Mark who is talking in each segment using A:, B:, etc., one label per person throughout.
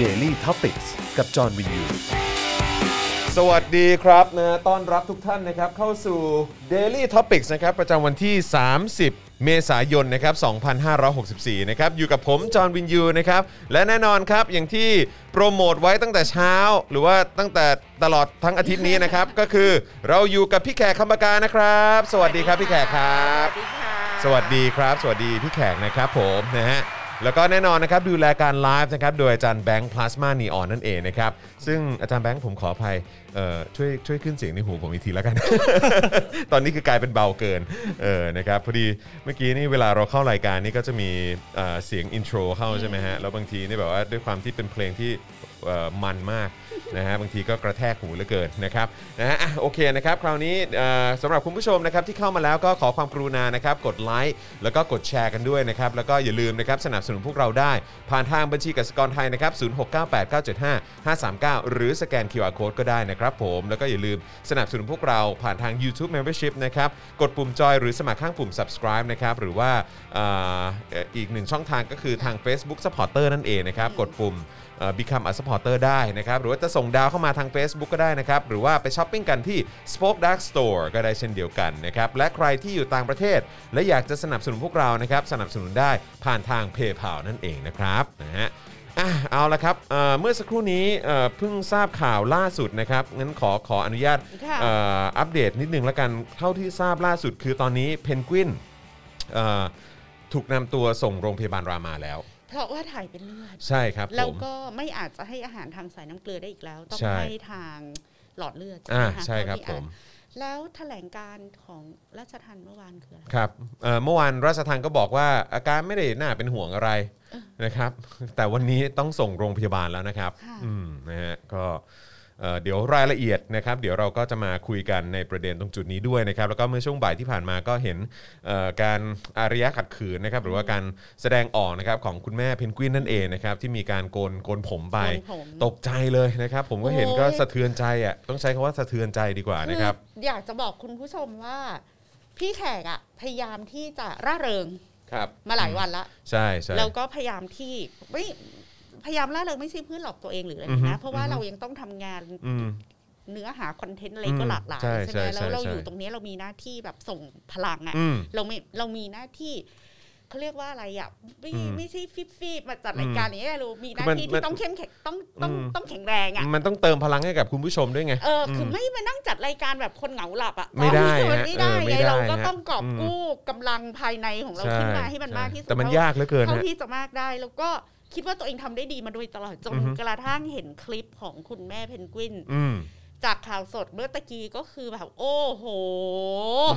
A: Daily t o p i c กกับจอห์นวินยู
B: สวัสดีครับนะฮะต้อนรับทุกท่านนะครับเข้าสู่ Daily Topics นะครับประจำวันที่ 30 เมษายนนะครับ2564 นะครับอยู่กับผมจอห์นวินยูนะครับและแน่นอนครับอย่างที่โปรโมทไว้ตั้งแต่เช้า หรือว่าตั้งแต่ตลอดทั้งอาทิตย์นี้นะครับ ก็คือเราอยู่กับพี่แขกคำปากานะครับ สวัสดีครับพี่แขกครับ
C: สวัสดีค่ะ
B: สวัสดีครับ สวัสดีพี่แขกนะครับผมนะฮะแล้วก็แน่นอนนะครับดูแลการไลฟ์นะครับโดยอาจารย์แบงค์พลาสมานีออนนั่นเองนะครับซึ่งอาจารย์แบงค์ผมขออภัยเอ่อช่วยช่วยขึ้นเสียงในหูผมอีกทีแล้วกัน ตอนนี้คือกลายเป็นเบาเกินเออนะครับพอดีเมื่อกี้นี่เวลาเราเข้ารายการนี่ก็จะมีเอ่อเสียงอินโทรเข้าใช่ไหมฮะแล้วบางทีนี่แบบว่าด้วยความที่เป็นเพลงที่เอ่อมันมาก นะฮะบางทีก็กระแทกหูเหลือเกินนะครับนะฮะอ่ะโอเคนะครับคราวนี้เอ่อสำหรับคุณผู้ชมนะครับที่เข้ามาแล้วก็ขอความกรุณานะครับกดไลค์แล้วก็กดแชร์กันด้วยนะครับแล้วก็อย่าลืมนะครับสนับสนุนพวกเราได้ ผ่านทางบัญชีกสิกรไทยนะครับศูนย์หกเก้าแปดเก้าเจ็ดห้าห้าสามเก้าหรือสแกน QR Code ก็ได้นะครับผมแล้วก็อย่าลืมสนับสนุนพวกเราผ่านทาง YouTube Membership นะครับกดปุ่มจอยหรือสมัครข้างปุ่ม subscribe นะครับหรือว่าเอ่อเอ่ออีกหนึ่งช่องทางก็คือทาง Facebook Supporter นั่นเองนะครับกดปุ่ม เอ่อ Become a supporter ได้นะครับ หรือว่าจะส่งดาวเข้ามาทาง Facebook ก็ได้นะครับ หรือว่าไปช้อปปิ้งกันที่ Spoke Dark Store ก็ได้เช่นเดียวกันนะครับ และใครที่อยู่ต่างประเทศ และอยากจะสนับสนุนพวกเรานะครับ สนับสนุนได้ผ่านทาง PayPal นั่นเองนะครับนะฮะอ่ะเอาละครับเอ่อเมื่อสักครู่นี้เอ่อเพิ่งทราบข่าวล่าสุดนะครับ งั้นขอขออนุญาต
C: ค่ะ
B: เอ่ออัปเดตนิดนึงละกันเท่าที่ทราบล่าสุดคือตอนนี้เพนกวินเอ่อถูกนำตัวส่งโรงพยาบาลรามาแล้ว
C: เพราะว่าถ่ายเป็นเลือด
B: ใช่ครับผม
C: เราก็ไม่อาจจะให้อาหารทางสายน้ำเกลือได้อีกแล้ว ต้อง
B: ใช่
C: ให้ทางหลอดเลือด
B: อ่า
C: คะ
B: ใช่ครับผ
C: เท่าที่อ่าน
B: ม
C: แล้วแถลงการของราชทันเมื่อวานคืออะไร
B: ครับเอ่อเมื่อวานราชทันก็บอกว่าอาการไม่ได้น่าเป็นห่วงอะไรนะครับ แต่วันนี้ต้องส่งโรงพยาบาลแล้วนะครับ
C: ค่ะ
B: อืมนะฮะก็เอ่อเดี๋ยวรายละเอียดนะครับ เดี๋ยวเราก็จะมาคุยกันในประเด็นตรงจุดนี้ด้วยนะครับ แล้วก็เมื่อช่วงบ่ายที่ผ่านมาก็เห็นเอ่อการอารยะขัดขืนนะครับ หรือว่าการแสดงออกนะครับของคุณแม่เพนกวินนั่นเองนะครับ ที่มีการโกนโกนผมไป
C: โกนผม
B: ตกใจเลยนะครับ ผมก็เห็นก็
C: โอ้ย
B: สะเทือนใจอ่ะต้องใช้คำว่าสะเทือนใจดีกว่านะครับ
C: ออยากจะบอกคุณผู้ชมว่า พี่แขกอะพยายามที่จะร่าเริง
B: ครับ
C: มาหลายวันละ
B: ใช่ใช่
C: แล้วก็พยายามที่ไม่พยายามร่าเริงไม่ใช่เพื่อหลอกตัวเองหรืออะไร
B: อือฮึ
C: นะเพราะว่า
B: อือฮึ
C: เรายังต้องทำงาน
B: อืม
C: เนื้อหาคอนเทนต์อะไร
B: อืม
C: ก็หลากหลาย
B: ใช่
C: ใช่ไหม
B: ใช่
C: แล้วเรา
B: ใช่
C: อยู่ตรงนี้เรามีหน้าที่แบบส่งพลังอะ
B: อืม
C: เราไม่เรามีหน้าที่เขาเรียกว่าอะไรอะไม่
B: อืม
C: ไม่ใช่ฟิบฟิบมาจัดรายการอย่างเงี้ยเรามีหน้าที่
B: คือมัน
C: ที่ต้องเข้มแข็งต้องต้อง
B: อืม
C: ต้องแข็งแรงอะ
B: มันต้องเติมพลังให้กับคุณผู้ชมด้วยไง
C: เอออคือไม่มานั่งจัดรายการแบบคนเหงาหลับอะ
B: ไม่ได้
C: มัน
B: ฮะ
C: ไม่ได้
B: เออไม่
C: ไง
B: ได้
C: เราก็
B: ฮะ
C: ต้องกอบ
B: อืม
C: กู้กำลังภายในของเราขึ้นมาให้มันมากที่สุด
B: แต่มัน
C: เท่
B: ยากเหลือเกิน
C: เท่า
B: ฮะ
C: ที่จะมากได้แล้วก็คิดว่าตัวเองทำได้ดีมาโดยตลอดจน
B: อือฮึ
C: กระทั่งเห็นคลิปของคุณแม่เพนกวิน
B: อืม
C: จากข่าวสดเมื่อตะกี้ก็คือแบบโอ้โห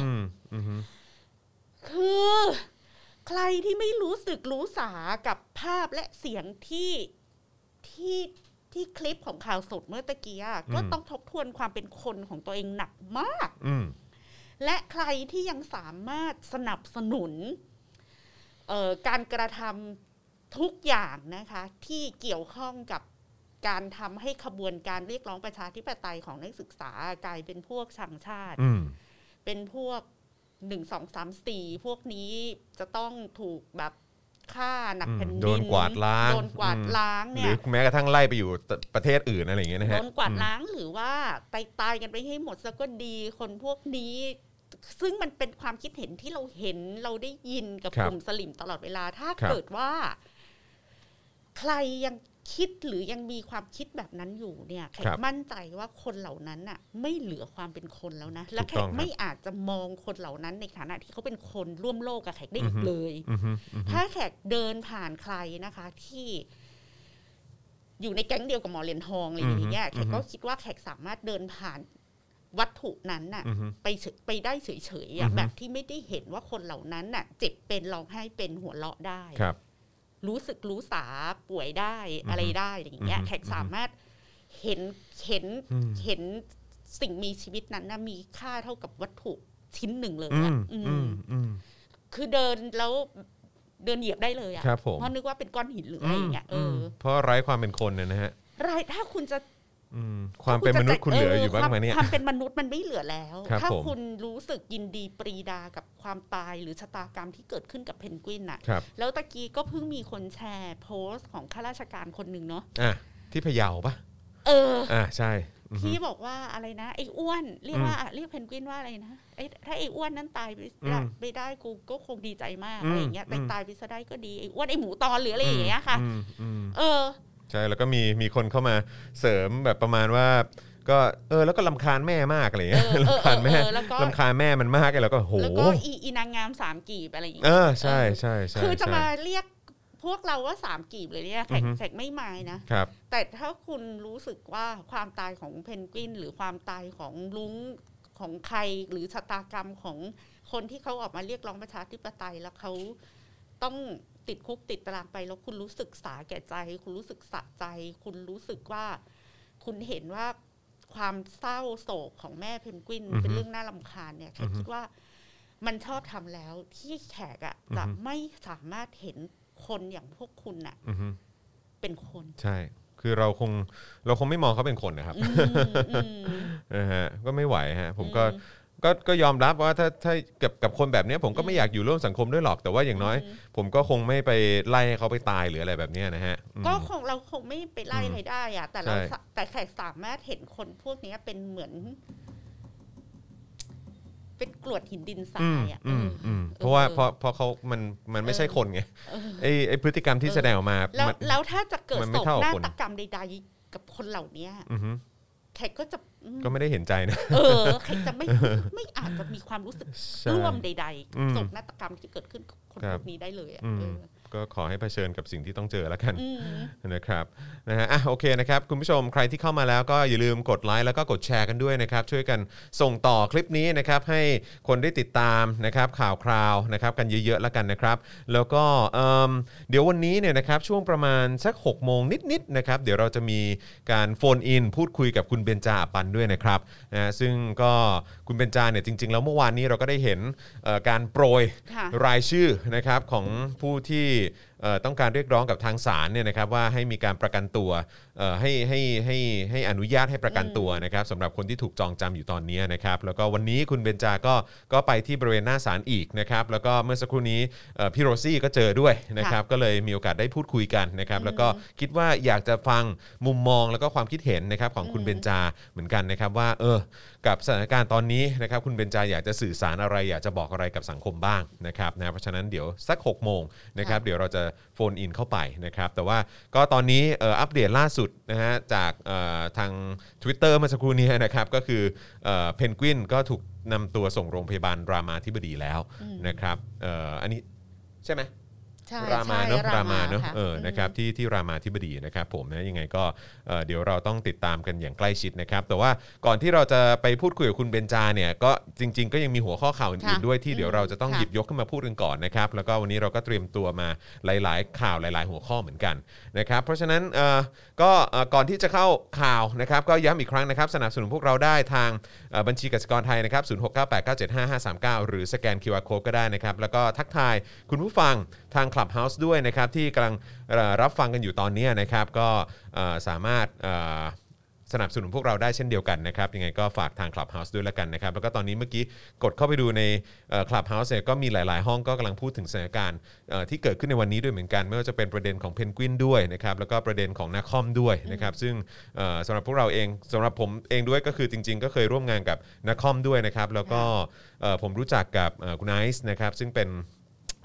B: อืมอืม
C: คือ ใครที่ไม่รู้สึกรู้สากับภาพและเสียงที่ที่ที่คลิปของข่าวสดเมื่อตะกี้อะ
B: อืม
C: ก็ต้องทบทวนความเป็นคนของตัวเองหนักมาก
B: อืม
C: และใครที่ยังสามารถสนับสนุนเอ่อการกระทำทุกอย่างนะคะ ที่เกี่ยวข้องกับการทำให้ขบวนการเรียกร้องประชาธิปไตยของนักศึกษากลายเป็นพวกชังชาติ
B: อืม
C: เป็นพวกหนึ่งสองสามสี่พวกนี้จะต้องถูกแบบฆ่าหนักแผ่นดิน
B: โดนกวาดล้าง
C: โดนกวาดล้าง
B: ห
C: เนี่
B: รือย แม้กระทั่งไล่ไปอยู่ประเทศอื่นอะไรอย่างเงี้ยนะ
C: โด
B: ฮะ
C: นกวาดล้างหรือว่าตายตายกันไปให้หมดซะก็ดีคนพวกนี้ ซึ่งมันเป็นความคิดเห็นที่เราเห็นเราได้ยินกับกลุ่มสลิมตลอดเวลา ถ้าเกิดว่า ใครยังคิดหรือยังมีความคิดแบบนั้นอยู่เนี่ยแขกมั่นใจว่าคนเหล่านั้นน่ะ ไม่เหลือความเป็นคนแล้วนะ และแขกไม่อาจจะมองคนเหล่านั้นในฐานะที่เขาเป็นคนร่วมโลกกับแขกได้อีกเลย
B: อืมอืมอืม
C: ถ้าแขกเดินผ่านใครนะคะ ที่อยู่ในแก๊งเดียวกับหมอเหรียญทองอะไรอย่างเงี้ยแขกก็คิดว่าแขกสามารถเดินผ่านวัตถุนั้นน่ะ
B: อืม
C: ไปเฉยไปได้เฉยๆอะ
B: อือฮึ
C: แบบที่ไม่ได้เห็นว่าคนเหล่านั้นน่ะ เจ็บเป็นร้องไห้เป็นหัวเราะได้
B: ครับ
C: รู้สึกรู้สาป่วยได้อะไรได้อย่างเงี้ย
B: อือฮึ
C: แขกสามารถเห็นเห็น
B: อืม
C: เห็นสิ่งมีชีวิตนั้นนะมีค่าเท่ากับวัตถุชิ้นหนึ่งเลย
B: อื
C: อะ
B: ม
C: อืม
B: อืมอืม
C: คือเดินแล้วเดินเหยียบได้เลยอะ
B: ครับผม
C: เพราะนึกว่าเป็นก้อนหินหรืออะไรอย่างเงี้ยเอออ
B: เพราะไร้ความเป็นคนเนี่ยนะฮะ
C: รายถ้าคุณจะ
B: อืมความเป็นมนุษย์คุณเหลืออยู่บ้างไหมเนี่ย
C: ควความเป็นมนุษย์มันไม่เหลือแล้ว
B: ครับ
C: ถ้า
B: ผม
C: คุณรู้สึกยินดีปรีดากับความตายหรือชะตากรรมที่เกิดขึ้นกับเพนกวินน่ะ
B: ครับ
C: แล้วตะกี้ก็เพิ่งมีคนแชร์โพสต์ของข้าราชการคนหนึ่งเนาะ
B: อ่ะ ที่พะเยาปะ
C: เออ
B: อ่าใช่อือฮึ
C: ที่บอกว่าอะไรนะไอ้อ้วนเรียก
B: อืม
C: ว่าเรียกเพนกวินว่าอะไรนะไอ้ถ้าไอ้อ้วนนั้นตายไป
B: อืม
C: ไปได้กูก็คงดีใจมาก
B: อืม
C: อะไรอย่างเงี้ย
B: อื
C: ตาย
B: ม
C: ตายไปซะได้ก็ดีไอ้อ้วนไอ้หมูตอนหรืออะไรอย่างเงี้ยค่ะ
B: อืมอืม
C: เออ
B: ใช่แล้วก็มีมีคนเข้ามาเสริมแบบประมาณว่า ก็เออแล้วก็ลำคาญแม่มากอะไรเงี้ย
C: เออเออ
B: ลำคาญแม่
C: เออแล้วก็
B: ลำคาญแม่มันมากไงแล้วก็โห
C: แล้วก็อีอีนางงามสามกีบอะไรอย่าง
B: เอ
C: เงี้ย
B: อใช่ใช่ใช่
C: คือจะมา
B: ใช่
C: เรียกพวกเราว่าสามกีบเลยเนี่ยแขก
B: อือฮึ
C: แขกไม่มายนะ
B: ครับ
C: แต่ถ้าคุณรู้สึกว่าความตายของเพนกวิน หรือความตายของลุงของใครหรือชะตากรรมของคนที่เขาออกมาเรียกร้องประชาธิปไตยแล้วเขาต้องติดคุกติดตารางไปแล้วคุณรู้สึกสาแก่ใจ คุณรู้สึกสะใจ คุณรู้สึกว่า คุณเห็นว่าความเศร้าโศกของแม่เพนกวิน
B: อือฮึ
C: เป็นเรื่องน่าลำคาญเนี่ยแข
B: อือ
C: ก
B: ฮึ
C: คิดว่ามันชอบทำแล้วที่แขกอะจะ
B: อือฮึ
C: ไม่สามารถเห็นคนอย่างพวกคุณน่ะ
B: อือฮึ
C: เป็น คน
B: ใช่ คือเราคงเราคงไม่มองเขาเป็นคนนะครับ
C: อืมอืม
B: นะฮะก็ไม่ไหวฮะผมก็
C: อื
B: ก็ก็ยอมรับว่าถ้าถ้ากับกับคนแบบเนี้ยผมก็ไม่อยากอยู่ร่วมสังคมด้วยหรอกแต่ว่าอย่างน้อย
C: อืม
B: ผมก็คงไม่ไปไล่ให้เขาไปตายหรืออะไรแบบเนี้ยนะฮะอืม
C: ก็คงเราคงไม่ไปไล่
B: อืม
C: อะไรได้อะแต่เรา
B: ใช่
C: สะแต่แขกสามารถเห็นคนพวกเนี้ยเป็นเหมือน เป็นกรวดหินดินทรา
B: อืม
C: ยอะ
B: อืม
C: เออ
B: อืม
C: เ
B: เพราะว่าเพราะเพราะเขามันมันไม่ใช่คนไงไอไอพฤติกรรมที่แสดงออกมา
C: แล้ว
B: มัน
C: แล้วถ้าจะเกิด
B: มันไม่
C: โศก
B: เท่ากับ
C: นา
B: คน
C: ฏกรรมใดๆกับคนเหล่าเนี้ย
B: อือฮึ
C: แขกก็จะอืม
B: ก็ไม่ได้เห็นใจนะ
C: เออแขกจะไม่ไม่อาจจะมีความรู้สึก
B: ใช่
C: ร่วมใด
B: อืม
C: ๆโศกนาฏกรรมที่เกิดขึ้นกับคน
B: ครั
C: พ
B: บ
C: วกนี้ได้เลยอะ
B: อืม
C: เออ
B: ก็ขอให้เผชิญกับสิ่งที่ต้องเจอแล้วกัน
C: อืม
B: นะครับนะฮะอ่ะโอเคนะครับ คุณผู้ชมใครที่เข้ามาแล้วก็อย่าลืมกดไลค์แล้วก็กดแชร์กันด้วยนะครับ ช่วยกันส่งต่อคลิปนี้นะครับ ให้คนได้ติดตามนะครับ ข่าวคราวนะครับ กันเยอะๆแล้วกันนะครับ แล้วก็เอิ่มเดี๋ยววันนี้เนี่ยนะครับช่วงประมาณสัก6กโมงนิดๆนะครับ เดี๋ยวเราจะมีการโฟนอินพูดคุยกับคุณเบนจาอปันด้วยนะครับนะซึ่งก็คุณเบนจาเนี่ยจริง ๆ แล้วเมื่อวานนี้เราก็ได้เห็นเอ่อการโปรย
C: ค่ะ
B: รายชื่อนะครับของผู้ที่เอ่อต้องการเรียกร้องกับทางศาลเนี่ยนะครับว่าให้มีการประกันตัวเอ่อให้ให้ให้ให้อนุญาตให้ประกันตัวนะครับสำหรับคนที่ถูกจองจำอยู่ตอนนี้นะครับแล้วก็วันนี้คุณเบนจาก็ก็ไปที่บริเวณหน้าศาลอีกนะครับแล้วก็เมื่อสักครู่นี้เอ่อพี่โรซี่ก็เจอด้วยนะครับก็เลยมีโอกาสได้พูดคุยกันนะครับแล้วก็คิดว่าอยากจะฟังมุมมองแล้วก็ความคิดเห็นนะครับของคุณเบนจาเหมือนกันนะครับว่าเออ กับสถานการณ์ตอนนี้นะครับคุณเบนจาอยากจะสื่อสารอะไร อยากจะบอกอะไรกับสังคมบ้างนะครับนะเพราะฉะนั้นเดี๋ยวสัก6กโมงนะครับเดี๋ยวเราจะโฟนอินเข้าไปนะครับแต่ว่าก็ตอนนี้เอ่ออัปเดตล่าสุดนะฮะจากเอ่อทาง Twitter เมื่อสักครู่นี้นะครับก็คือเพนกวินก็ถูกนำตัวส่งโรงพยาบาลรามาธิบดีแล้ว
C: อืม
B: นะครับเอ่ออันนี้ใช่ไหม
C: ใช่
B: รามาเนอะ
C: ใช่
B: รามาเนอะ
C: ค่
B: เออนะครับที่ที่รามาธิบดีนะครับผมนะยังไงก็เอ่อเดี๋ยวเราต้องติดตามกันอย่างใกล้ชิดนะครับ แต่ว่าก่อนที่เราจะไปพูดคุยกับคุณเบนจาเนี่ยก็จริง ๆ ก็ยังมีหัวข้อข่าวอื่นๆด้วยที่เดี๋ยวเราจะต้องหยิบยกขึ้นมาพูดกันก่อนนะครับ แล้วก็วันนี้เราก็เตรียมตัวมาหลาย ๆ ข่าวหลาย ๆ หัวข้อเหมือนกันนะครับ เพราะฉะนั้นเอ่อก็เอ่อก่อนที่จะเข้าข่าวนะครับ ก็ย้ำอีกครั้งนะครับ สนับสนุนพวกเราได้ทาง เอ่อบัญชีกสิกรไทยนะครับ0698975539 หรือสแกน QR Code ก็ได้นะครับ แล้วก็ทักทายคุณผู้ฟังทาง Clubhouse ด้วยนะครับ ที่กำลังเอ่อรับฟังกันอยู่ตอนนี้นะครับ ก็เอ่อสามารถเอ่อสนับสนุนพวกเราได้เช่นเดียวกันนะครับ ยังไงก็ฝากทาง Clubhouse ด้วยละกันนะครับ แล้วก็ตอนนี้เมื่อกี้กดเข้าไปดูในเอ่อ Clubhouse เนี่ยก็มีหลาย ๆ ห้องก็กำลังพูดถึงสถานการณ์เอ่อที่เกิดขึ้นในวันนี้ด้วยเหมือนกันไม่ว่าจะเป็นประเด็นของเพนกวินด้วยนะครับแล้วก็ประเด็นของนาคอมด้วยนะครับซึ่ง เอ่อสำหรับพวกเราเองสำหรับผมเองด้วยก็คือจริง ๆ ก็เคยร่วมงานกับนักคอมด้วยนะครับ แล้วก็เอ่อผมรู้จักกับเอ่อคุณไอซ์นะครับซึ่งเป็น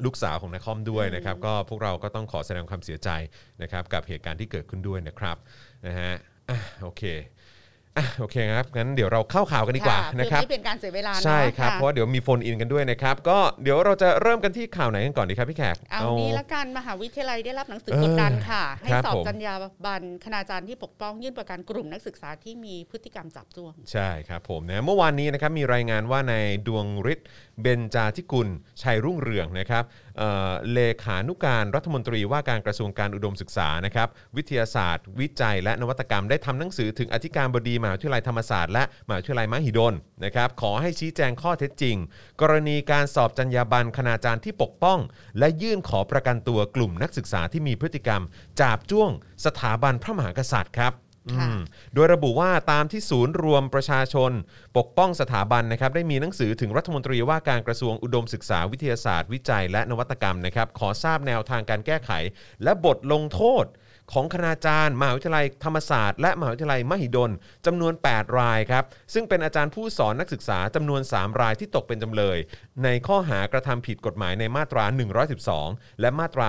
B: ลูกสาวของนักคอมด้วยนะครับ ก็พวกเราก็ต้องขอแสดงความเสียใจนะครับ กับเหตุการณ์ที่เกิดขึ้นด้วยนะครับนะฮะอ่ะโอเคอ่ะโอเคครับงั้นเดี๋ยวเราเข้าข่าวกันดีกว่า
C: ค่ะ
B: นะครับ
C: เพื่อไม่เป็นการเสียเวลาเนอะ
B: ใช่ครับ
C: ะ
B: เพราะว่าเดี๋ยวมีโฟนอินกันด้วยนะครับ ก็เดี๋ยวเราจะเริ่มกันที่ข่าวไหนกันก่อนดีครับพี่แขก
C: เอานี้ละกันมหาวิทยาลัยได้รับหนังสือกดดันค่ะ
B: เออ
C: ให้
B: ครับ
C: สอบ
B: ผม
C: จรรยาบรรณคณาจารย์ที่ปกป้องยื่นประกันกลุ่มนักศึกษาที่มีพฤติกรรมจับจ้วง
B: ใช่ครับผมนะเมื่อวานนี้นะครับมีรายงานว่าในายดวงฤทธิ์เบญจาธิกุลชัยรุ่งเรืองนะครับเอ่อเลขานุการรัฐมนตรีว่าการกระทรวงการอุดมศึกษานะครับวิทยาศาสตร์ วิจัย และนวัตกรรมได้ทำหนังสือถึงอธิการบดีมหาวิทยาลัยธรรมศาสตร์และมหาวิทยาลัยมหิดลนะครับขอให้ชี้แจงข้อเท็จจริง กรณีการสอบจรรยาบรรณคณาจารย์ที่ปกป้อง และยื่นขอประกันตัวกลุ่มนักศึกษาที่มีพฤติกรรม จาบจ้วง สถาบันพระมหากษัตริย์ครับ
C: ค่ะ
B: อืมโดยระบุว่าตามที่ศูนย์รวมประชาชน ปกป้องสถาบันนะครับได้มีหนังสือถึงรัฐมนตรีว่าการกระทรวงอุดมศึกษาวิทยาศาสตร์ วิจัย และนวัตกรรมนะครับขอทราบแนวทางการแก้ไข และบทลงโทษ ของคณาจารย์มหาวิทยาลัยธรรมศาสตร์และมหาวิทยาลัยมหิดลจำนวน 8 รายครับ ซึ่งเป็นอาจารย์ผู้สอนนักศึกษาจำนวน 3 รายที่ตกเป็นจำเลย ในข้อหากระทำผิดกฎหมายในมาตรา 112 และมาตรา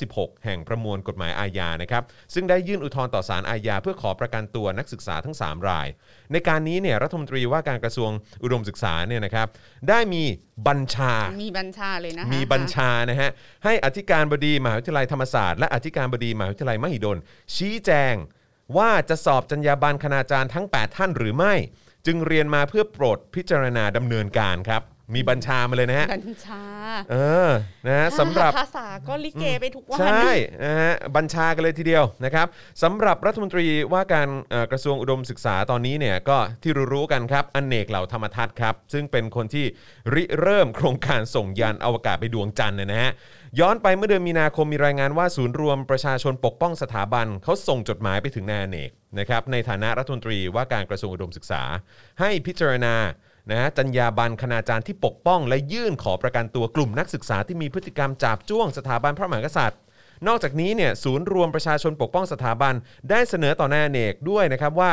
B: 116 แห่งประมวลกฎหมายอาญานะครับ ซึ่งได้ยื่นอุทธรณ์ต่อศาลอาญาเพื่อขอประกันตัวนักศึกษาทั้ง 3 ราย ในการนี้เนี่ยรัฐมนตรีว่าการกระทรวงอุดมศึกษาเนี่ยนะครับได้มีบัญชา
C: มีบัญชาเลยนะคะ
B: มีบัญชานะฮะให้อธิการบดีมหาวิทยาลัยธรรมศาสตร์และอธิการบดีมหาวิทยาลัยมหิดล ชี้แจงว่าจะสอบจรรยาบรรณคณาจารย์ทั้ง 8 ท่านหรือไม่ จึงเรียนมาเพื่อโปรดพิจารณาดำเนินการครับ มีบัญชามาเลยนะฮะ
C: บัญชา
B: เออนะฮะสำหรับ
C: ภาษาก็ลิเกไปทุกวัน
B: ใช่นะฮะบัญชากันเลยทีเดียวนะครับสำหรับรัฐมนตรีว่าการเอ่อกระทรวงอุดมศึกษาตอนนี้เนี่ยก็ที่รู้ๆกันครับอนเนกเหล่าธรรมทัศน์ครับ ซึ่งเป็นคนที่ริเริ่มโครงการส่งยานอวกาศไปดวงจันทร์เนี่ยนะฮะย้อนไปเมื่อเดือนมีนาคมมีรายงานว่าศูนย์รวมประชาชนปกป้องสถาบันเขาส่งจดหมายไปถึงนายอเนกนะครับในฐานะรัฐมนตรีว่าการกระทรวงอุดมศึกษา ให้พิจารณา นะฮะจัญญาบันคณาจารย์ที่ปกป้อง และยื่นขอประกันตัวกลุ่มนักศึกษาที่มีพฤติกรรมจาบจ้วงสถาบันพระมหากษัตริย์ นอกจากนี้เนี่ยศูนย์รวมประชาชนปกป้องสถาบันได้เสนอต่อนายอเนกด้วยนะครับว่า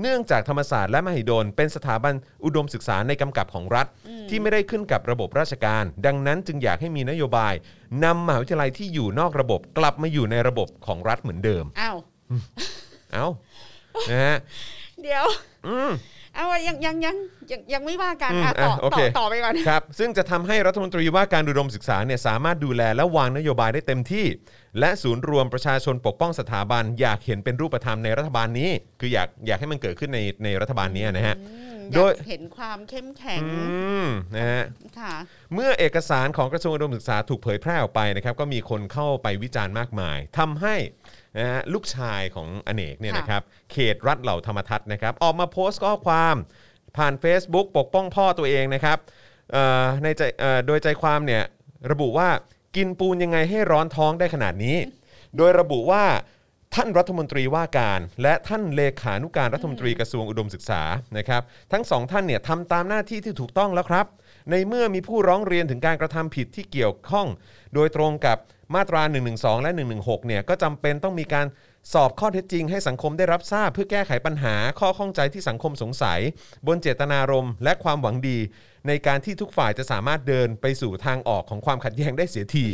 B: เนื่องจากธรรมศาสตร์และมหิดล เป็นสถาบันอุดมศึกษาในกำกับของรัฐ ที่ไม่ได้ขึ้นกับระบบราชการ ดังนั้นจึงอยากให้มีนโยบายนำมหาวิทยาลัยที่อยู่นอกระบบกลับมาอยู่ในระบบของรัฐเหมือนเดิม
C: อ้าว
B: เอ้านะฮะ
C: เดี๋ยวเอาอะยังยังยังยังยังไม่ว่ากัน
B: อืม
C: อ่ะต่อ
B: อ่ะโอ
C: ต่
B: เค
C: อต่อไปก่อน
B: ครับ ซึ่งจะทำให้รัฐมนตรีว่าการอุดมศึกษาเนี่ยสามารถดูแลและวางนโยบายได้เต็มที่ และศูนย์รวมประชาชนปกป้องสถาบัน อยากเห็นเป็นรูปธรรมในรัฐบาลนี้ คืออยากอยากให้มันเกิดขึ้นในในรัฐบาลนี้นะฮะ
C: อืม
B: โดย
C: อากเห็นความเข้มแข็ง
B: อืมนะฮะ
C: ค่ะ
B: เมื่อเอกสารของกระทรวงอุดมศึกษาถูกเผยแพร่ออกไปนะครับก็มีคนเข้าไปวิจารณ์มากมายทำให้นะฮะลูกชายของอเนกเนี่ย
C: ค่ะ
B: นะครับเขตรัฐเหล่าธรรมทัศน์นะครับออกมาโพสต์ข้อความผ่าน Facebook ปกป้องพ่อตัวเองนะครับเอ่อในใจเอ่อโดยใจความเนี่ยระบุว่ากินปูนยังไงให้ร้อนท้องได้ขนาดนี้ โดยระบุว่าท่านรัฐมนตรีว่าการ และท่านเลขานุการรัฐมนตรีกระทรวงอุดมศึกษานะครับทั้งสองท่านเนี่ยทำตามหน้าที่ที่ถูกต้องแล้วครับ ในเมื่อมีผู้ร้องเรียนถึงการกระทำผิดที่เกี่ยวข้อง โดยตรงกับมาตรา 112 และ 116 เนี่ยก็จำเป็นต้องมีการสอบข้อเท็จจริงให้สังคมได้รับทราบ เพื่อแก้ไขปัญหาข้อข้องใจที่สังคมสงสัย บนเจตนารมณ์และความหวังดี ในการที่ทุกฝ่ายจะสามารถเดินไปสู่ทางออกของความขัดแย้งได้เสียที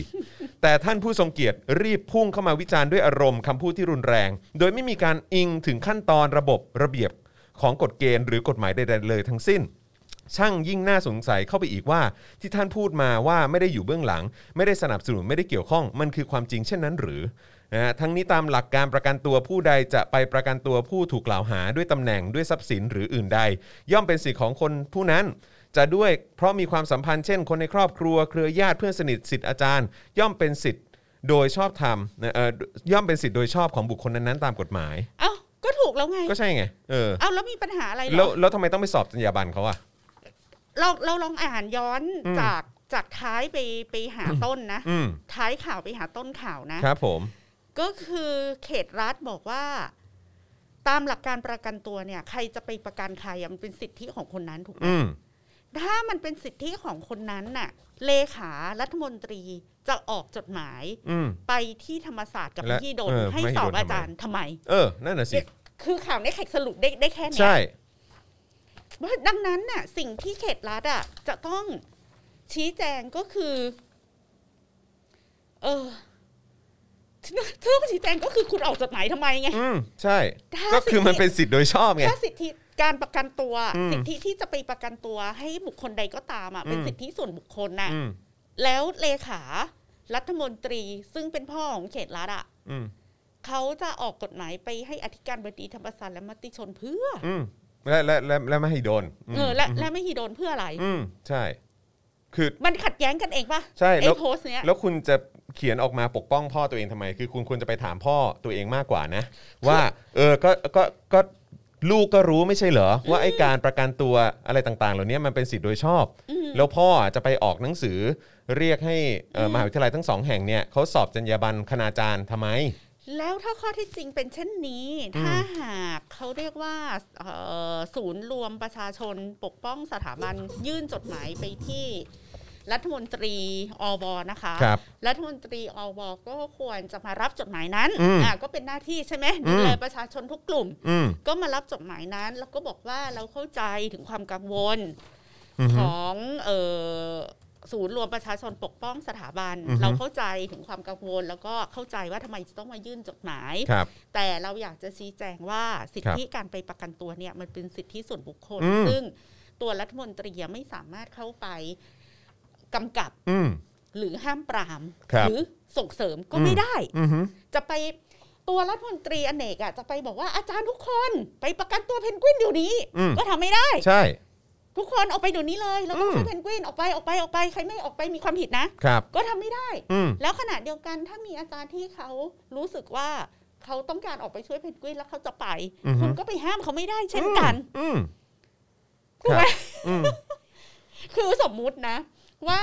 B: แต่ท่านผู้ทรงเกียรติรีบพุ่งเข้ามาวิจารณ์ด้วยอารมณ์คำพูดที่รุนแรง โดยไม่มีการอิงถึงขั้นตอนระบบระเบียบของกฎเกณฑ์หรือกฎหมายใดๆเลยทั้งสิ้น ช่างยิ่งน่าสงสัยเข้าไปอีกว่า ที่ท่านพูดมาว่าไม่ได้อยู่เบื้องหลัง ไม่ได้สนับสนุนไม่ได้เกี่ยวข้อง มันคือความจริงเช่นนั้นหรือนะฮะทั้งนี้ตามหลักการประกันตัวผู้ใดจะไปประกันตัวผู้ถูกกล่าวหาด้วยตำแหน่งด้วยทรัพย์สินหรืออื่นใด ย่อมเป็นสิทธิของคนผู้นั้น จะด้วยเพราะมีความสัมพันธ์เช่น คนในครอบครัวเครือญาติเพื่อนสนิทสิทธิอาจารย์ ย่อมเป็นสิทธิโดยชอบธรรมนะเอ่อย่อมเป็นสิทธิโดยชอบของบุคคลนั้นๆตามกฎหมาย
C: เอ้า ก็ถูกแล้วไง
B: ก็ใช่ไงเออ
C: เอ้า แล้วมีปัญหาอะไรเหร
B: แล้ว
C: อ
B: แล้วทำไมต้องไปสอบจรรยาบรรณเขาอะ
C: เราเราลองอ่านย้อน
B: อืม
C: จากจากท้ายไปไปหาต้นนะ
B: อืม
C: ท้ายข่าวไปหาต้นข่าวนะ
B: ครับผม
C: ก็คือเขตรัฐบอกว่า ตามหลักการประกันตัวเนี่ย ใครจะไปประกันใครอะมันเป็นสิทธิของคนนั้นถูกไหม
B: อืม
C: ถ้ามันเป็นสิทธิของคนนั้นน่ะ เลขารัฐมนตรีจะออกจดหมาย
B: อืม
C: ไปที่ธรรมศาสตร์กับ
B: และ
C: ที่โดน
B: เออ
C: ให้
B: มหิดล
C: สอ
B: ทำ
C: บ
B: ไม
C: อาจารย์ทำไม
B: เออ นั่นน่ะสิ
C: เนี่ย คือข่าวนี้แขกสรุปได้ได้แค่เนี้ย
B: ใช่
C: ว่าดังนั้นน่ะ สิ่งที่เขตรัฐอ่ะจะต้องชี้แจงก็คือ เออ ที่ต้องชี้แจงก็คือคุณออกจดหมายทำไมไง
B: อืม ใช่
C: ถ้า
B: ก็คือ
C: สิทธิ
B: มันเป็นสิทธิ์โดยชอบไง
C: ถ้าสิทธิการประกันตัว
B: อืม
C: สิทธิที่จะไปประกันตัวให้บุคคลใดก็ตามอ่ะเป็น
B: อืม
C: สิทธิส่วนบุคคลน่ะ
B: อืม
C: แล้วเลขารัฐมนตรีซึ่งเป็นพ่อของเขตรัฐอ่ะ
B: อืม
C: เขาจะออกกฎหมายไปให้อธิการบดีธรรมศาสตร์และมติชนเพื่อ
B: อืม และและและและไม่ให้โดนม
C: เออและและไม่ฮีโดนเพื่ออะไร
B: อืม ใช่ คือ
C: มันขัดแย้งกันเองปะ
B: ใช่
C: ไอ้
B: แล้ว
C: โพสต์เนี้ย
B: แล้วคุณจะเขียนออกมาปกป้องพ่อตัวเองทำไม คือคุณควรจะไปถามพ่อตัวเองมากกว่านะ ว่า เออ ก็ ก็ ก็ลูกก็รู้ไม่ใช่เหรอ ว่าไอ้การประกันตัวอะไรต่างๆ เหล่านี้มันเป็นสิทธิ์โดยชอบ
C: อืม
B: แล้วพ่อจะไปออกหนังสือเรียกให้เอ่อมหาวิทยาลัยทั้งสองแห่งเนี่ยเขาสอบจรรยาบรรณคณาจารย์ทำไม
C: แล้วถ้าข้อเที่จริงเป็นเช่นนี้
B: อืม
C: ถ้าหากเขาเรียกว่าเอ่อศูนย์รวมประชาชนปกป้องสถาบันยื่นจดหมายไปที่ รัฐมนตรีอวนะคะ
B: ครับ
C: รัฐมนตรีอวก็ควรจะมารับจดหมายนั้น
B: อืม
C: อ่าก็เป็นหน้าที่ใช่ไหมดู
B: อืม
C: แลประชาชนทุกกลุ่ม
B: อืม
C: ก็มารับจดหมายนั้น แล้วก็บอกว่าเราเข้าใจถึงความกังวล
B: อืม
C: ของเอ่อศูนย์รวมประชาชนปกป้องสถาบัน
B: อือฮึ
C: เราเข้าใจถึงความกังวล แล้วก็เข้าใจว่าทำไมจะต้องมายื่นจดหมาย
B: ครับ
C: แต่เราอยากจะชี้แจงว่าสิทธิการไปประกันตัวเนี่ยมันเป็นสิทธิส่วนบุคคล
B: อืม
C: ซึ่งตัวรัฐมนตรีไม่สามารถเข้าไปกำกับ
B: อืม
C: หรือห้ามปราม
B: ครับ
C: หรือส่งเสริมก็
B: อืม
C: ไม่ได้
B: อืม
C: จะไปตัวรัฐมนตรีอเนกอะจะไปบอกว่าอาจารย์ทุกคนไปประกันตัวเพนกวินเดี๋ยวนี้
B: อืม
C: ก็ทำไม่ได้
B: ใช่
C: ทุกคนออกไปเดี๋ยวนี้เลย แล้วต้อง
B: อืม
C: ช่วยเพนกวินออกไปออกไปออกไปใครไม่ออกไปมีความผิดนะ
B: ครับ
C: ก็ทำไม่ได้
B: อืม
C: แล้วขณะเดียวกันถ้ามีอาจารย์ที่เขารู้สึกว่าเขาต้องการออกไปช่วยเพนกวินแล้วเขาจะไป
B: อือฮึ
C: คุณก็ไปห้ามเขาไม่ได้เช่นกัน
B: อืม
C: ถูกไหม
B: ครับอืม
C: คือสมมุตินะ ว่า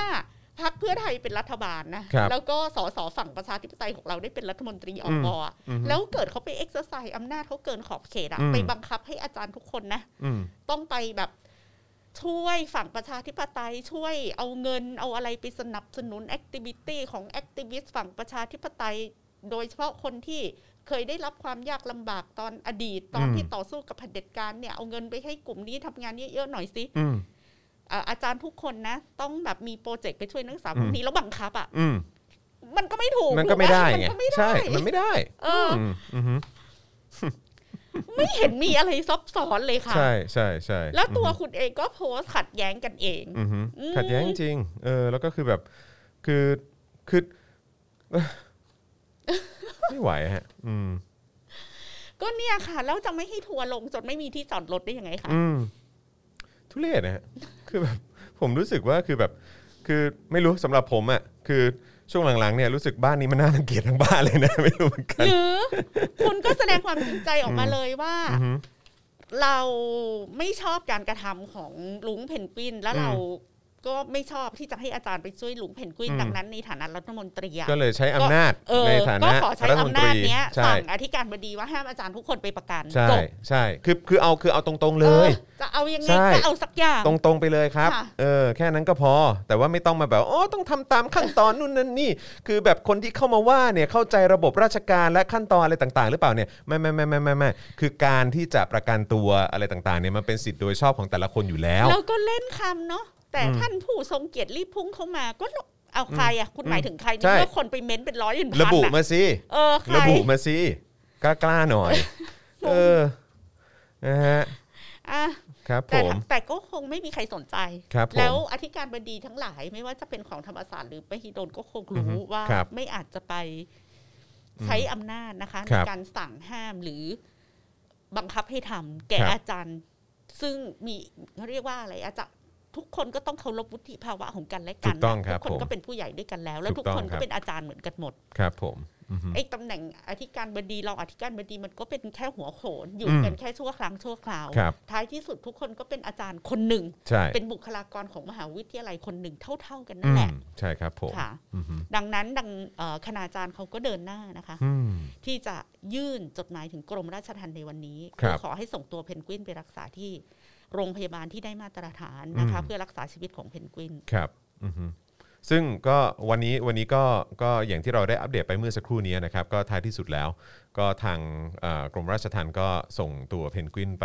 C: พรรคเพื่อไทยเป็นรัฐบาลนะครับ แล้วก็สสฝั่งประชาธิปไตยของเราได้เป็นรัฐมนตรีอ
B: อืม
C: บอะ
B: อืม
C: แล้วเกิดเขาไปเอ็กซ์ไซส์อำนาจเขาเกินขอบเขตอะ
B: อืม
C: ไปบังคับให้อาจารย์ทุกคนนะ
B: อืม
C: ต้องไปแบบช่วยฝั่งประชาธิปไตยช่วยเอาเงินเอาอะไรไปสนับสนุนแอคทิวิตี้ของแอคทิวิสต์ฝั่งประชาธิปไตย โดยเฉพาะคนที่เคยได้รับความยากลำบากตอนอดีต ตอน
B: อืม
C: ที่ต่อสู้กับเผด็จการเนี่ยเอาเงินไปให้กลุ่มนี้ทำงานเยอะๆหน่อยสิ
B: อืม
C: เอ่ออาจารย์ทุกคนนะ ต้องแบบมีโปรเจกต์ไปช่วยนักศึกษา
B: อืม
C: พวกนี้แล้วบังคับอ่ะ
B: อืม
C: มันก็ไม่ถูก
B: มันก็ไม่ได้
C: ถู
B: ไง
C: หมันก็ไม่ได้
B: ใช่ มันไม่ได้
C: เออ
B: อืมอืม
C: ไม่เห็นมีอะไรซับซ้อนเลยค่ะ
B: ใช่ใช่ใช่
C: แล้วตัวคุณเองก็โพสต์ขัดแย้งกันเอง
B: อืมอืม
C: อืม
B: ขัดแย้งจริงเออ แล้วก็คือแบบ คือคือ เอ้อไม่ไหวฮะ อืม
C: ก็เนี่ยค่ะ แล้วจะไม่ให้ทัวร์ลงจนไม่มีที่จอดรถได้ยังไงคะ
B: อืมทุเรศนะฮะ คือแบบผมรู้สึกว่าคือแบบ คือไม่รู้สำหรับผมอะ่ะคือช่วงหลังๆเนี่ยรู้สึกบ้านนี้มันน่ารังเกียจทั้งบ้านเลยนะ ไม่รู้เหมือนกัน
C: หรือคุณก็แสดงความจริงใจออกมาเลยว่า
B: อือหือ
C: เราไม่ชอบการกระทำของลุงเพนกวิน แล้ว
B: อืม
C: เราก็ไม่ชอบที่จะให้อาจารย์ไปช่วยลุงเพนกวิน
B: อืม
C: ดังนั้นในฐานะรัฐมนตรีอะ
B: ก็เลยใช้อำนาจ
C: เออ
B: ในฐา
C: ก็
B: นะ
C: ขอใช้
B: รัฐมน
C: อำ
B: ต
C: นา
B: รี
C: จเนี้ย
B: ใช่
C: สั่งอธิการบดีว่าห้ามอาจารย์ทุกคนไปประกัน
B: ใช่
C: จบ
B: ใช่คือคือเอาคือเอาตรงๆเล
C: เอย อจะเอายังไง
B: ใช่
C: ก็เอาสักอย่าง
B: ตรงๆไปเลยครับ
C: ค่ะ
B: เออ แค่นั้นก็พอ แต่ว่าไม่ต้องมาแบบอ๋อต้องทำตามขั้นตอนนู่นนั่นนี่ คือแบบคนที่เข้ามาว่าเนี่ยเข้าใจระบบราชการและขั้นตอนอะไรต่าง ๆ หรือเปล่าเนี่ยไม่ไม่ไม่ไม่ไม่ไม่คือการที่จะประกันตัวอะไรต่างๆเนี่ยมันเป็นสิทธิ์โดยชอบของแต่ละคนอยู่แล้ว
C: แล้วก็เล่นคำเนาะแต่
B: อืม
C: ท่านผู้ทรงเกียรติรีบพุ่งเข้ามาก็เอาใครอะคุณหมายถึงใคร
B: ใช่
C: นี่เมื่อคนไปเม้นต์เป็นร้อยเป็นพัน
B: ระบุ
C: อะ
B: มาสิ
C: เออใคร
B: ระบุมาสิกล้ากล้าหน่อย เออนะฮะ
C: อ่ะ
B: ครับผ
C: แต่
B: ม
C: แต่ก็คงไม่มีใครสนใจ
B: ครับผม
C: แล้วอธิการบดีทั้งหลายไม่ว่าจะเป็นของธรรมศาสตร์หรือมหิดลก็คง
B: อือฮึ
C: รู้ว่า
B: ครับ
C: ไม่อาจจะไปใช้อำนาจนะคะ
B: ค
C: ใน
B: รับ
C: การสั่งห้ามหรือบังคับให้ทำแก่
B: ครับ
C: อาจารย์ ซึ่งมีเขาเรียกว่าอะไรอาจารย์ทุกคนก็ต้องเคารพวุฒิภาวะของกันและ
B: ถู
C: กัน
B: กต้องครับ
C: ทุกคน
B: ผม
C: ก็เป็นผู้ใหญ่ด้วยกันแล้ว แล้ว
B: ถู
C: ทุ
B: ก
C: ก
B: ต้อง
C: คน
B: ครั
C: ก็
B: บ
C: เป็นอาจารย์เหมือนกันหมด
B: ครับผมอือหือ
C: ไอ้ตำแหน่งอธิการบดีรองอธิการบดีมันก็เป็นแค่หัวโขนอยู่
B: อืม
C: กันแค่ชั่วครั้งชั่วคราว
B: ครับ
C: ท้ายที่สุดทุกคนก็เป็นอาจารย์คนหนึ่ง
B: ใช่
C: เป็นบุคลากรของมหาวิทยาลัยคนหนึ่งเท่า ๆกัน
B: อื
C: นั่นแห
B: ม
C: ละ
B: ใช่ครับผม
C: ค่ะ
B: อือหือ
C: ดังนั้นดังเอ่อคณาจารย์เขาก็เดินหน้านะคะ
B: อืม
C: ที่จะยื่นจดหมายถึงกรมราชทัณฑ์ในวันนี้
B: ครับ
C: เพื่อขอให้ส่งตัวเพนกวินไปรักษาที่โรงพยาบาลที่ได้มาตรฐานนะคะ
B: อืม
C: เพื่อรักษาชีวิตของเพนกวิน
B: ครับอือฮึซึ่งก็วันนี้วันนี้ก็ก็อย่างที่เราได้อัปเดตไปเมื่อสักครู่นี้นะครับ ก็ท้ายที่สุดแล้ว ก็ทางเอ่อกรมราชทัณฑ์ก็ส่งตัวเพนกวินไป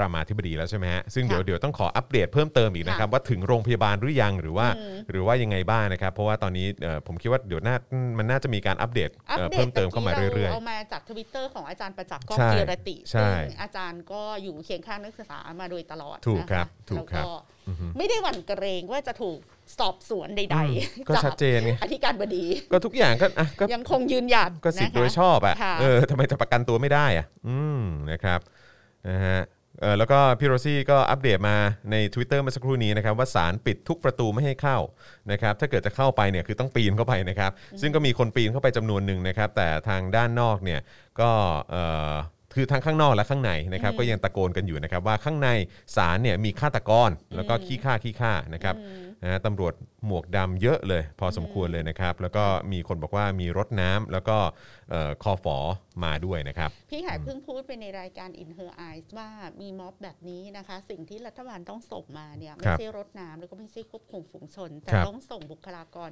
B: รามาธิบดีแล้วใช่ไหมฮะซึ่งเดี๋ยว
C: ค่ะ
B: เดี๋ยวต้องขออัปเดตเพิ่มเติมอีกนะครับ ว่าถึงโรงพยาบาลหรือยังหรือว่า
C: อืม
B: หรือว่ายังไงบ้างนะครับ เพราะว่าตอนนี้เอ่อผมคิดว่าเดี๋ยวน่ามันน่าจะมีการอัปเดต
C: อัป
B: เอ่อ
C: เดต
B: เพิ่มเติมเข้ามาเรื่อย
C: เอามาจากทวิตเตอร์ของอาจารย์ประจักษ์ก้อง
B: ใช่
C: เกียรติ
B: ใช่
C: ซึ่งอาจารย์ก็อยู่เคียงข้างนักศึกษามาโดยตลอด
B: ถูกครับ
C: นะะ
B: ถูกครับ
C: แล้ว
B: ๆอือฮึ
C: ไม่ได้หวั่นเกรงว่าจะถูกสอบสวนใด
B: อืม
C: ๆ
B: ก็ชัดเจนไง
C: อธิการบดี
B: ก็ทุกอย่างก็อ่ะก็
C: ยังคงยืนหยัด
B: ก็สิทธิ์
C: นะคะ
B: โดยชอบอ่ะ
C: ค่ะ
B: เออ ทำไมจะประกันตัวไม่ได้อ่ะ อืมนะครับนะฮะเออแล้วก็พี่โรซี่ก็อัปเดตมาใน Twitter เมื่อสักครู่นี้นะครับ ว่าศาลปิดทุกประตูไม่ให้เข้านะครับ ถ้าเกิดจะเข้าไปเนี่ยคือต้องปีนเข้าไปนะครับ ซึ่งก็มีคนปีนเข้าไปจำนวนหนึ่งนะครับ แต่ทางด้านนอกเนี่ยก็เออคือทั้งข้างนอกและข้างในนะครับ ก็ยังตะโกนกันอยู่นะครับว่าข้างในศาลเนี่ยมีฆาตกรแล้วก็ขี้ฆ่าขี้ฆ่านะครับ
C: อืม
B: นะฮะตำรวจหมวกดำเยอะเลยพอสมควรเลยนะครับ แล้วก็มีคนบอกว่ามีรถน้ำแล้วก็เอ่อคอฝอมาด้วยนะครับ
C: พี่แขกเพิ่งพูดไปในรายการ In Her Eyes ว่ามีม็อบแบบนี้นะคะ สิ่งที่รัฐบาลต้องส่งมาเนี่ย
B: ค
C: ไม่
B: รับ
C: ใช่รถน้ำแล้วก็ไม่ใช่ควบคุมฝูงชน แต่
B: ครับ
C: ต้องส่งบุคลากร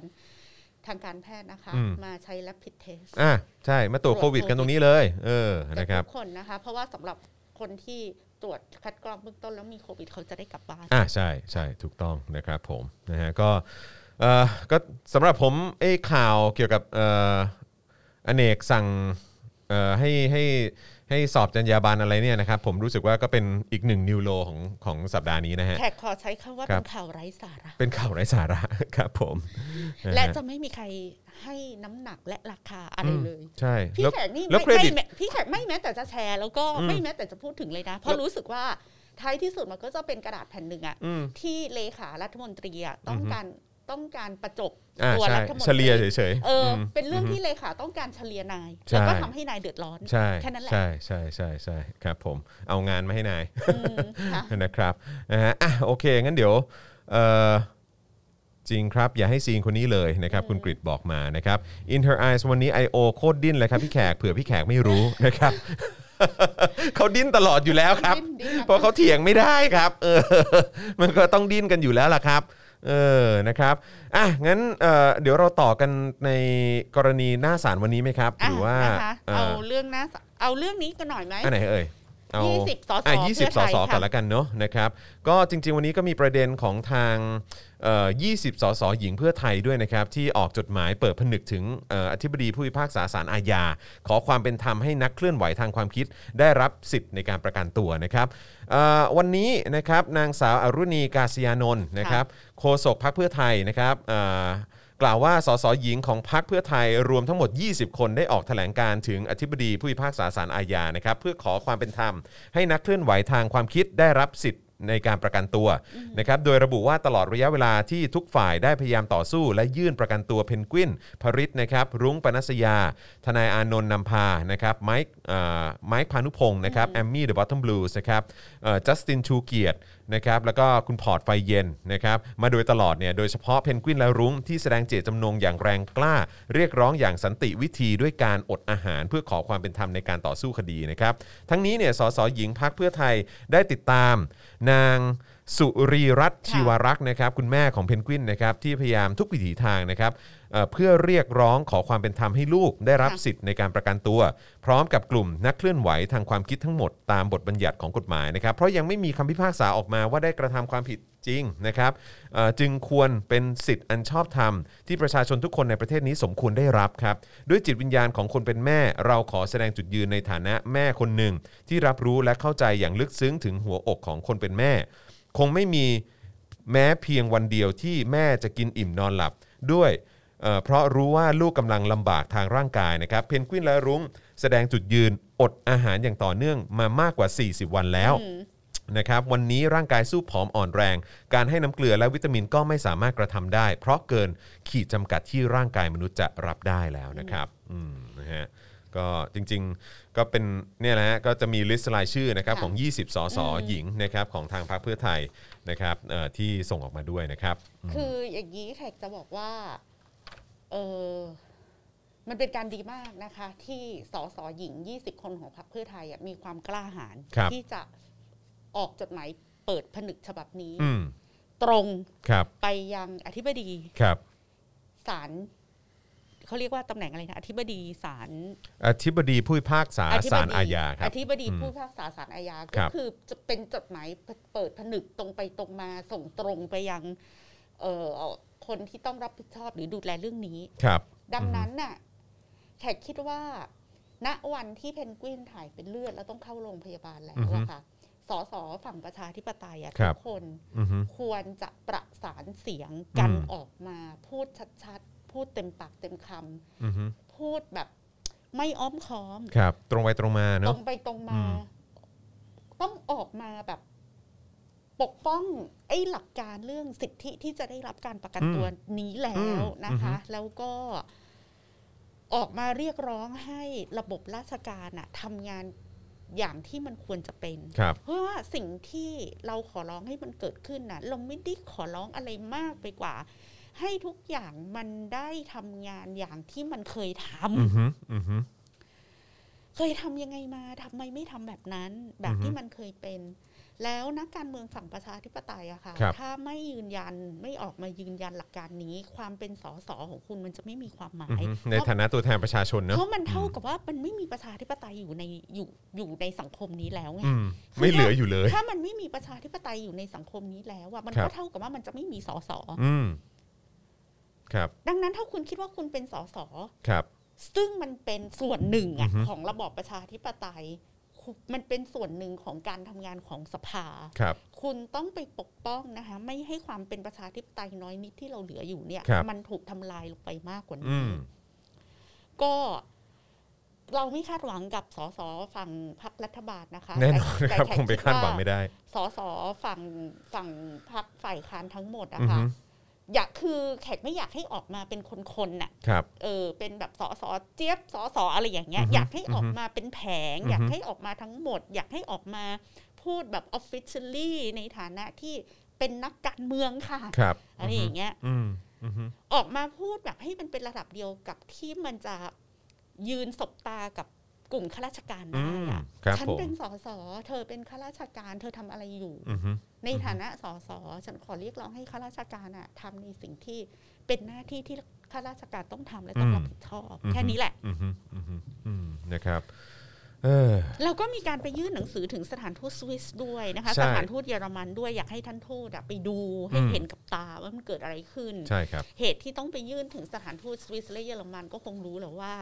C: ทางการแพทย์นะคะ
B: อืม
C: มาใช้ rapid test
B: อ่ะใช่มาตรวจโควิดกันตรงนี้เลย เออ
C: กั
B: นะครับ
C: ทุกคนนะคะ เพราะว่าสำหรับคนที่ตรวจคัดกรองเบื้องต้นแล้วมีโควิดเขาจะได้กลับบ้าน
B: อ่าใช่ใช่ถูกต้องนะครับผมนะฮะก็เอ่อก็สำหรับผมไอ้ข่าวเกี่ยวกับเอ่ออเนกสั่งเอ่อให้ให้ให้สอบจรรยาบรรณอะไรเนี่ยนะครับ ผมรู้สึกว่าก็เป็นอีกหนึ่งนิวโลของของสัปดาห์นี้นะฮะ
C: แขกขอใช้คำว่า
B: ครั
C: เป็
B: บ
C: นข่าวไร้สาระ
B: เป็นข่าวไร้สาระ ครับผมนฮ
C: และจะไม่มีใครให้น้ำหนักและราคาอะไรเลย
B: ใช่
C: พี่
B: แล้ว
C: แขกนี่
B: แล้ว
C: ไม่
B: เครดิต
C: ไม่แม้พี่แขกไม่แม้แต่จะแชร์ แล้วก็
B: อืม
C: ไม่แม้แต่จะพูดถึงเลยนะ เพ
B: แล้
C: ราะ
B: ว
C: รู้สึกว่าท้ายที่สุดมันก็จะเป็นกระดาษแผ่นหนึ่งอะ
B: อืม
C: ที่เลขารัฐมนตรีอะต้อง
B: อือฮึ
C: การต้องการประจบ
B: อ่า
C: ตัว
B: ใช่
C: รัฐมนตรี
B: เฉลี่ยเฉยๆ
C: เอออ
B: ม
C: เป็นเรื่องที่เลขาต้องการเฉลี่ยนาย
B: ใช่
C: แล้วก็ทำให้นายเดือดร้อน
B: ใช่
C: แค่นั้นแหละ
B: ใช่ใช่ใช่ใช่ครับผมเอางานมาให้นาย
C: อืมค่ะ
B: นะครับนะฮะอ่ะโอเค งั้นเดี๋ยวเอ่อจริงครับ อย่าให้ซีนคนนี้เลยนะครับ คุณกริดบอกมานะครับ In her eyes วันนี้ I.O. โคตรดิ้นเลยครับพี่แขกเผื่อพี่แขกไม่รู้นะครับ เขาดิ้นตลอดอยู่แล้วครับ
C: ดิ้นดิ้นครับ
B: เพราะเขาเถียงไม่ได้ครับ เออ มันก็ต้องดิ้นกันอยู่แล้วล่ะครับ เออนะครับอ่ะงั้นเอ่อเดี๋ยวเราต่อกันในกรณีหน้าศาลวันนี้ไหมครับ หรือว่า
C: อ่ะนะคะ
B: เอ่
C: เอา
B: อ
C: เรื่องนะเอาเรื่องนี้กันหน่อยไหม
B: อันไหนเอ่ยเอา
C: ยี่สิบสส
B: อ่ะ
C: เพื่
B: ยี่
C: อ
B: สิบส
C: ไทย
B: ส
C: ค่ะ
B: ก่อนละกันเนาะนะครับ ก็จริง ๆ วันนี้ก็มีประเด็นของทางเอ่อ20 สส หญิงเพื่อไทยด้วยนะครับ ที่ออกจดหมายเปิดผนึกถึงเอ่ออธิบดีผู้พิพากษาศาลอาญา ขอความเป็นธรรมให้นักเคลื่อนไหวทางความคิดได้รับสิทธิ์ในการประกันตัวนะครับเอ่อวันนี้นะครับนางสาวอรุณีกาศยานนท์นะครับโฆษกพรรคเพื่อไทยนะครับเอ่อกล่าวว่าสสหญิงของพรรคเพื่อไทยรวมทั้งหมด 20 คนได้ออกแถลงการณ์ถึงอธิบดีผู้พิพากษาศาลอาญานะครับเพื่อขอความเป็นธรรม ให้นักเคลื่อนไหวทางความคิดได้รับสิทธิ์ในการประกันตัวนะครับโดยระบุว่าตลอดระยะเวลาที่ทุกฝ่ายได้พยายามต่อสู้ และยื่นประกันตัวเพนกวินพริตนะครับรุ้งปนัสยา ทนายอานนท์นำพานะครับไมค์เอ่อไมค์พานุพงศ์นะครับแอมมี่เดอะบอททอมบลูส์นะครับจัสตินชูเกียรตินะครับแล้วก็คุณพอร์ตไฟเย็นนะครับมาโดยตลอดเนี่ยโดยเฉพาะเพนกวินและรุ้งที่แสดงเจตจำนงอย่างแรงกล้า เรียกร้องอย่างสันติวิธีด้วยการอดอาหาร เพื่อขอความเป็นธรรมในการต่อสู้คดีนะครับทั้งนี้เนี่ยสสหญิงพักเพื่อไทยได้ติดตาม นางสุรีรัตน์ชีวรักษ์นะครับคุณแม่ของเพนกวินนะครับที่พยายามทุกวิถีทางนะครับเอ่อเพื่อเรียกร้องขอความเป็นธรรมให้ลูกได้รับ
C: ค่ะ
B: สิทธิ์ในการประกันตัว พร้อมกับกลุ่มนักเคลื่อนไหวทางความคิดทั้งหมดตามบทบัญญัติของกฎหมายนะครับ เพราะยังไม่มีคำพิพากษาออกมาว่าได้กระทำความผิดจริงนะครับเอ่อจึงควรเป็นสิทธิ์อันชอบธรรม ที่ประชาชนทุกคนในประเทศนี้สมควรได้รับครับ ด้วยจิตวิญญาณของคนเป็นแม่ เราขอแสดงจุดยืนในฐานะแม่คนหนึ่ง ที่รับรู้และเข้าใจอย่างลึกซึ้งถึงหัวอกของคนเป็นแม่ คงไม่มีแม้เพียงวันเดียวที่แม่จะกินอิ่มนอนหลับด้วยเอ่อเพราะรู้ว่าลูกกำลังลำบากทางร่างกายนะครับ เพนกวินและรุ้งแสดงจุดยืนอดอาหารอย่างต่อเนื่องมามากกว่า 40 วันแล้ว นะครับวันนี้ร่างกายสู้ผอมอ่อนแรง การให้น้ำเกลือและวิตามินก็ไม่สามารถกระทำได้ เพราะเกินขีดจำกัดที่ร่างกายมนุษย์จะรับได้แล้วนะครับอืมนะฮะก็จริงๆก็เป็นเนี่ยแหละฮะก็จะมีลิสต์รายชื่อนะครับ
C: ค่ะ
B: ของ 20 สสหญิงนะครับของทางพรรคเพื่อไทยนะครับเอ่อที่ส่งออกมาด้วยนะครับ
C: คืออย่างนี้แขกจะบอกว่า เออมันเป็นการดีมากนะคะ ที่สสหญิง 20 คนของพรรคเพื่อไทยอะมีความกล้าหาญ
B: ครับ
C: ที่จะออกจดหมายเปิดผนึกฉบับนี้
B: อืม
C: ตรง
B: ครับ
C: ไปยังอธิบดี
B: ครับ
C: ศาลเขาเรียกว่าตำแหน่งอะไรนะอธิบดีศาล
B: อธิบดีผู้พิพากษา
C: ธิบ
B: ศาล
C: ดี
B: อาญาครั
C: อบ ธิบดี
B: อืม
C: ผู้พิพากษาศาลอาญา
B: ค
C: ก็
B: รับ
C: คือจะเป็นจดหมายเปิดผนึกตรงไปตรงมา ส่งตรงไปยัง เอ่อคนที่ต้องรับผิดชอบหรือดูแลเรื่องนี้
B: ครับ
C: ดังนั้นน่ะแขกคิดว่า ณวันที่เพนกวินถ่ายเป็นเลือดแล้วต้องเข้าโรงพยาบาลแล้ว
B: อือฮึ
C: อะค่ะสสฝั่งประชาธิปไตยอะ
B: ครับ
C: ทุกคน
B: อือฮึ
C: ควรจะประสานเสียงกัน
B: อืม
C: ออกมา พูดชัดๆ พูดเต็มปากเต็มค
B: อือฮึ
C: ำพูดแบบ ไม่อ้อมค้อม
B: ครับตรงไปตรงมา
C: ตร
B: เนาะ
C: งไปตรง
B: อื
C: มา
B: ม
C: ต้องออกมาแบบ ปกป้อง ไอ้หลักการเรื่องสิทธิที่จะได้รับการประกันตัวนี้แล้วนะคะ แล้วก็ออกมาเรียกร้องให้ระบบราชการอะทำงาน อย่างที่มันควรจะเป็น
B: ครับ
C: เพราะว่าสิ่งที่เราขอร้องให้มันเกิดขึ้นนะเราไม่ได้ขอร้องอะไรมากไปกว่า ให้ทุกอย่างมันได้ทำงานอย่างที่มันเคยทำ
B: อือฮึอือฮึ
C: เคยทำยังไงมาทำไมไม่ทำแบบนั้น แบบที่มันเคยเป็น แล้วนักการเมืองฝั่งประชาธิปไตยอะค่ะ
B: ครับ
C: ถ้าไม่ยืนยันไม่ออกมายืนยันหลักการนี้ ความเป็นสสของคุณมันจะไม่มีความหมา
B: อือย ฮึใน
C: เพราะ
B: ฐานะตัวแทนประชาชนเนอะ
C: เพราะมันเท่ากับว่ามันไม่มีประชาธิปไตยอยู่ในอยู่อยู่ในสังคมนี้แล้วไง
B: อืมไม่เหลืออยู่เลย
C: ถ้ามันไม่มีประชาธิปไตยอยู่ในสังคมนี้แล้วอะมัน
B: ครั
C: ก็
B: บ
C: เท่ากับว่ามันจะไม่มีสส
B: อืมครับ
C: ดังนั้นถ้าคุณคิดว่าคุณเป็นสส
B: ครับ
C: ซึ่งมันเป็นส่วนหนึ่ง
B: อือ
C: อะ
B: ฮึ
C: ของระบอบประชาธิปไตยคุมันเป็นส่วนหนึ่งของการทำงานของสภา
B: ครับ
C: คุณต้องไปปกป้องนะคะ ไม่ให้ความเป็นประชาธิปไตยน้อยนิดที่เราเหลืออยู่เนี่ย
B: ครับ
C: มันถูกทำลายลงไปมากกว่า
B: อื
C: นี้
B: ม
C: ก็เราไม่คาดหวังกับสสฝั่งพรรครัฐบาลนะคะ
B: แน่นอน
C: ต่
B: ครับ
C: แต่
B: คงไปคาดหวังไม่ได้
C: สสฝั่งฝั่งพรรคฝ่ายค้านทั้งหมดอะ
B: อือ
C: ค่ะ
B: ฮึ
C: อยากคือแขกไม่อยากให้ออกมาเป็นคนๆน่ะ
B: ครับ
C: เออเป็นแบบสอสอเจี๊ยบสอสออะไรอย่างเงี้ย
B: อือฮึ
C: อยากให้ออกมาเป็นแผง
B: อือฮึ
C: อยากให้ออกมาทั้งหมด อยากให้ออกมาพูดแบบออฟฟิเชียลี่ในฐานะที่เป็นนักการเมืองค่ะ
B: ครับ
C: อะไรอย่างเงี้ย
B: อืมอือฮึ
C: ออกมาพูดแบบให้มันเป็นระดับเดียวกับที่มันจะยืนสบตากับกลุ่มข้าราชการได้อะ
B: อืมครับ
C: ฉั
B: ผม
C: เป็นสอสอเธอเป็นข้าราชการ เธอทำอะไรอยู่
B: อือฮึ
C: ในฐานะสสฉันขอเรียกร้องให้ข้าราชการอะทำในสิ่งที่เป็นหน้าที่ที่ข้าราชการต้องทำและต้องรับผิดชอบ แค่นี้แหละ
B: อือฮึอือฮึอืมนะครับ เออ
C: เราก็มีการไปยื่นหนังสือถึงสถานทูตสวิสด้วยนะคะ
B: ใช่
C: สถานทูตเยอรมันด้วยอยากให้ท่านทูตอะไปดูให้
B: อืม
C: เห็นกับตาว่ามันเกิดอะไรขึ้น
B: ใช่ครับ
C: เหตุที่ต้องไปยื่นถึงสถานทูตสวิสและเยอรมันก็คงรู้แหล้วว่า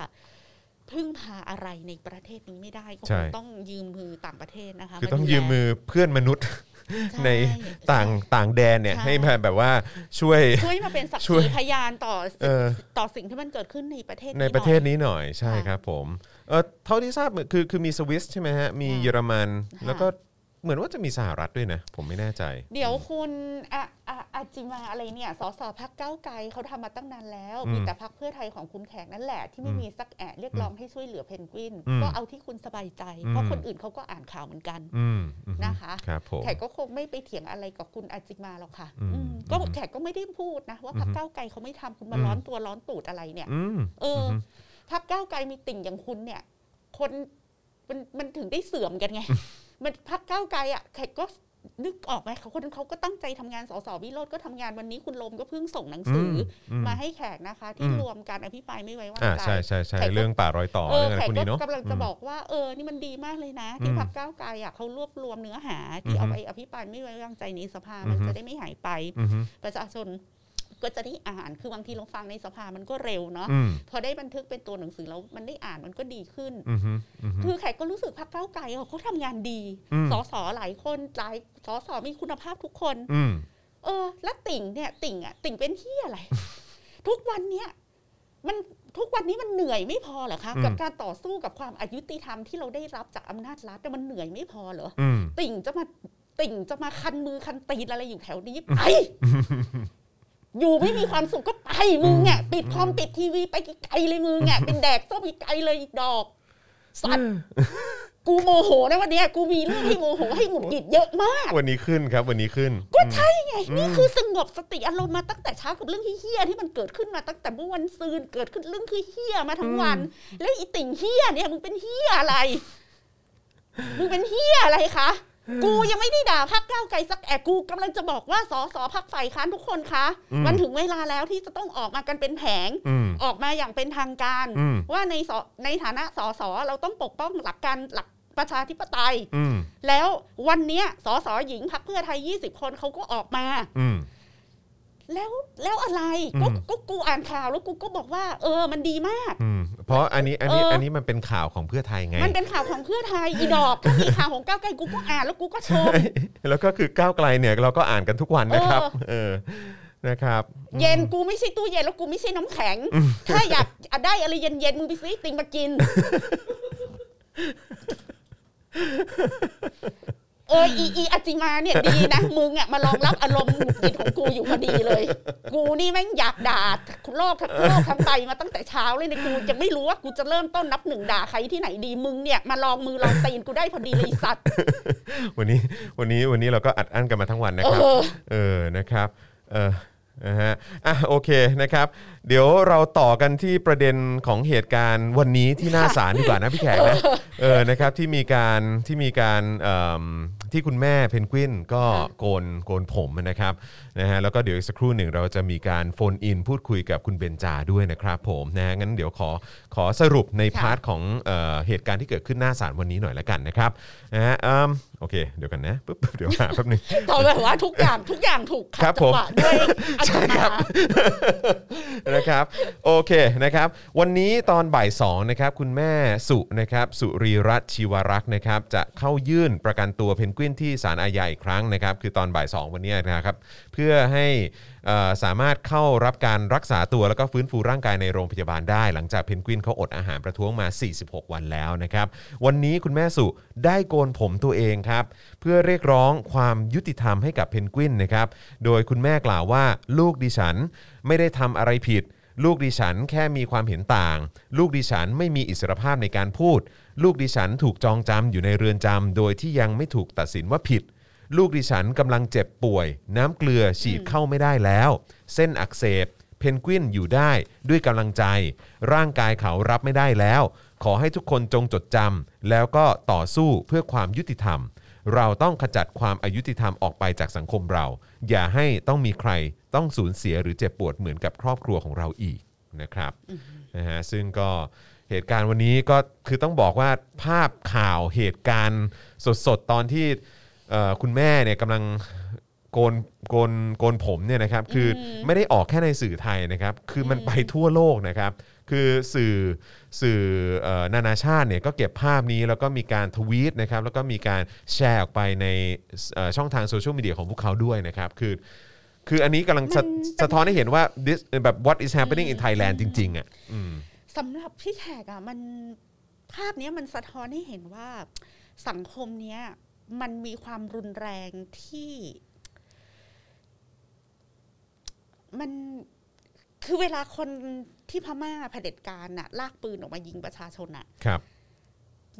C: พึ่งพาอะไรในประเทศนี้ไม่ได้ก็
B: ใช่
C: คงต้องยืมมือต่างประเทศนะคะ
B: คือต้อง
C: าดูแล
B: ยืมมือเพื่อนมนุษย์
C: ช่
B: ในต่าง
C: ใช่
B: ต่างแดนเนี่ย
C: ใช่
B: ให้มาแบบว่าช่วย
C: ช่วยมาเป็นสัก
B: ช่วย
C: ขีพยานต่อ
B: เออ
C: ต่อสิ่งที่มันเกิดขึ้นในประเทศ
B: ใน
C: หอย
B: ประเทศนี้หน่อยใช่
C: ค่ะ
B: ครับผมเออเท่าที่ทราบคือคือมีสวิสใช่ไหมฮะ มี
C: ค่ะ
B: เยอรมัน
C: ะ
B: แล้วก็เหมือนว่าจะมีสหรัฐด้วยนะ ผมไม่แน่ใจ
C: เดี๋ยวคุณอะอะอาจิมาอะไรเนี่ยสสพักเก้าวไกลเขาทำมาตั้งนานแล้ว
B: อืม
C: มีแต่พักเพื่อไทยของคุณแขกนั่นแหละที่ไม่
B: อืม
C: มีสักแอะเรียกร้องให้ช่วยเหลือเพนกวิน
B: อืม
C: ก็เอาที่คุณสบายใจ
B: อืม
C: เพราะคนอื่นเขาก็อ่านข่าวเหมือนกัน
B: อืมอือฮึ
C: นะคะ
B: ครับผม
C: แขกก็คงไม่ไปเถียงอะไรกับคุณอาจิมาหรอกค่ะ
B: อืม
C: อืมก็
B: อืม
C: แขกก็ไม่ได้พูดนะว่า
B: อืม
C: พักเก้าวไกลเขาไม่ทำคุณมา
B: อืม
C: ร้อนตัวร้อนตูดอะไรเนี่ย
B: อืม
C: เอออ
B: ฮึ
C: พักเก้าวไกลมีติ่งอย่างคุณเนี่ย คนมันมันถึงได้เสื่อมกัน ไง มันพักเก้าวไกลอ่ะใครก็นึกออกไหมเขาคนเขาก็ตั้งใจทำงานสสวิโรจน์ก็ทำงานวันนี้คุณลมก็เพิ่งส่งหนังสืออ
B: ม
C: มาให้แขกนะคะ ที่
B: อืม
C: รวมการอภิปรายไม่ไว้วาง
B: อ่า
C: ใจ
B: ใช่ใช่ใช่
C: แขกก็
B: เรื่องป่ารอยต่อ
C: เออ
B: เรื่องอะไร
C: แขก
B: พวก
C: ก็
B: นี้เนาะ
C: กำลังจะ
B: ม
C: บอกว่าเออนี่มันดีมากเลยนะ ที่
B: อืม
C: พักก้าวไกลอ่ะเขารวบรวมเนื้อหา
B: อื
C: ที่
B: อฮึ
C: เอาไปอภิปรายไม่ไว้วางใจในสภามัน
B: อือฮึ
C: จะได้ไม่หายไป
B: อือฮึ
C: ประชาชนก็จะได้อ่านคือบางทีเราฟังในสภามันก็เร็วเนาะ
B: อืม
C: พอได้บันทึกเป็นตัวหนังสือแล้วมันได้อ่านมันก็ดีขึ้น
B: อือฮึอือฮึ
C: คือแขกก็รู้สึกพักเก้าวไกลอะเขาทำงานดี
B: อืม
C: สอสอหลายคนหลายสอสอมีคุณภาพทุกคน
B: อืม
C: เออ และติ่งเนี่ยติ่งอะติ่งเป็นที่อะไร ทุกวันเนี้ยมันทุกวันนี้มันเหนื่อยไม่พอเหรอคะ
B: อืม
C: กับการต่อสู้กับความอายุติธรรมที่เราได้รับจากอำนาจรัฐแต่มันเหนื่อยไม่พอเหรอ
B: อืม
C: ติ่งจะมาติ่งจะมาคันมือคันตีนอะไรอยู่แถวนี้ ไป อยู่ไม่มีความสุขก็ไปมึงอ่ะปิดคอมปิดทีวีไปไกลๆเลยมึงอ่ะเป็นแดกส้มไกลๆเลยอีกดอกสัตว์กูโมโหนะวันเนี้ยกูมีเรื่องให้โมโหให้หงุดหงิดเยอะมาก
B: วันนี้ขึ้นครับวันนี้ขึ้น
C: ก็ใช่ไงนี่คือสงบสติอารมณ์มาตั้งแต่เช้ากับเรื่องเฮี้ยๆที่มันเกิดขึ้นมาตั้งแต่เมื่อวันซืนเกิดขึ้นเรื่องคือเฮี้ยมาทั้งวัน แล้วอีติ่งเฮี้ยเนี่ยมึงเป็นเฮี้ยอะไรมึงเป็นเฮี้ยอะไรคะกูยังไม่ได้ด่าพักก้าวไกลสักแอะกูกำลังจะบอกว่าสสพักฝ่ายค้านทุกคนคะ
B: อืม
C: มันถึงเวลาแล้วที่จะต้องออกมากันเป็นแผง
B: อืม
C: ออกมาอย่างเป็นทางการ
B: อืม
C: ว่าในสในฐานะสสเราต้องปกป้องหลักการหลักประชาธิปไตย
B: อืม
C: แล้ววันเนี้ยสสหญิงพักเพื่อไทย 20 คนเขาก็ออกมา
B: อืม
C: แล้วแล้วอะไรก
B: อืม
C: ก็กูอ่านข่าวแล้วกูก็บอกว่า เออ มันดีมาก
B: อืมเพราะอันนี้อันนี้
C: เอออั
B: อันนี้มันเป็นข่าวของเพื่อไทยไง
C: มันเป็นข่าวของเพื่อไทยอีดอกถ้ามีข่าวของก้าวไกลกูก็อ่านแล้วกูก็ชม
B: ใช่ แล้วก็คือก้าวไกลเนี่ยเราก็อ่านกันทุกวันนะครับ เออนะครับ
C: เย็นกูไม่ใช่ตู้เย็นแล้วกูไม่ใช่น้ำแข็ง ถ้าอยากได้อะไรเย็นๆมึงไปซื้อไอติง มากิน เอออีอีอาจิมาเนี่ยดีนะมึงอ่ะมารองรับอารมณ์หงุดหงิดของกูอยู่พอดีเลย กูนี่แม่งอยากด่าคุณรอบทั้งโลกทั้งไตมาตั้งแต่เช้าเลยเนี่ยกูจะไม่รู้ว่ากูจะเริ่มต้นนับหนึ่งด่าใครที่ไหนดีมึงเนี่ยมาลองมือลองตีนกูได้พอดีเลยไอ้สัตว์
B: วันนี้วันนี้วันนี้เราก็อัดอั้นกันมาทั้งวันนะ
C: เอ
B: ครับ
C: อ
B: เออ นะครับ เออนะฮะ อ่ะ โอเค นะครับ เดี๋ยวเราต่อกันที่ประเด็นของเหตุการณ์วันนี้ที่หน้าศาลดีกว่านะพี่แขกนะ เออ นะครับ ที่มีการ ที่มีการเอิ่มที่คุณแม่เพนกวินก็โกน โกนผมนะครับ นะฮะ แล้วก็เดี๋ยวอีกสักครู่หนึ่งเราจะมีการโฟนอินพูดคุยกับคุณเบนจาด้วยนะครับผม นะฮะ งั้นเดี๋ยวขอ ขอสรุปใน
C: ค่ะ
B: พาร์ทของเอ่อเหตุการณ์ที่เกิดขึ้นหน้าศาลวันนี้หน่อยละกันนะครับ นะฮะเอิ่มโอเค เดี๋ยวกันนะปุ๊บปุ๊บเดี๋ยวหาแป๊บนึง
C: ตอนแบบว่าทุกอย่างทุกอย่างถูกขัด
B: ครับ
C: จังหวะ
B: ผม
C: ด้วยอาจิมา
B: นะครับโอเคนะครับวันนี้ตอนบ่ายสองนะครับคุณแม่สุนะครับสุรีรัตน์ชีวรักษ์นะครับจะเข้ายื่นประกันตัวเพนกวินที่ศาลอาญาอีกครั้งนะครับคือตอนบ่ายสองวันนี้นะครับเพื่อให้เอ่อสามารถเข้ารับการรักษาตัวแล้วก็ฟื้นฟูร่างกายในโรงพยาบาลได้ หลังจากเพนกวินเขาอดอาหารประท้วงมา 46 วันแล้วนะครับวันนี้คุณแม่สุได้โกนผมตัวเองครับเพื่อเรียกร้องความยุติธรรมให้กับเพนกวินนะครับโดยคุณแม่กล่าวว่าลูกดิฉัน ไม่ได้ทำอะไรผิด ลูกดิฉันแค่มีความเห็นต่าง ลูกดิฉันไม่มีอิสรภาพในการพูด ลูกดิฉันถูกจองจำอยู่ในเรือนจำโดยที่ยังไม่ถูกตัดสินว่าผิด ลูกดิฉันกำลังเจ็บป่วย น้ำเกลือฉีดเข้าไม่ได้แล้ว เส้นอักเสบ เพนกวินอยู่ได้ด้วยกำลังใจ ร่างกายเขารับไม่ได้แล้ว ขอให้ทุกคนจงจดจำแล้วก็ต่อสู้เพื่อความยุติธรรม เราต้องขจัดความอายุติธรรมออกไปจากสังคมเรา อย่าให้ต้องมีใครต้องสูญเสียหรือเจ็บปวดเหมือนกับครอบครัวของเราอีกนะครับนะฮะซึ่งก็เหตุการณ์วันนี้ก็คือต้องบอกว่าภาพข่าวเหตุการณ์สดๆ ตอนที่เอ่อคุณแม่เนี่ยกำลังโกนโกนโกนผมเนี่ยนะครับคืออไม่ได้ออกแค่ในสื่อไทยนะครับ คือมันไปทั่วโลกนะครับ คือสื่อสื่อเอ่อนานาชาติเนี่ยก็เก็บภาพนี้แล้วก็มีการทวีตนะครับแล้วก็มีการแชร์ออกไปในเอ่อช่องทางโซเชียลมีเดียของพวกเขาด้วยนะครับคือ คืออันนี้กำลังสะ
C: มันเป็น
B: สะท้อนให้เห็นว่า this แบบ what is happening in Thailand จริง ๆ อ่ะอืม
C: สำหรับพี่แขกอะมันภาพเนี้ยมันสะท้อนให้เห็นว่าสังคมเนี้ยมันมีความรุนแรงที่ มันคือเวลาคนที่พม่าเผด็จการน่ะ ลากปืนออกมายิงประชาชนน่ะ
B: ครับ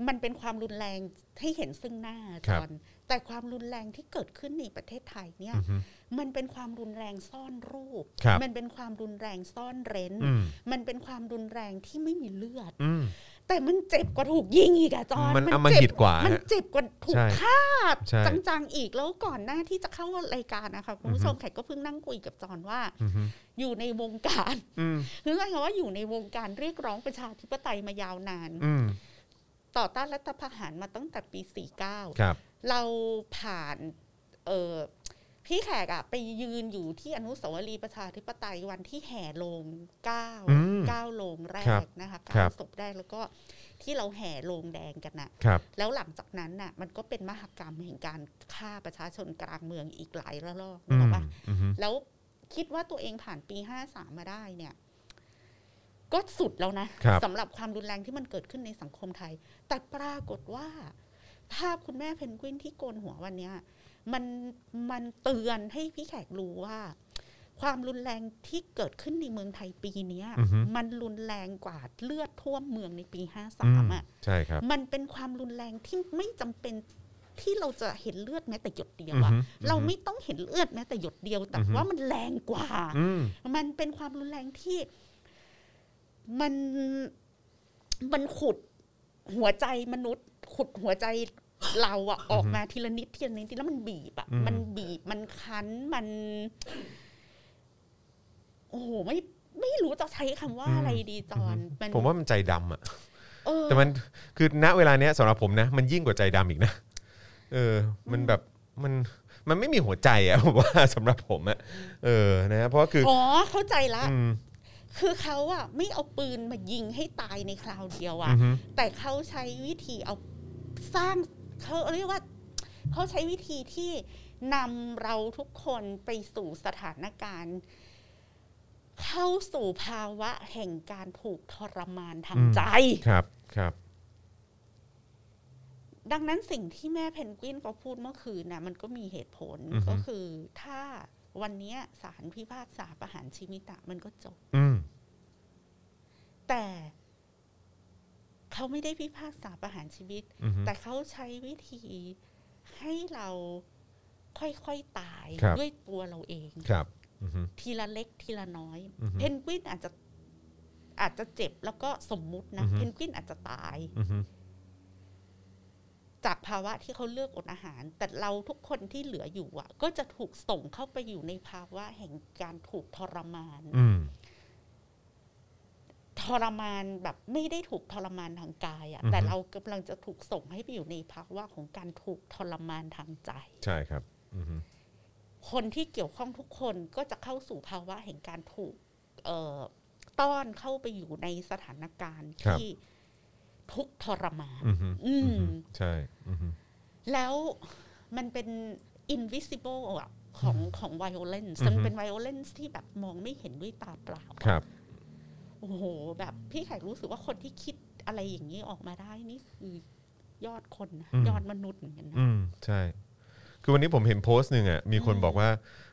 C: มันเป็นความรุนแรงให้เห็นซึ่งหน้า
B: ค
C: จ
B: รับ
C: อนแต่ความรุนแรงที่เกิดขึ้นในประเทศไทยเนี่ย
B: อือฮึ
C: มันเป็นความรุนแรงซ่อนรูป
B: ครับ
C: มันเป็นความรุนแรงซ่อนเร้น
B: อืม
C: มันเป็นความรุนแรงที่ไม่มีเลือด
B: อืม
C: แต่มันเจ็บกว่าถูกยิงอีกอะจอน
B: มันอำม
C: เจ็บ
B: หิตกว่าฮะ
C: นเจ็บกว่าถู
B: ใช่
C: กฆ่า
B: ใช่
C: จังๆอีกแล้วก่อนหน้าที่จะเข้ารายการนะคะคุณผู้ชมแขกก็เพิ่งนั่งคุยกับจอนว่า
B: อือฮึ
C: อยู่ในวงการ
B: อืม
C: คือหมายความว่าอยู่ในวงการเรียกร้องประชาธิปไตยมายาวนาน
B: อืม
C: ต่อต้านรัฐประหารมาตั้งแต่ปี
B: ครับ
C: 49 เราผ่านเออพี่แขกอะไปยืนอยู่ที่อนุสาวรีย์ประชาธิปไตยวันที่แห่โลงเก้า
B: อืม
C: เก้าโลงแร
B: ครับ
C: กนะคะ
B: ครั
C: เก้า
B: บ
C: ศพแรกแล้วก็ที่เราแห่โลงแดงกันน่ะ
B: ครับ
C: แล้วหลังจากนั้นน่ะมันก็เป็นมหกรรมแห่งการฆ่าประชาชนกลางเมืองอีกหลายระลอก
B: อืม
C: ถูกปะ
B: อือฮึ
C: แล้วคิดว่าตัวเองผ่านปีห้าสามมาได้เนี่ย ก็สุดแล้วนะครับ สำหรับความรุนแรงที่มันเกิดขึ้นในสังคมไทย แต่ปรากฏว่า ภาพคุณแม่เพนกวินที่โกนหัววันเนี้ย มันมันเตือนให้พี่แขกรู้ว่า ความรุนแรงที่เกิดขึ้นในเมืองไทยปีเนี้ย
B: อือฮึ
C: มันรุนแรงกว่าเลือดท่วมเมืองในปีห้า
B: อื
C: สาม
B: ม
C: อะ
B: ใช่ครับ
C: มันเป็นความรุนแรงที่ไม่จำเป็นที่เราจะเห็นเลือดแม้แต่หยดเดียว
B: อือ
C: อะ
B: ฮึ
C: เราไม่ต้องเห็นเลือดแม้แต่หยดเดียว แต่
B: อือฮึ
C: ว่ามันแรงกว่า
B: อืม
C: มันเป็นความรุนแรงที่มันมันขุดหัวใจมนุษย์ ขุดหัวใจเราอะออกมาทีละนิดทีละนิดแล้วมันบีบอะ
B: อืม
C: มันบีบมันคั้นมัน โอ้โหไม่ไม่รู้จะใช้คำว่าอะไรดีจอนน
B: ผมว่ามันใจดำอ่ะ
C: เออ
B: แต่มันคือณเวลาเนี้ยสำหรับผมนะ มันยิ่งกว่าใจดำอีกนะ เออ มันแบบมันมันไม่มีหัวใจอ่ะ ผมว่าสำหรับผมอ่ะเออนะเพราะว่าคือ
C: อ๋อเข้าใจละ
B: อืม
C: คือเขาอะไม่เอาปืนมายิงให้ตายในคราวเดียว
B: อื
C: อะ
B: อฮึ
C: แต่เขาใช้วิธีเอาสร้างเขาเรียกว่าเขาใช้วิธีที่นำเราทุกคนไปสู่สถานการณ์ เข้าสู่ภาวะแห่งการถูกทรมานทางใจ
B: ครับครับ
C: ดังนั้นสิ่งที่แม่เพนกวินเขาพูดเมื่อคืนนะมันก็มีเหตุผล
B: อือฮึ
C: ก็คือถ้าวันเนี้ยศาลพิพากษาประหารชีวิตอะมันก็จบ
B: อืม
C: แต่เขาไม่ได้พิพากษาประหารชีวิต
B: อืม
C: แต่เขาใช้วิธีให้เราค่อยๆตาย
B: ครับ
C: ด้วยตัวเราเอง
B: ครับอือฮึ
C: ทีละเล็กทีละน้อย
B: อือฮึ
C: เพนกวินอาจจะอาจจะเจ็บแล้วก็สมมุตินะ
B: อือฮึ
C: เพนกวินอาจจะตาย
B: อือฮึ
C: จากภาวะที่เขาเลือกอดอาหาร แต่เราทุกคนที่เหลืออยู่อ่ะ ก็จะถูกส่งเข้าไปอยู่ในภาวะแห่งการถูกทรมาน
B: อืม
C: ทรมานแบบไม่ได้ถูกทรมานทางกายอ่ะ
B: อือฮึ
C: แต่เรากำลังจะถูกส่งให้ไปอยู่ในภาวะของการถูกทรมานทางใจ
B: ใช่ครับอือฮึ
C: คนที่เกี่ยวข้องทุกคนก็จะเข้าสู่ภาวะแห่งการถูกเอ่อต้อนเข้าไปอยู่ในสถานการณ์ที่ทุกข์ทรมาน
B: อือฮึอื
C: อื
B: อ
C: ม
B: ฮึใช่อือฮึ
C: แล้วมันเป็น invisible อะของของ violence มันเป็น violence ที่แบบมองไม่เห็นด้วยตาเปล่าอะ
B: ครับ
C: โอ้โห แบบพี่ไข่รู้สึกว่าคนที่คิดอะไรอย่างนี้ออกมาได้นี่คือยอดคนนะ
B: อืม
C: ยอดมนุษย์เหมือนกันนะ
B: อืมใช่ คือวันนี้ผมเห็นโพสต์หนึ่งอ่ะมีคนบอกว่า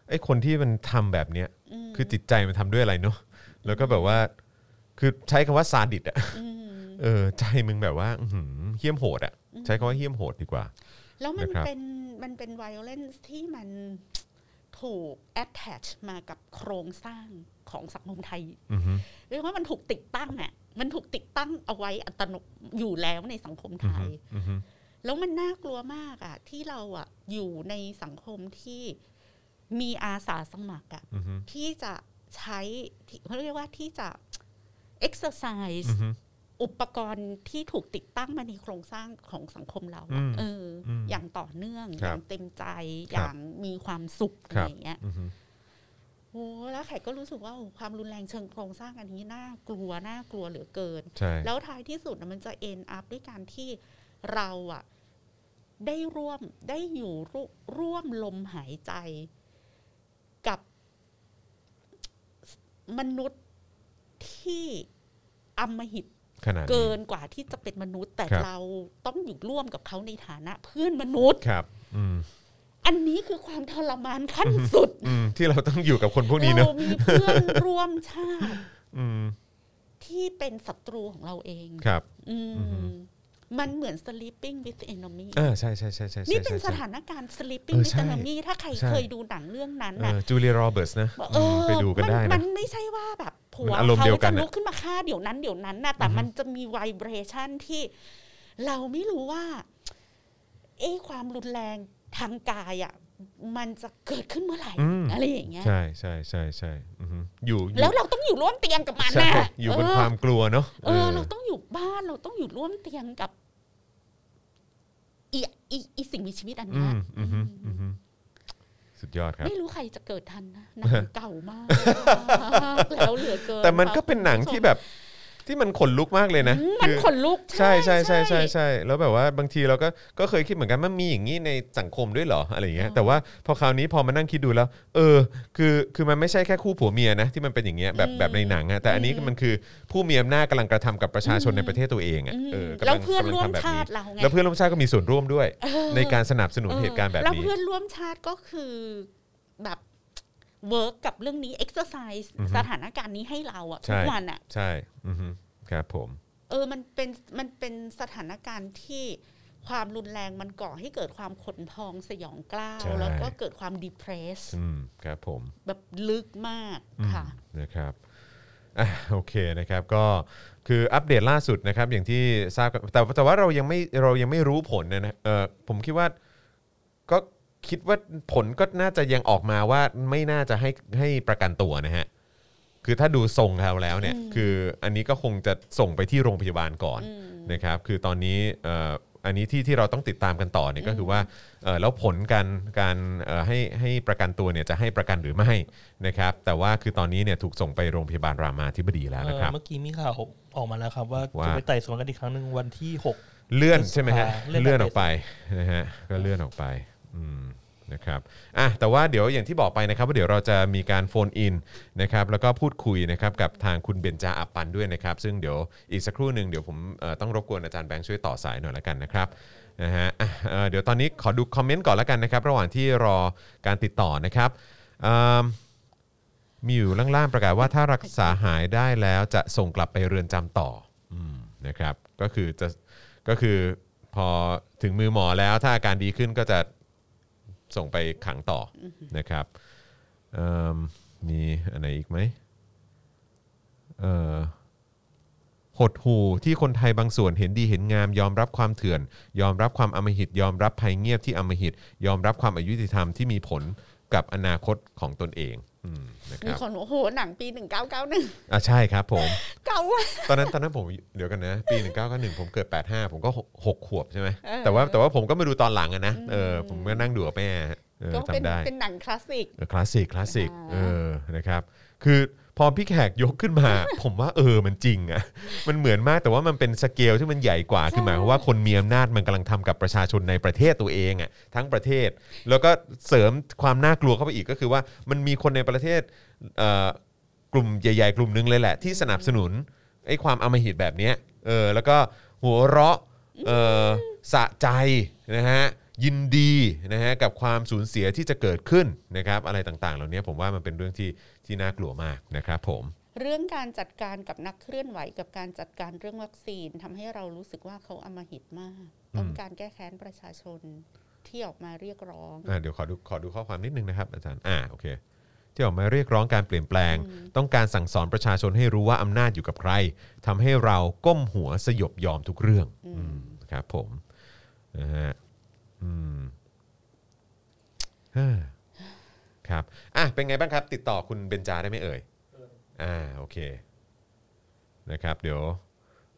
B: ไอ้คนที่มันทำแบบเนี้ย
C: ม
B: คือจิตใจมันทำด้วยอะไรเนาะแล้วก็แบบว่า คือใช้คำว่าซาดิสอ่ะ
C: ม
B: เออใจมึงแบบว่าอื้อหือเหี้ยมโหดอ่ะใช้คำว่าเหี้ยมโหดดีกว่า
C: แล้วมัน
B: นะครับ
C: เป็นมันเป็น violence ที่มันถูก attach มากับโครงสร้างของสังคมไทย
B: อือฮึ
C: เรียกว่ามันถูกติดตั้งอ่ะ มันถูกติดตั้งเอาไว้อัตโนอยู่แล้วในสังคมไทย
B: อือฮึ
C: แล้วมันน่ากลัวมากอะที่เราอะอยู่ในสังคมที่มีอาสาสมัครอะ
B: อือฮึ
C: ที่จะใช้ที่เขาเรียกว่าที่จะ exercise
B: อือฮึ
C: อุปกรณ์ที่ถูกติดตั้งมาในโครงสร้างของสังคมเรา
B: อื
C: อะ
B: ม
C: เอออ
B: ม
C: อย่างต่อเนื่อง
B: ค
C: อ
B: รับ
C: ย่างเต็มใจ
B: ครับ
C: อย่างมีความสุขอะ
B: ครับ
C: ไรอย่างเงี้ย
B: อือฮึ
C: โอ้แล้วแขกก็รู้สึกว่าโอ้ความรุนแรงเชิงโครงสร้างอันนี้น่ากลัวน่ากลัวเหลือเกิน
B: ใช่
C: แล้วท้ายที่สุดน่ะมันจะ end up ด้วยการที่เราอะได้ร่วมได้อยู่ร่วร่วมลมหายใจกับมนุษย์ที่อำมหิต
B: ขนาดนี้
C: เกินกว่าที่จะเป็นมนุษย์ แต่
B: ครับ
C: เราต้องอยู่ร่วมกับเขาในฐานะเพื่อนมนุษย์
B: ครับอืม
C: อันนี้คือความทรมานขั้นสุด
B: อืมที่เราต้องอยู่กับคนพวกนี้เน
C: เรา
B: อะ
C: มีเพื่อนร่วมชาติ
B: อืม
C: ที่เป็นศัตรูของเราเอง
B: ครับ
C: อืมมันเหมือน sleeping with enemy
B: อ่าใช่ใช่ใช่ใช่ใช่
C: นี่เป็น
B: ใช่
C: สถานการณ์ sleeping
B: เออ
C: with
B: ใช่
C: enemy ถ้าใคร
B: ใช่
C: เคยดูหนังเรื่องนั้น
B: เอ
C: น่ะ
B: อจูเลียโรเบิร์ตนะ
C: เอ
B: ม
C: อ
B: ไปดูกัน
C: มั
B: ได้
C: มั
B: นะ
C: นไม่ใช่ว่าแบบผั
B: มั
C: วน
B: อารมณ์
C: เขา
B: เดียวกัน
C: จะ
B: น่ะ
C: ลุกขึ้นมาฆ่าเดี๋ยวนั้นเดี๋ยวนั้นน่ะแต่
B: อือฮึ
C: มันจะมี vibration ที่ เราไม่รู้ว่า เอ้ความรุนแรงทางกายอ่ะมันจะเกิดขึ้นเมื่อไหร่
B: อืม
C: อะไรอย่างเงี้ย
B: ใช่ใช่ใช่ใช่อือฮึอยู่อยู่
C: แล้วเราต้องอยู่ร่วมเตียงกับมัน
B: ใช่
C: นะ
B: อยู่บน
C: เ
B: ความกลัวเนอะ
C: เออเราต้องอยู่บ้านเราต้องอยู่ร่วมเตียงกับอีอีอีสิ่งมีชีวิตอัน
B: อื
C: เนี้ย
B: มอืมอืมสุดยอดครับ
C: ไม่รู้ใครจะเกิดทันนะหนังเก่ามากแล้วเหลือเกิน
B: แต่มันก็
C: ครับ
B: เป็นหนังที่แบบที่มันขนลุกมากเลยนะ
C: อืมมัน
B: คือ
C: ขนลุก
B: ใช่ใช่ใช่ใช่ใช่แล้วแบบว่าบางทีเราก็ก็เคยคิดเหมือนกันมันมีอย่างนี้ในสังคมด้วยเหรออะไรอย่างเงี้ยแต่ว่าพอคราวนี้พอมานั่งคิดดูแล้ว เออ คือคือมันไม่ใช่แค่คู่ผัวเมียนะที่มันเป็นอย่างเงี้ยแบบแบบในหนังอะแต่อันนี้คือมันคือผู้มีอำนาจกำลังกระทำกับประชาชนในประเทศตัวเองอะ
C: อืม
B: เออกำ
C: แล้
B: ลั
C: ว
B: ง
C: เพื่อน
B: กำลัง
C: ร่วม
B: ทำแบบนี้
C: ชาติเราไง
B: แล้วเพื่อนร่วมชาติก็มีส่วนร่วมด้วย ในการสนับสนุนเหตุการณ์แบบ
C: แล้ว
B: นี้
C: เพื่อนร่วมชาติก็คือแบบเวิร์กกับเรื่องนี้ exercise
B: อือฮึ
C: สถานการณ์นี้ให้เราอะ
B: ใช่
C: ทุกวันอะ
B: ใช่อือฮึครับผม
C: เออมันเป็นมันเป็นสถานการณ์ที่ความรุนแรงมันก่อให้เกิดความขนพองสยองกล้าว
B: ใช่
C: แล้วก็เกิดความ depress
B: อืมครับผม
C: แบบลึกมาก
B: อืม
C: ค่ะ
B: นะครับอ่ะโอเคนะครับก็คืออัปเดตล่าสุดนะครับอย่างที่ทราบกันแต่แต่ว่าเรายังไม่เรายังไม่รู้ผลนะนะเออผมคิดว่าก็คิดว่าผลก็น่าจะยังออกมาว่าไม่น่าจะให้ให้ประกันตัวนะฮะคือถ้าดูทรงแล้วแล้วเนี่ยคืออันนี้ก็คงจะส่งไปที่โรงพยาบาลก่อนนะครับคือตอนนี้เอ่ออันนี้ที่ที่เราต้องติดตามกันต่อเนี่ยก็คือว่าเอ่อแล้วผลการการเอ่อให้ให้ประกันตัวเนี่ยจะให้ประกันหรือไม่นะครับแต่ว่าคือตอนนี้เนี่ยถูกส่งไปโรงพยาบาลรามาธิบดีแล้ว
D: เอ่
B: นะ
D: อ
B: ครับ
D: เมื่อกี้มีข่าวออกมาแล้วครับว่า
B: ว่า
D: จะไปไต่สวนกันอีกครั้งหนึ่งวันที่ 6
B: เลื่อนใช่ไหมฮะ
D: พฤษภา
B: เลื่อน
D: เลื่อน
B: อ
D: อ
B: อ
D: อก ก
B: ไป
D: ไป
B: นะฮะก็เลื่อนออกไปอืม นะครับอ่ะแต่ว่าเดี๋ยวอย่างที่บอกไปนะครับว่าเดี๋ยวเราจะมีการโฟนอินนะครับแล้วก็พูดคุยนะครับกับทางคุณเบนจาอับปันด้วยนะครับซึ่งเดี๋ยวอีกสักครู่หนึ่งเดี๋ยวผมเอ่อต้องรบกวนอาจารย์แบงค์ช่วยต่อสายหน่อยละกันนะครับนะฮะอ่ะเอ่อเดี๋ยวตอนนี้ขอดูคอมเมนต์ก่อนละกันนะครับระหว่างที่รอการติดต่อนะครับอืมมีอยู่ล่างๆประกาศว่าถ้ารักษาหายได้แล้วจะส่งกลับไปเรือนจำต่ออืมนะครับก็คือจะก็คือพอถึงมือหมอแล้วถ้าอาการดีขึ้นก็จะ ส่งไปขังต่ออนะครับเอิ่มมีอะไรอีกไหมเอ่อหดหูที่คนไทยบางส่วนเห็นดีเห็นงาม ยอมรับความเถื่อน ยอมรับความอำมหิต ยอมรับภัยเงียบที่อำมหิต ยอมรับความอายุติธรรมที่มีผลกับอนาคตของตนเองอืมนะค
C: มี
B: รับ
C: คนบอกโอ้โหหนังปีหนึ่งเก้าเก้าหนึ่ง
B: อ่ะใช่ครับผม
C: เก่าอะ
B: ตอนนั้นตอนนั้นผมเดี๋ยวกันนะ ปี 1991 ผมเกิด 85 ผมก็ 6 ขวบใช่ไหม
C: เออ
B: แต่ว่าแต่ว่าผมก็มาดูตอนหลังอะนะเออผมก็นั่งดูกับแม่เออ
C: ก็เป็น
B: จำได้
C: เป็นหนังคลาสสิก
B: เออคลาสสิกคลาสสิก
C: อ่า
B: เออนะครับคือพอพี่แขกยกขึ้นมา ผมว่าเออมันจริงอะมันเหมือนมากแต่ว่ามันเป็นสเกลที่มันใหญ่กว่าคือหมายความว่าคนมีอำนาจมันกำลังทำกับประชาชนในประเทศตัวเองอะทั้งประเทศ แล้วก็เสริมความน่ากลัวเข้าไปอีกก็คือว่ามันมีคนในประเทศเอ่อกลุ่มใหญ่ ๆ กลุ่มหนึงเลยแหละ ที่สนับสนุนไอ้ความอำมหิตแบบเนี้ยเออแล้วก็หัวเราะเออสะใจนะฮะ ยินดีนะฮะกับความสูญเสียที่จะเกิดขึ้นนะครับ อะไรต่างๆ เหล่านี้ผมว่ามันเป็นเรื่องที่ที่น่ากลัวมากนะครับผม
C: เรื่องการจัดการกับนักเคลื่อนไหวกับการจัดการเรื่องวัคซีนทำให้เรารู้สึกว่าเขาอำมหิตมาก ต้องการแก้แค้นประชาชนที่ออกมาเรียกร้อง
B: อ่ะเดี๋ยวขอดูขอดูข้อความนิดนึงนะครับอาจารย์อ่าโอเคที่ออกมาเรียกร้องการเปลี่ยนแปลง ต้องการสั่งสอนประชาชนให้รู้ว่าอำนาจอยู่กับใครทำให้เราก้มหัวสยบยอมทุกเรื่องอืมครับผมนะฮะอืม เฮ้อครับอ่ะเป็นไงบ้างครับ ติดต่อคุณเบนจาได้ไหมเอ่ยอ่าโอเคนะครับ เดี๋ยว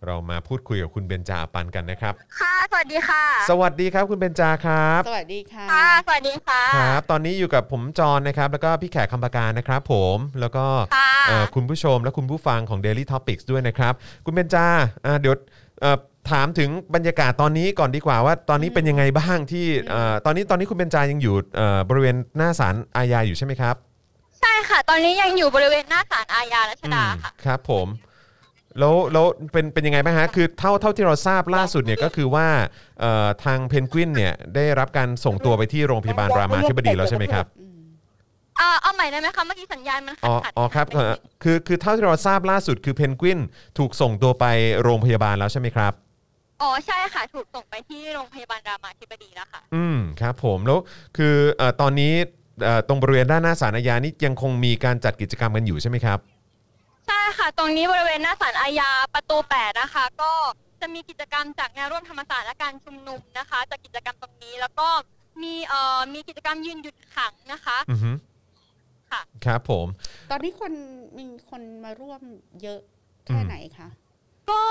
B: เรามาพูดคุยกับคุณเบนจาปันกันนะครับ
E: ค่ะ สวัสดีค่ะ
B: สวัสดีครับคุณเบนจาครับ
C: สวัสดีค่ะ
E: ค่ะ สวัสดีค่ะ
B: ครับตอนนี้อยู่กับผมจอนนะครับแล้วก็พี่แขกคำปากานะครับผมแล้วก็
E: ค่ะ
B: เอ่อคุณผู้ชมและคุณผู้ฟังของ Daily Topics ด้วยนะครับ คุณเบนจาอ่าเดี๋ยวเอ่อถามถึงบรรยากาศตอนนี้ก่อนดีกว่าว่าตอนนี้เป็นยังไงบ้างที่เอ่อตอนนี้ตอนนี้คุณเบนจายังอยู่เอ่อบริเวณหน้าศาลอาญาอยู่ใช่ไหมครับ
E: ใช่ค่ะ ตอนนี้ยังอยู่บริเวณหน้าศาลอาญารัชดาค่ะ
B: อืมครับผมแล้วแล้วเป็นเป็นยังไงบ้างฮะคือเท่าเท่าที่เราทราบล่าสุดเนี่ยก็คือว่าเอ่อทางเพนกวินเนี่ยได้รับการส่งตัวไปที่โรงพยาบาลรามาธิบดีแล้วใช่ไหมครับ
E: เอ่อเอาใหม่ได้ไหมคะ เมื่อกี้สัญญาณมัน
B: อ๋อ
E: ขัดๆ
B: อ๋อครับ
E: ไปนิดนึง
B: คือคือเท่าที่เราทราบล่าสุดคือเพนกวินถูกส่งตัวไปโรงพยาบาลแล้วใช่ไหมครับ
E: อ๋อ ใช่ค่ะ ถูกส่งไปที่โรงพยาบาลรามาธิบดีแล้วค่ะ
B: อืมครับผมแล้วคือเอ่อตอนนี้เอ่อตรงบริเวณด้านหน้าศาลอาญานี่ยังคงมีการจัดกิจกรรมกันอยู่ใช่ไหมครับ
E: ใช่ค่ะ ตรงนี้บริเวณหน้าศาลอาญาประตูแปดนะคะ ก็จะมีกิจกรรมจากแนวร่วมธรรมศาสตร์และการชุมนุมนะคะจากกิจกรรมตรงนี้ แล้วก็มีเอ่อ มีกิจกรรมยืนหยุดขังนะคะ
B: อือฮึ
E: ค่ะ
B: ครับผม
C: ตอนนี้คนมีคนมาร่วมเยอะแค่ไหนคะ
E: ก็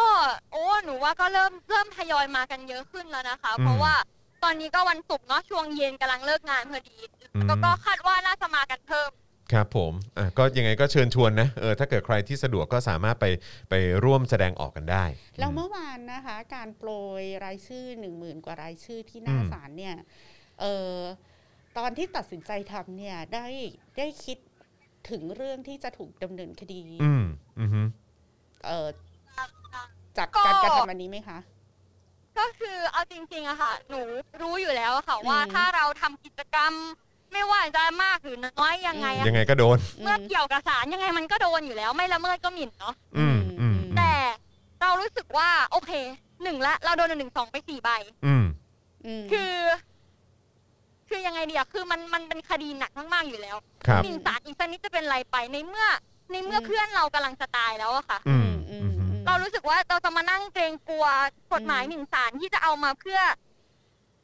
E: โอ้หนูว่าก็เริ่มเริ่มทยอยมากันเยอะขึ้นแล้วนะคะ เพราะว่าตอนนี้ก็วันศุกร์เนาะช่วงเย็นกำลังเลิกงานพอดีก็ก็คาดว่าน่าจะมากันเพิ่ม
B: ครับผมอ่ะก็ยังไงก็เชิญชวนนะเออถ้าเกิดใครที่สะดวกก็สามารถไปไปร่วมแสดงออกกันได้
C: แล้วเมื่อวานนะคะ การโปรยรายชื่อหนึ่งหมื่นกว่ารายชื่อที่หน้า
B: อืม
C: ศาลเนี่ยเออตอนที่ตัดสินใจทำเนี่ยได้ได้คิดถึงเรื่องที่จะถูกดำเนินคดี
B: อืมอือฮึ
C: เออจาก
E: ก็
C: การกระทำอันนี้ไหมคะ
E: ก็คือเอาจริงๆอะค่ะ หนูรู้อยู่แล้วอะค่ะว่า
C: อืม
E: ถ้าเราทำกิจกรรม ไม่ว่าจะมากหรือน้อยยังไงอะ
B: ยังไงก็โดน
E: เมื่อเกี่ยวกับสารยังไงมันก็โดนอยู่แล้ว ไม่ละเมิดก็หมิ่นเนาะ
B: อืมอืม
E: แต่เรารู้สึกว่าโอเคหนึ่งละเราโดนหนึ่งสองไปสี่ใบ
B: อืม
C: อืม
E: คือ คือยังไงเดียคือมันมันเป็นคดีหนักมากๆอยู่แล้ว
B: ครับ
E: หมิ่นสารอีกสักนิดจะเป็นไรไปในเมื่อ ในเมื่ออ
C: ม
E: เพื่อนเรากำลังจะตายแล้วอะค่ะ
B: อืม
C: อื
B: อื
C: ม
B: อฮึ
C: อืม
E: เรารู้สึกว่าเราจะมานั่งเกรงกลัวกฎหมายหมิ่นสารที่จะเอามาเพื่อ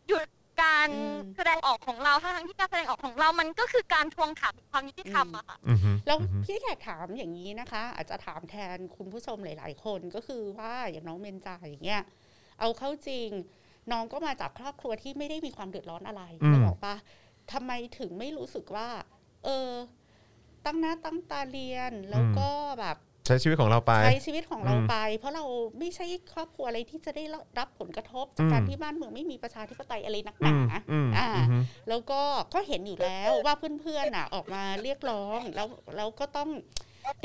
E: หยุดการ
C: อืม
E: แสดงออกของเราทั้งๆที่การแสดงออกของเรามันก็คือการทวงถามความยุติธรรมอะค่ะ
B: อือฮึ
C: แล้ว
B: อือฮึ
C: พี่แขกถามอย่างนี้นะคะ อาจจะถามแทนคุณผู้ชมหลาย ๆ คนก็คือว่าอย่างน้องเมนจาอย่างเงี้ยเอาเข้าจริง น้องก็มาจากครอบครัวที่ไม่ได้มีความเดือดร้อนอะไร
B: อืม
C: นึกออกปะทำไมถึงไม่รู้สึกว่า เออ ตั้งหน้าตั้งตาเรียนแล้วก็แบบ
B: ใช้ชีวิตของเราไป
C: ใช้ชีวิตของเรา
B: อืม
C: ไป เพราะเราไม่ใช่ครอบครัวอะไรที่จะได้รับผลกระทบจากการ
B: อืม
C: ที่บ้านเมืองไม่มีประชาธิปไตยอะไรนักห
B: อื
C: นาม
B: อืม
C: อ่า
B: อืม
C: แล้วก็ก็เห็นอยู่แล้วว่าเพื่อนๆน่ะออกมาเรียกร้องแล้วแล้วก็ต้อง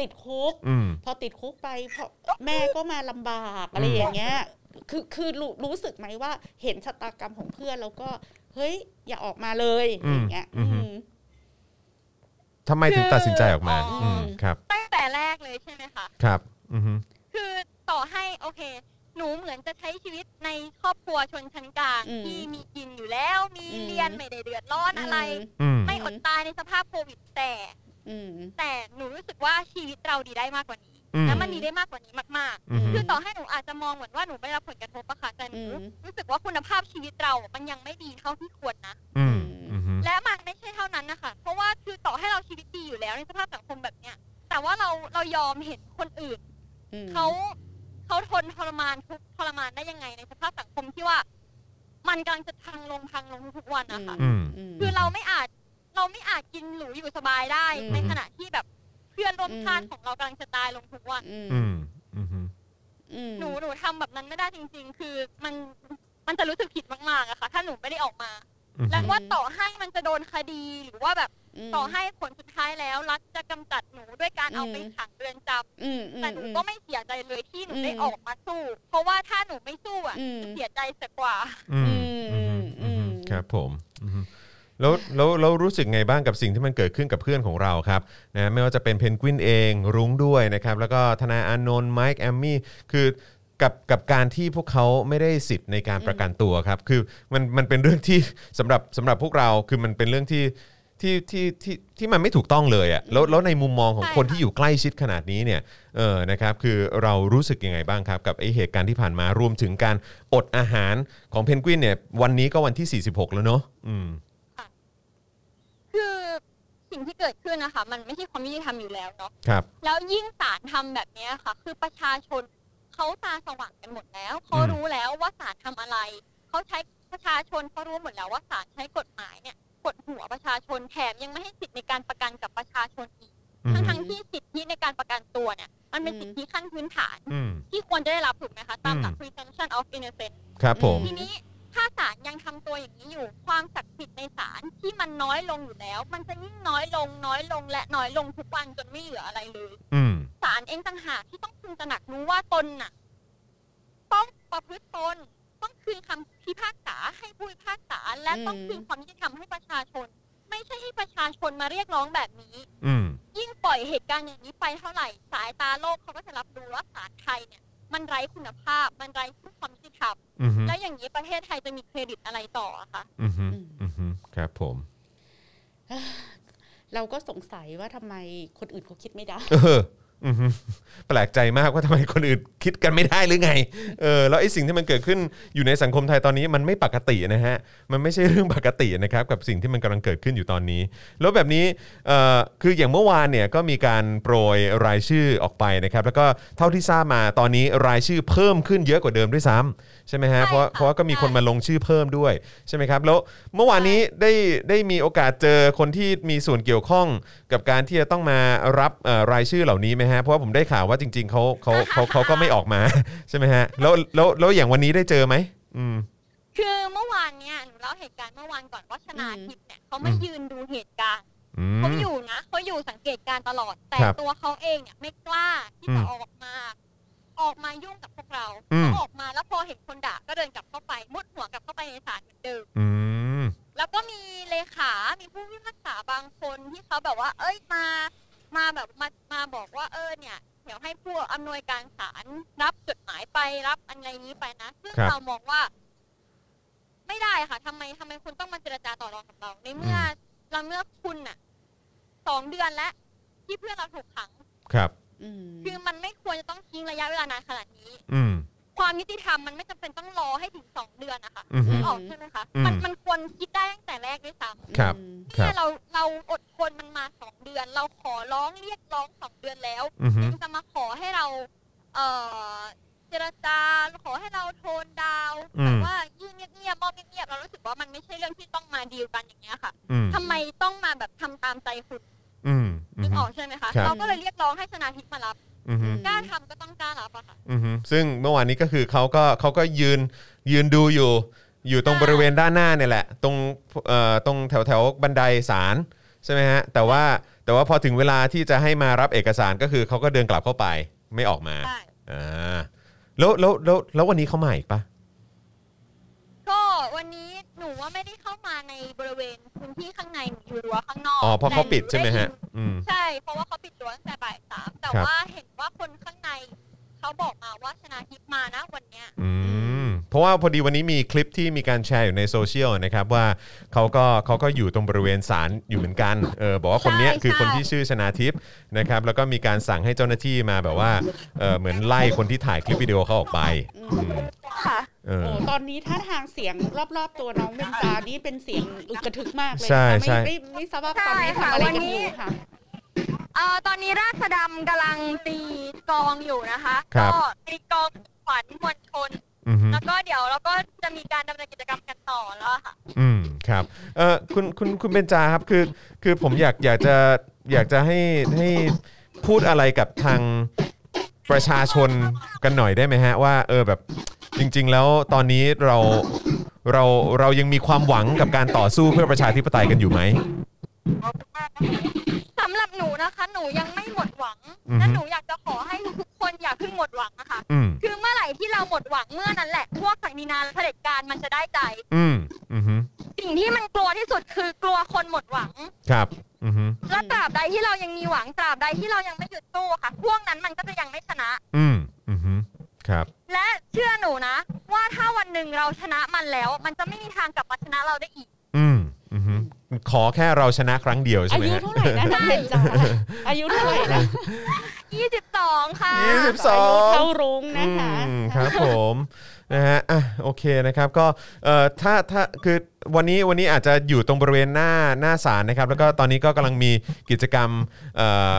C: ติดคุก
B: อืม
C: พอติดคุกไปพอแม่ก็มาลำบากอะไรอย่างเงี้ย คือคือรู้รู้สึกไหมว่าเห็นชะตากรรมของเพื่อนแล้วก็เฮ้ยอย่าออกมาเลยอะไรอย่างเงี้ย
B: อืม
C: อืม
B: ทำไมถึงตัดสินใจออกมา
E: คือ
C: อ๋ออื
B: มครับ
E: ตั้งแต่แรกเลยใช่ไหมคะ
B: ครับ อืม
E: คือต่อให้โอเค หนูเหมือนจะใช้ชีวิตในครอบครัวชนชั้นกลาง
C: อืม
E: ที่มีกินอยู่แล้วมี
C: อืม
E: เรียนไม่ได้เดือดร้อนอะไร
B: อืม
E: ไม่อดตายในสภาพโควิดแต่
C: อืม
E: แต่หนูรู้สึกว่าชีวิตเราดีได้มากกว่านี้
B: อืม
E: และมันดีได้มากกว่านี้มาก
B: อืม
E: ๆ คือต่อให้หนูอาจจะมองเหมือนว่าหนูได้รับผลกระทบปะคะแต่หนู
C: อืม
E: รู้สึกว่าคุณภาพชีวิตเราอะมันยังไม่ดีเท่าที่ควรนะ
B: อืมอืม
E: และมันไม่ใช่เท่านั้นนะคะ เพราะว่าคือต่อให้เราชีวิตดีอยู่แล้วในสภาพสังคมแบบเนี้ย แต่ว่าเราเรายอมเห็นคนอื่น
C: อืม
E: เขาเขาทนทรมานทุกข์ทรมานได้ยังไงในสภาพสังคมที่ว่า มันกำลังจะพังลงพังลงทุกๆวันนะคะ
B: อืม
E: คือเราไม่อาจเราไม่อาจกินหรูอยู่สบายได้
C: อืม
E: ในขณะที่แบบเพื่อนร่วมชาติ
C: อืม
E: ของเรากำลังจะตายลงทุกวัน
C: อืม
B: อืมอืม
C: อืม
E: หนูหนูทำแบบนั้นไม่ได้จริง ๆ คือมันมันจะรู้สึกผิดมากๆอะค่ะ ถ้าหนูไม่ได้ออกมา
B: อืม
E: และว่าต่อให้มันจะโดนคดีหรือว่าแบบ
C: ม
E: ต่อให้ผลสุดท้ายแล้วรัฐจะกำจัดหนูด้วยการเอา
C: อืม
E: ไปขังเรือนจ
C: อืม
E: ำ
C: อืม
E: แต่หนู
C: อืม
E: ก็ไม่เสียใจเลยที่หนู
C: อืม
E: ได้ออกมาสู้ เพราะว่าถ้าหนูไม่สู้อ่ะ
C: อืม
E: จะเสียใจเสียกว่า
B: อืมอืมอืมครับผมอืมแล้วแล้วเรารู้สึกไงบ้างกับสิ่งที่มันเกิดขึ้นกับเพื่อนของเราครับนะไม่ว่าจะเป็นเพนกวินเองรุ้งด้วยนะครับแล้วก็ทนายอานนท์ไมค์แอมมี่คือกับกับการที่พวกเขาไม่ได้สิทธิ์ในการประกันตัวครับ คือมันมันเป็นเรื่องที่สำหรับสำหรับพวกเราคือมันเป็นเรื่องที่ที่ที่ที่ที่มันไม่ถูกต้องเลยอะ่ะแล้วแล้วในมุมมองของ
E: ใช่
B: คน
E: ค่ะ
B: ที่อยู่ใกล้ชิดขนาดนี้เนี่ย เออ นะครับ คือเรารู้สึกยังไงบ้างครับ กับไอเหตุการณ์ที่ผ่านมารวมถึงการอดอาหารของเพนกวินเนี่ย วันนี้ก็วันที่ 46 แล้วเนาะ อืม
E: คือสิ่งที่เกิดขึ้นนะคะ มันไม่ใช่ความยุติธรรมอยู่แล้วเนาะ
B: ครับ
E: แล้วยิ่งศาลทำแบบเนี้ยค่ะ คือประชาชนเขาตาสว่างกันหมดแล้วเขา
B: อืม
E: รู้แล้วว่าศาลทำอะไรเขาใช้ประชาชนเขารู้หมดแล้วว่าศาลใช้กฎหมายเนี่ยกดหัวประชาชนแถมยังไม่ให้สิทธิ์ในการประกันกับประชาชนอีก
B: อืม
E: ทั้งทั้งๆที่สิทธิในการประกันตัวเนี่ย มันเป็น
C: อืม
E: สิทธิขั้นพื้นฐาน
B: อืม
E: ที่ควรจะได้รับถูกไหมคะ ตามหลัก
B: อืม
E: presumption of innocence
B: ครับผม
E: ทีนี้ถ้าศาลยังทำตัวอย่างนี้อยู่ ความศักดิ์สิทธิ์ในศาลที่มันน้อยลงอยู่แล้ว มันจะยิ่งน้อยลงน้อยลงและน้อยลงทุกวันจนไม่เหลืออะไรเลย
B: อืม
E: ศาลเองต่างหากที่ต้องพึงตระหนักรู้ว่าตนน่ะ ต้องประพฤติตน ต้องคืนคำพิพากษาให้ผู้พิพากษาและต้องคืนความยุติธรรมให้ประชาชน ไม่ใช่ให้ประชาชนมาเรียกร้องแบบนี้
B: อืม
E: ยิ่งปล่อยเหตุการณ์อย่างนี้ไปเท่าไหร่ สายตาโลกเขาก็จะรับรู้ว่าศาลไทยเนี่ย มันไร้คุณภาพ มันไร้ความยุติธรรม
B: อืมฮึ
E: แล้วอย่างนี้ประเทศไทยจะมีเครดิตอะไรต่ออะคะ
B: อืมฮึอืมฮึครับผม
C: เราก็สงสัยว่าทำไมคนอื่นเขาคิดไม่ได้
B: เอออือฮึแปลกใจมากว่าทำไมคนอื่นคิดกันไม่ได้หรือไง เออ แล้วไอ้สิ่งที่มันเกิดขึ้นอยู่ในสังคมไทยตอนนี้มันไม่ปกตินะฮะ มันไม่ใช่เรื่องปกตินะครับกับสิ่งที่มันกำลังเกิดขึ้นอยู่ตอนนี้ แล้วแบบนี้ เอ่อ คืออย่างเมื่อวานเนี่ยก็มีการโปรยรายชื่อออกไปนะครับ แล้วก็เท่าที่ทราบมาตอนนี้รายชื่อเพิ่มขึ้นเยอะกว่าเดิมด้วยซ้ำใช่ไหมฮะ
E: ใช่
B: เพราะ
E: ค่ะ
B: เพราะว่าก็มีคน
E: ใช่
B: มาลงชื่อเพิ่มด้วยใช่ไหมครับ แล้วเมื่อวานนี้ได้ได้มีโอกาสเจอคนที่มีส่วนเกี่ยวข้องกับการที่จะต้องมารับเอ่อรายชื่อเหล่านี้ไหมฮะ เพราะว่าผมได้ข่าวว่าจริง ๆเขาเขาเขาเขาก็ไม่ออกมา ใช่ไหมฮะ แล้วแล้วแล้วอย่างวันนี้ได้เจอไหมอืม
E: คือเมื่อวานเนี่ยหนูเล่าเหตุการณ์เมื่อวานก่อนว่าชนาทิพย์เนี่ยเขาไม่
B: อืม
E: ยืนดูเหตุการณ์
B: อืม
E: เขาอยู่นะเขาอยู่สังเกตการณ์ตลอด แต่
B: ครับ
E: ตัวเขาเองเนี่ยไม่กล้าที่จะ
B: อืม
E: ออกมา ออกมายุ่งกับพวกเรา
B: อืม
E: เขาออกมาแล้วพอเห็นคนด่าก็เดินกลับเข้าไปมุดหัวกลับเข้าไปในศาลเหมือนเดิม
B: อืม
E: แล้วก็มีเลขา มีผู้พิพากษาบางคนที่เขาแบบว่า เอ้ย มา มาแบบมา มาบอกว่า เออ เนี่ย เดี๋ยวให้ผู้อำนวยการศาลรับจดหมายไป รับอันไรนี้ไปนะ ซึ่ง
B: ครับ
E: เรามองว่า ไม่ได้ค่ะทำไมทำไมคุณต้องมาเจรจาต่อรองกับเรา ในเมื่อเราเมื่อคุณน่ะสองเดือนแล้ว ที่เพื่อนเราถูกขัง
B: ครับ
C: อืม
E: คือมันไม่ควรจะต้องทิ้งระยะเวลานานขนาดนี้
B: อืม
E: ความยุติธรรมมันไม่จำเป็นต้องรอให้ถึงสองเดือนนะคะ
B: อือฮึ
E: นึกออกใช่ไหมคะ มัน
B: อืม
E: มันควรคิดได้ตั้งแต่แรกด้วยซ้ำ
B: ครับ ครั
E: เนี่
B: บ
E: ยเราเราอดทนมันมาสองเดือน เราขอร้องเรียกร้องสองเดือนแล้ว
B: อือฮึ
E: ยังจะมาขอให้เรา เออเจรจาขอให้เราโทนดาวน์
B: อืม
E: แต่ว่ายื่นเงียบๆมอบเงียบๆเรารู้สึกว่ามันไม่ใช่เรื่องที่ต้องมาดีลกันอย่างเงี้ยค่ะ
B: อืม
E: ทำไมต้องมาแบบทำตามใจคุณ
B: อืมอื
E: นึ
B: ม
E: กออกใช่ไหมคะ
B: ครับ
E: เราก็เลยเรียกร้องให้ชนาทิพย์มารับ
B: อือฮึ
E: กล้าทำก็ต้องกล้ารับอะค่ะ
B: อือฮึซึ่งเมื่อวานนี้ก็คือเขาก็เขาก็ยืนยืนดูอยู่ อยู่ตรงบริเวณด้านหน้าเนี่ยแหละ ตรงเอ่อตรงแถวแถวบันไดศาลใช่ไหมฮะแต่ว่าแต่ว่าพอถึงเวลาที่จะให้มารับเอกสารก็คือเขาก็เดินกลับเข้าไปไม่ออกมา
E: ใช่
B: อ่าแล้วแล้วแล้วแล้ววันนี้เขามาอีกปะ
E: ก็วันนี้หนูว่าไม่ได้เข้ามาในบริเวณพื้นที่ข้างในหนูอยู่รั้วข้างนอก
B: อ๋อเพราะเขาปิดใช่ไหมฮะ
E: แต่นูด้ยิน
B: อืม
E: ใช่ เพราะว่าเขาปิดรั้วตั้งแต่บ่ายสามแต่
B: ครับ
E: ว่าเห็นว่าคนข้างในเขาบอกมาว่าชนะทิพย์มานะวันเนี้ย
B: อืม เพราะว่าพอดีวันนี้มีคลิปที่มีการแชร์อยู่ในโซเชียลนะครับว่าเขาก็เขาก็อยู่ตรงบริเวณศาลอยู่เหมือนกัน เออบอกว่าคนเนี้ย
E: ใช่
B: คือคน
E: ใช่
B: ที่ชื่อชนาทิพย์นะครับ แล้วก็มีการสั่งให้เจ้าหน้าที่มาแบบว่า เออเหมือนไล่คนที่ถ่ายคลิปวิดีโอเขาออกไป
C: อื
B: อื
C: ม
B: ม
E: ค่ะ
B: เออ
C: โอ้ตอนนี้ท่าทางเสียงรอบๆตัวน้องเบนจานี่เป็นเสียงอึกกระทึกมากเลย
B: ใช่
C: นะคะ
B: ใช่
C: ไม่ไม่ไม่ทราบว่าตอนนี้ทำอะไรกันอยู่ค่ะ
E: เอ่อตอนนี้ราชดำกำลังตีกลองอยู่นะคะ
B: ครับ
E: ก็ตีกลองขวัญมวลชน
B: อือฮึ
E: แล้วก็เดี๋ยวเราก็จะมีการดำเนินกิจกรรมกันต่อแล้วอะค่ะ
B: อืมครับเออคุณคุณคุณเบนจาครับคือคือผมอยากอยากจะอยากจะให้ให้พูดอะไรกับทางประชาชนกันหน่อยได้ไหมฮะ ว่าเออแบบจริง ๆ แล้วตอนนี้เราเราเรายังมีความหวังกับการต่อสู้เพื่อประชาธิปไตยกันอยู่ไหม
E: สำหรับหนูนะคะ หนูยังไม่หมดหวัง
B: อือฮึ
E: และหนูอยากจะขอให้ทุกคนอย่าเพิ่งหมดหวังนะคะ
B: อืม
E: คือเมื่อไหร่ที่เราหมดหวังเมื่อนั้นแหละ พวกศักดินาและเผด็จการมันจะได้ใจ
B: อืมอืม
E: สิ่งที่มันกลัวที่สุดคือกลัวคนหมดหวัง
B: ครับอืม
E: และตราบใดที่เรายังมีหวังตราบใดที่เรายังไม่หยุดสู้ค่ะ พวกนั้นมันก็จะยังไม่ชนะ
B: อืมอืมครับ
E: และเชื่อหนูนะ ว่าถ้าวันหนึ่งเราชนะมันแล้ว มันจะไม่มีทางกลับมาชนะเราได้อีก
B: อืมอืมขอแค่เราชนะครั้งเดียวใช่
C: อา
B: ไหม
C: ยุ
B: ฮะ
C: เท่าไหร่นะน้องเบนจาอายุเท่าไหร่นะ
E: 22 ค่ะ
B: ยี่สิบสอ
C: อายุ
B: ง
C: เท่ารุ้งนะคะ
B: อืมครับผมนะฮะอ่ะโอเคนะครับก็เอ่อถ้าถ้าคือวันนี้วันนี้อาจจะอยู่ตรงบริเวณหน้าหน้าศาลนะครับแล้วก็ตอนนี้ก็กำลังมีกิจกรรมเอ่อ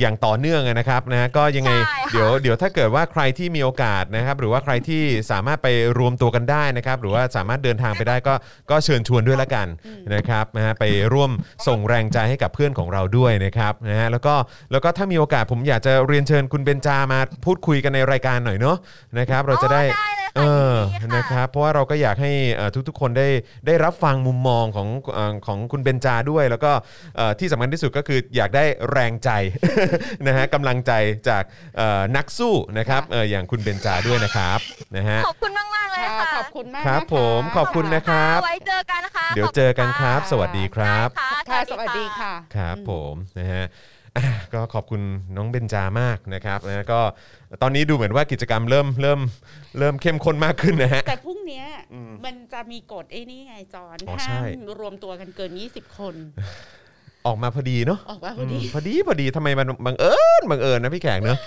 B: อย่างต่อเนื่องนะครับนะฮะก็ยังไง
E: ใช่ค่ะ
B: เดี๋ยวเดี๋ยวถ้าเกิดว่าใครที่มีโอกาสนะครับหรือว่าใครที่สามารถไปรวมตัวกันได้นะครับหรือว่าสามารถเดินทางไปได้ก็ก็เชิญชวนด้วยละกันนะครับนะฮะไปร่วมส่งแรงใจให้กับเพื่อนของเราด้วยนะครับนะฮะแล้วก็แล้วก็ถ้ามีโอกาสผมอยากจะเรียนเชิญคุณเบนจามาพูดคุยกันในรายการหน่อยเนาะนะครับเราจะได้
E: อ๋อได้เลย
B: เอ
E: ค่ะ
B: อ
E: ยิดี
B: นะครับเพราะว่าเราก็อยากให้เอ่อทุกๆ คนได้ได้รับฟังมุมมองของเอ่อของคุณเบนจาด้วย แล้วก็เอ่อที่สำคัญที่สุดก็คืออยากได้แรงใจ นะฮะกำลังใจจากเอ่อนักสู้นะครับเอ่ออย่างคุณเบนจาด้วยนะครับนะฮะ
E: ขอบคุณมากมากๆเลย
C: ค่ะ
E: ค่ะ
C: ขอบคุณมาก
B: ครับ
C: นะะ
B: ผมขอบคุณนะครับ
E: ไว้เจอกันนะคะ
B: เดี๋ยวเจอกันครับ สวัสดีครับ
E: ค่ะ
C: ค่ะ สวัสดีค่ะ
B: ครับผมนะฮะอ่ะก็ขอบคุณน้องเบนจามากนะครับนะก็ตอนนี้ดูเหมือนว่ากิจกรรมเริ่มเริ่มเริ่มเข้มข้นมากขึ้นนะฮะ
C: แต่พรุ่งเนี้ยมันจะมีกฎไอ้นี่ไงจอน
B: อ๋อใช่
C: ห้ามรวมตัวกันเกิน 20 คน
B: ออกมาพอดีเนาะ
C: ออกว่าพอดี
B: มพอดีพอดีทำไมมันบังเอิญบังเอิญนะพี่แขกเนอะ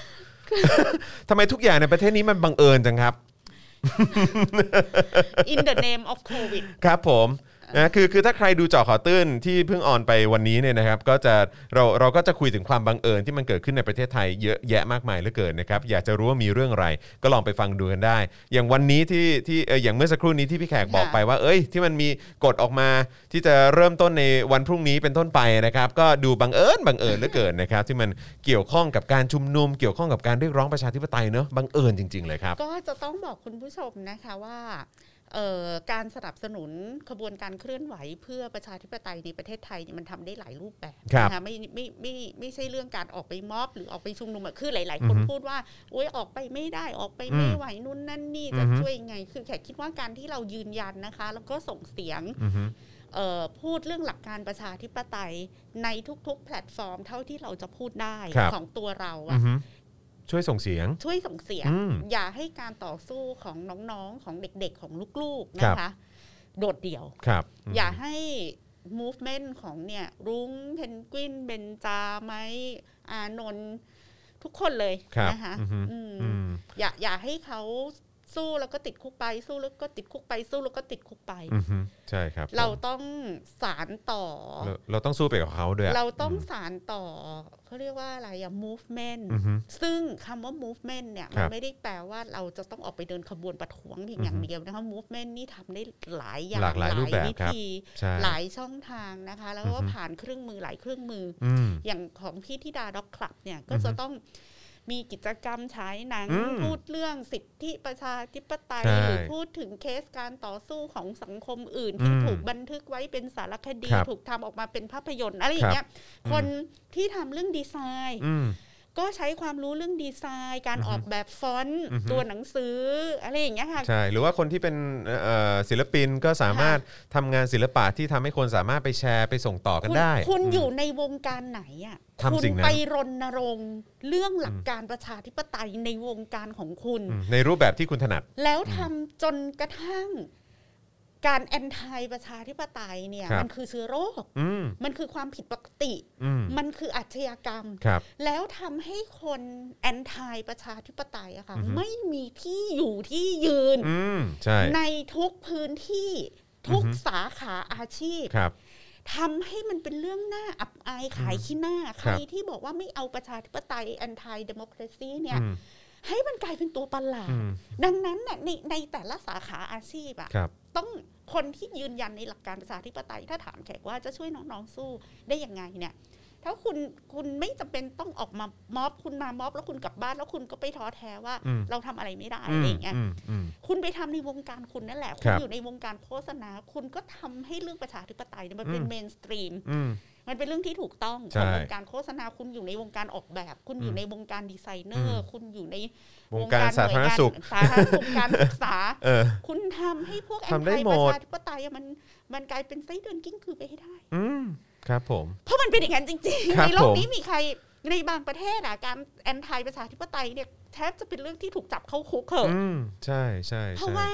B: ทำไมทุกอย่างในประเทศนี้มันบังเอิญจัง ครับ
C: อินเดอะเนมออฟโควิด
B: ครับผมนะคือคือถ้าใครดูเจอขอตื้นที่เพิ่งออนไปวันนี้เนี่ยนะครับ ก็จะเราเราก็จะคุยถึงความบังเอิญที่มันเกิดขึ้นในประเทศไทยเยอะแยะมากมายเหลือเกินนะครับ อยากจะรู้ว่ามีเรื่องอะไร ก็ลองไปฟังดูกันได้ อย่างวันนี้ที่ที่เอ่ออย่างเมื่อสักครู่นี้ที่พี่แขกบอกไปว่า เอ้ยที่มันมีกฎออกมาที่จะเริ่มต้นในวันพรุ่งนี้เป็นต้นไปนะครับ ก็ดูบังเอิญบังเอิญเหลือเกินนะครับ ที่มันเกี่ยวข้องกับการชุมนุมเกี่ยวข้องกับการเรียกร้องประชาธิปไตยเนอะบังเอิญจริง ๆเลยครับ
C: ก็จะต้องบอกคุณผู้ชมนะคะว่าเอ่อการสนับสนุนขบวนการเคลื่อนไหวเพื่อประชาธิปไตยในประเทศไทยเนี่ยมันทำได้หลายรูปแบบ
B: ครับ
C: นะคะไม่ไม่ไม่ไม่ใช่เรื่องการออกไปม็อบ หรือออกไปชุมนุมอะคือหลาย ๆ คน
B: อือฮึ
C: พูดว่าโอ๊ยออกไปไม่ได้ออกไปไม่
B: อืม
C: ไหวนู่นนั่นนี่จะ
B: อือฮึ
C: ช่วยยังไง คือแขกคิดว่าการที่เรายืนยันนะคะ แล้วก็ส่งเสียง
B: อือฮึ
C: เอ่อพูดเรื่องหลักการประชาธิปไตยในทุกๆ แพลตฟอร์ม เท่าที่เราจะพูดได้
B: ครับ
C: ของตัวเรา
B: อื
C: อะ
B: อฮึช่วยส่งเสียง
C: ช่วยส่งเสียง
B: อืม
C: อย่าให้การต่อสู้ของน้องๆ ของเด็กๆ ของลูกๆ
B: ครั
C: นะ
B: บ
C: คะ โดดเดี่ยว
B: ครับม
C: อย่าให้ movement ของเนี่ย รุ้งเพนกวินเบนจาไหมอานนท์ทุกคนเลย
B: ครับ
C: นะคะ
B: อือฮึ
C: อืม
B: อืม
C: อย่าอย่าให้เขาสู้แล้วก็ติดคุกไป สู้แล้วก็ติดคุกไปสู้แล้วก็ติดคุกไป
B: อือฮึใช่ครับ
C: เรา
B: ผม
C: ต้องสารต่อ
B: เราเราต้องสู้ไปกับเขาด้วยะ
C: เราต้องสารต่อเขาเรียกว่าอะไรอะ movement
B: อือฮึ
C: ซึ่งคำว่า movement เนี่ย
B: ค
C: มั
B: รั
C: น
B: บ
C: ไม่ได้แปลว่าเราจะต้องออกไปเดินขบวนประท้วงเพียงอย่า
B: อื
C: ง
B: อฮึ
C: เดียวนะคะ movement นี่ทำได้หลายอย่าง
B: หลากหลายรูปแบบ
C: วิ
B: ครับ
C: ธี
B: ใช่
C: หลายช่องทางนะคะ แล้ว
B: อือ
C: ก็
B: ฮึ
C: ผ่านเครื่องมือหลายเครื่องมือ
B: อืม
C: อย่างของพี่ที่ดาด็อกคลับเนี่ยก็
B: อือฮึ
C: จะต้อง มีกิจกรรมฉายหนัง
B: อืม
C: พูดเรื่องสิทธิประชาธิปไตย
B: ใช่
C: หรือพูดถึงเคสการต่อสู้ของสังคมอื่น
B: อืม
C: ที่ถูกบันทึกไว้เป็นสารคดี
B: ครับ
C: ถูกทำออกมาเป็นภาพยนตร์อะไรอย่างเงี้ย
B: ม
C: คนที่ทำเรื่องดีไซน์
B: อืม
C: ก็ใช้ความรู้เรื่องดีไซน์ การ
B: อือฮึ
C: ออกแบบฟอนต์
B: อือฮึ
C: ตัวหนังสืออะไรอย่างเงี้ยค่ะ
B: ใช่หรือว่าคนที่เป็นเอ่อเอ่อศิลปินก็สามารถทำงานศิลปะที่ทำให้คนสามารถไปแชร์ไปส่งต่อกัน
C: คุณ
B: ได้
C: คุณอยู่ในวงการไหนอ่ะ
B: ทำ
C: คุณ
B: สิ่งนั้น
C: ไปรณรงค์เรื่องหลักการประชาธิปไตยในวงการของคุณ
B: อืมในรูปแบบที่คุณถนัด
C: แล้วทำจนกระทั่งการแอนทายประชาธิปไตยเนี่ย
B: ครับ
C: มันคือเชื้อโรค
B: อืม
C: มันคือความผิดปกติ
B: อืม
C: มันคืออาชญากรรม
B: ครับ
C: แล้วทำให้คนแอนทายประชาธิปไตยอะค่ะ
B: อือฮึ
C: ไม่มีที่อยู่ที่ยืน
B: อืมใช่
C: ในทุกพื้นที่ทุก
B: อือฮึ
C: สาขาอาชีพ
B: ครับ
C: ทำให้มันเป็นเรื่องหน้าอับอายขายขี้หน้า
B: ค
C: ใค
B: รั
C: ร
B: บ
C: ที่บอกว่าไม่เอาประชาธิปไตย anti democracy เนี่ย
B: อืม
C: ให้มันกลายเป็นตัวประหลาด
B: อืม
C: ดังนั้นน่ะในในแต่ละสาขาอาชีพอะ
B: ครับ
C: ต้องคนที่ยืนยันในหลักการประชาธิปไตย ถ้าถามแขกว่าจะช่วยน้องๆสู้ได้ยังไงเนี่ย ถ้าคุณคุณไม่จำเป็นต้องออกมาม็อบคุณมาม็อบแล้วคุณกลับบ้านแล้วคุณก็ไปท้อแท้ว่า
B: อืม
C: เราทำอะไรไม่ได้อะไรอย่างเงี้ย
B: อืมอืม
C: คุณไปทำในวงการคุณนั่นแหละ คุ
B: ค
C: ณ
B: รับ
C: อยู่ในวงการโฆษณา คุณก็ทำให้เรื่องประชาธิปไตยเนี่ยมันเป็น
B: อืม
C: เมนสตรีม
B: อืม
C: มันเป็นเรื่องที่ถูกต้อง
B: ใช่
C: ของวงการโฆษณาคุณอยู่ในวงการออกแบบ คุณอ
B: อื
C: ยู่
B: ม
C: ในวงการดีไซเนอ
B: อื
C: ร์
B: ม
C: คุณอยู่ใน
B: วงการสาธารณสุข
C: สาธารณสุข การศึกษา
B: เออ
C: คุณทำให้พวกแอน
B: ทำได้
C: ตี้
B: หม
C: ป
B: ด
C: ระชาธิปไตยอะมันมันกลายเป็นไส้เดือนกิ้งคือไปให้ได้
B: อืมครับผม
C: เพราะมันเป็นอย่างนั้นจริง
B: ครับ
C: ๆในโล
B: ผ
C: ก
B: ม
C: นี้มีใครในบางประเทศอะการแอนตี้ประชาธิปไตยเนี่ยแทบจะเป็นเรื่องที่ถูกจับเข้าคุกเหอะ
B: อืมใช่ใช่
C: เพ
B: ใช่
C: ราะว่า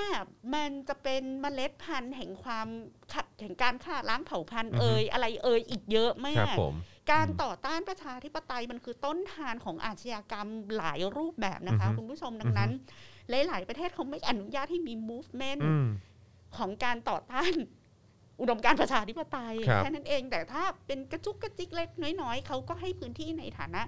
C: มันจะเป็นเมล็ดพันธุ์แห่งความขัดแห่งการฆ่าล้างเผ่าพันธุ์
B: อือฮึ
C: เอ่ยอะไรเอ่ยอีกเยอะมา
B: ครับ
C: ก
B: ผม
C: การ
B: อืม
C: ต่อต้านประชาธิปไตยมันคือต้นทานของอาชญากรรมหลายรูปแบบนะคะ
B: อือฮึ
C: คุณผู้ชมดังนั้น หลาย ๆ ประเทศเขาไม่อนุญาตให้มี movement
B: อืม
C: ของการต่อต้าน อุดมการณ์ประชาธิปไตย
B: ครับ
C: แค่นั้นเอง แต่ถ้าเป็นกระจุกกระจิกเล็กน้อยๆเขาก็ให้พื้นที่ในฐานะ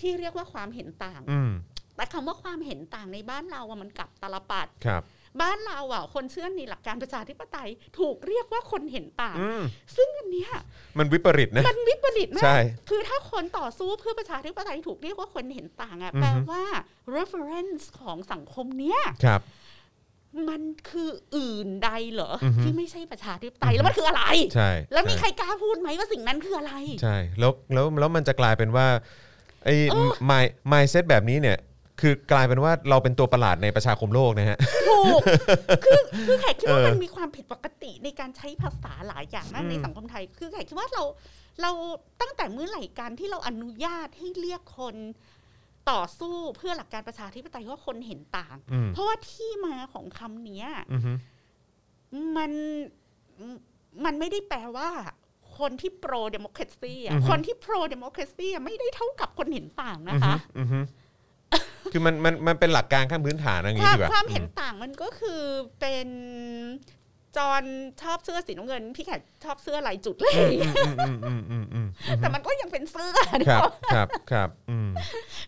C: ที่เรียกว่าความเห็นต่าง
B: อืม
C: แต่คำว่าความเห็นต่างในบ้านเราอะมันกลับตาลปัด
B: ครับ
C: บ้านเราอ่ะคนเชื่อในหลักการประชาธิปไตย ถูกเรียกว่าคนเห็นต่าง
B: อืม
C: ซึ่งอันเนี้ย
B: มันวิปริตนะ
C: มันวิปริตมา
B: ใช่
C: กคือถ้าคนต่อสู้เพื่อประชาธิปไตยถูกเรียกว่าคนเห็นต่างอ่ะ
B: อือฮึ
C: แปลว่า reference ของสังคมเนี้ย
B: ครับ
C: มันคืออื่นใดเหรอ
B: อือฮึ
C: ที่ไม่ใช่ประชาธิปไต
B: อื
C: ย
B: อฮึ
C: แล้วมันคืออะไร
B: ใช่
C: แล้วมี
B: ใช่
C: ใครกล้าพูดไหมว่าสิ่งนั้นคืออะไร
B: ใช่แล้วแล้วแล้วมันจะกลายเป็นว่าไอ้
C: เออ
B: my my set แบบนี้เนี่ย คือกลายเป็นว่าเราเป็นตัวประหลาดในประชาคมโลกนะฮะ
C: ถูก คือคือแขกคิดว่า
B: เออ
C: มันมีความผิดปกติในการใช้ภาษาหลายอย่างมาก
B: อืม
C: ในสังคมไทย คือแขกคิดว่าเราเราตั้งแต่เมื่อไหร่การที่เราอนุญาตให้เรียกคนต่อสู้เพื่อหลักการประชาธิปไตยว่าคนเห็นต่าง
B: อืม
C: เพราะว่าที่มาของคำเนี้ย
B: อือฮึ
C: มันมันไม่ได้แปลว่า คนที่โปรเดโมคร a ซีอ่ะ
B: อือฮึ
C: คนที่โปรเดโมคร a ซีอ่ะไม่ได้เท่ากับคนเห็นต่าง
B: อื
C: นะ
B: อฮึ
C: คะ
B: อือฮึคือมันมันมันเป็นหลักการขั้นพื้นฐานอะไรอย่าง
C: ค
B: งี้
C: วาม
B: ดีกว่า
C: ความเห็นต่างมันก็คือเป็นจอนชอบเสื้อสีน้ำเงิน พี่แขกชอบเสื้อลายจุดเลย
B: อืมอืมอืมอืมอืมอืม
C: แต่มันก็ยังเป็นเสื้อ
B: ครับครับครับอืม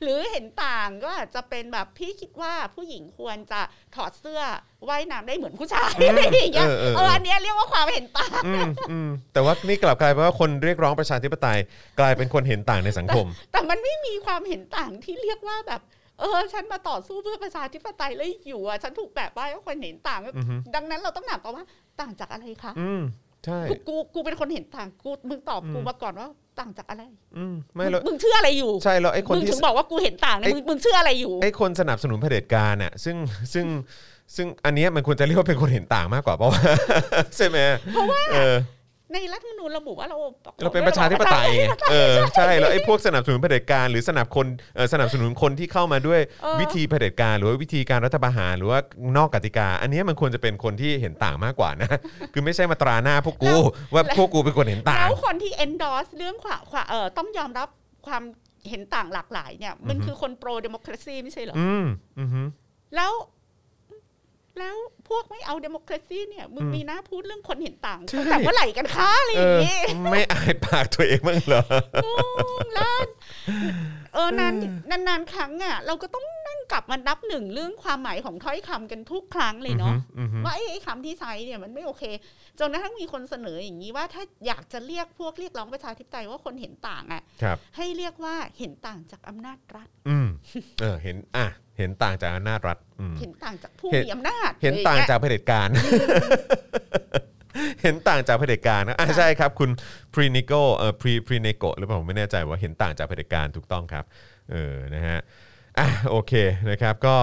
C: หรือเห็นต่างก็อาจจะเป็นแบบพี่คิดว่าผู้หญิงควรจะถอดเสื้อว่ายน้ำได้เหมือนผู้ชาย
B: อืม
C: อะไรอย่างเงี้ย
B: เออเออ
C: เอออันเนี้ยเรียกว่าความเห็นต่าง
B: อืมอืมแต่ว่านี่กลับกลายเป็นว่าคนเรียกร้องประชาธิปไตย กลายเป็นคนเห็นต่างในสังคม
C: แต่มันไม่มีความเห็นต่างที่เรียกว่าแบบ เออ ฉันมาต่อสู้เพื่อประชาธิปไตยเลยอยู่อ่ะฉันถูกแบบว่าว่าคนเห็นต่าง
B: อือฮึ
C: ดังนั้นเราต้องถามกันว่าต่างจากอะไรคะ
B: อืมใช่
C: กูกูกูเป็นคนเห็นต่างกูมึงตอบ
B: อืม
C: กูมาก่อนว่าต่างจากอะไร
B: อืมไม่แล้ว
C: งงเชื่ออะไรอยู่
B: ใช่แล้วไอ้คน
C: มึง
B: ที่
C: ถึงบอกว่ากูเห็นต่างเนี่ย
B: ไอ้
C: มึงมึงเชื่ออะไรอยู่
B: ไอ้คนสนับสนุนเผด็จการน่ะซึ่งซึ่งซึ่งอันเนี้ยมันควรจะเรียกว่าเป็นคนเห็นต่างมากกว่าเพราะว่า ใช่ไหมเพราะว่า
C: ในรัฐธรรมนูญระบุว่าเรา
B: เราเป็นประชาธิปไตยไงเออใช่แล้วไอ้พวกสนับสนุนเผด็จการหรือสนับคนเอ่อสนับสนุนคนที่เข้ามาด้วย
C: เออ
B: วิธีเผด็จการหรือว่าวิธีการรัฐประหารหรือว่านอกกติกา อันเนี้ยมันควรจะเป็นคนที่เห็นต่างมากกว่านะ คือไม่ใช่มาตราหน้าพวกกูว่าพวกกูเป็นคนเห็นต่าง
C: แล้วคนที่ endorse เรื่องขวาขวาเออต้องยอมรับความเห็นต่างหลากหลายเนี่ย มัน
B: อือฮึ
C: คือคนโปรเดโมคร a ซีไม่ใช่เหรออ
B: อืมอืม
C: แล้ว แล้วพวกไม่เอาเดโมคร a ซีเนี่ยมึง
B: อืม
C: มีหน้าพูดเรื่องคนเห็นต่าง
B: ใช่
C: ตั้งแต่เมื่อไหร่กันคะอะไร
B: เอ
C: อ
B: อ
C: ย่า
B: ง
C: งี้
B: ไม่อายปากตัวเองบ้างเหรอ
C: งงแล้ว เออนานนานๆครั้งอ่ะเราก็ต้องนั่งกลับมานับหนึ่งเรื่องความหมายของถ้อยคำกันทุกครั้งเลยเนาะ
B: อือฮึ
C: ว่าไอ้ไอ้คำที่ใช้เนี่ยมันไม่โอเค จนกระทั่งมีคนเสนออย่างนี้ว่าถ้าอยากจะเรียกพวกเรียกร้องประชาธิปไตยว่าคนเห็นต่างอ่ะ
B: ครับ
C: ให้เรียกว่าเห็นต่างจากอำนาจรัฐ
B: อืมเออเห็นอ่ะเห็นต่างจากอำนาจรัฐอืม
C: เห็นต่างจากผู้
B: เห็น
C: มีอำนาจ
B: เห็นต่างจากเผด็จการ เห็นต่างจากเผด็จการนะอ่ะใช่ครับ คุณพรีนิโกเอ่อพรีพรีเนโกหรือเปล่าผมไม่แน่ใจว่าเห็นต่างจากเผด็จการถูกต้องครับ เออนะฮะอ่ะโอเคนะครับก็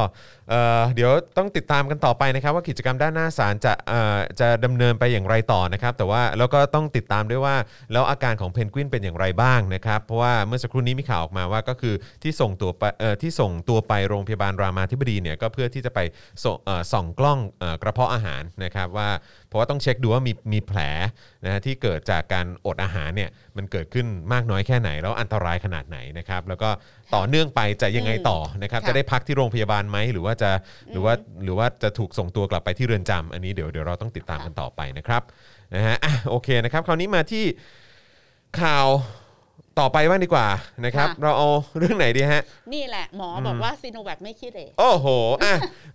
B: เอ่อเดี๋ยวต้องติดตามกันต่อไปนะครับ ว่ากิจกรรมด้านหน้าศาลจะเอ่อจะดำเนินไปอย่างไรต่อนะครับ แต่ว่าแล้วก็ต้องติดตามด้วยว่าแล้วอาการของเพนกวินเป็นอย่างไรบ้างนะครับ เพราะว่าเมื่อสักครู่นี้มีข่าวออกมาว่าก็คือที่ส่งตัวไปเอ่อที่ส่งตัวไปโรงพยาบาลรามาธิบดีเนี่ยก็เพื่อที่จะไปส่งเอ่อส่องกล้องเอ่อกระเพาะอาหารนะครับว่าเพราะว่าต้องเช็คดูว่ามีมีแผลนะฮะที่เกิดจากการอดอาหารเนี่ยมันเกิดขึ้นมากน้อยแค่ไหน แล้วอันตรายขนาดไหนนะครับแล้วก็ต่อเนื่องไปจะยังไงต่อนะครับจะได้พักที่โรงพยาบาลไหมหรือว่าจะหรือว่าหรือว่าจะถูกส่งตัวกลับไปที่เรือนจำอันนี้เดี๋ยวเดี๋ยวเราต้องติดตามกันต่อไปนะครับนะฮะอ่ะโอเคนะครับคราวนี้มาที่ข่าวต่อไปบ้างดีกว่านะครับเราเอาเรื่องไหนดีฮะ
C: นี่แหละหมอบอกว่าซีโนแวคไม่ขี้เหร่
B: โอ้โห อ่ะ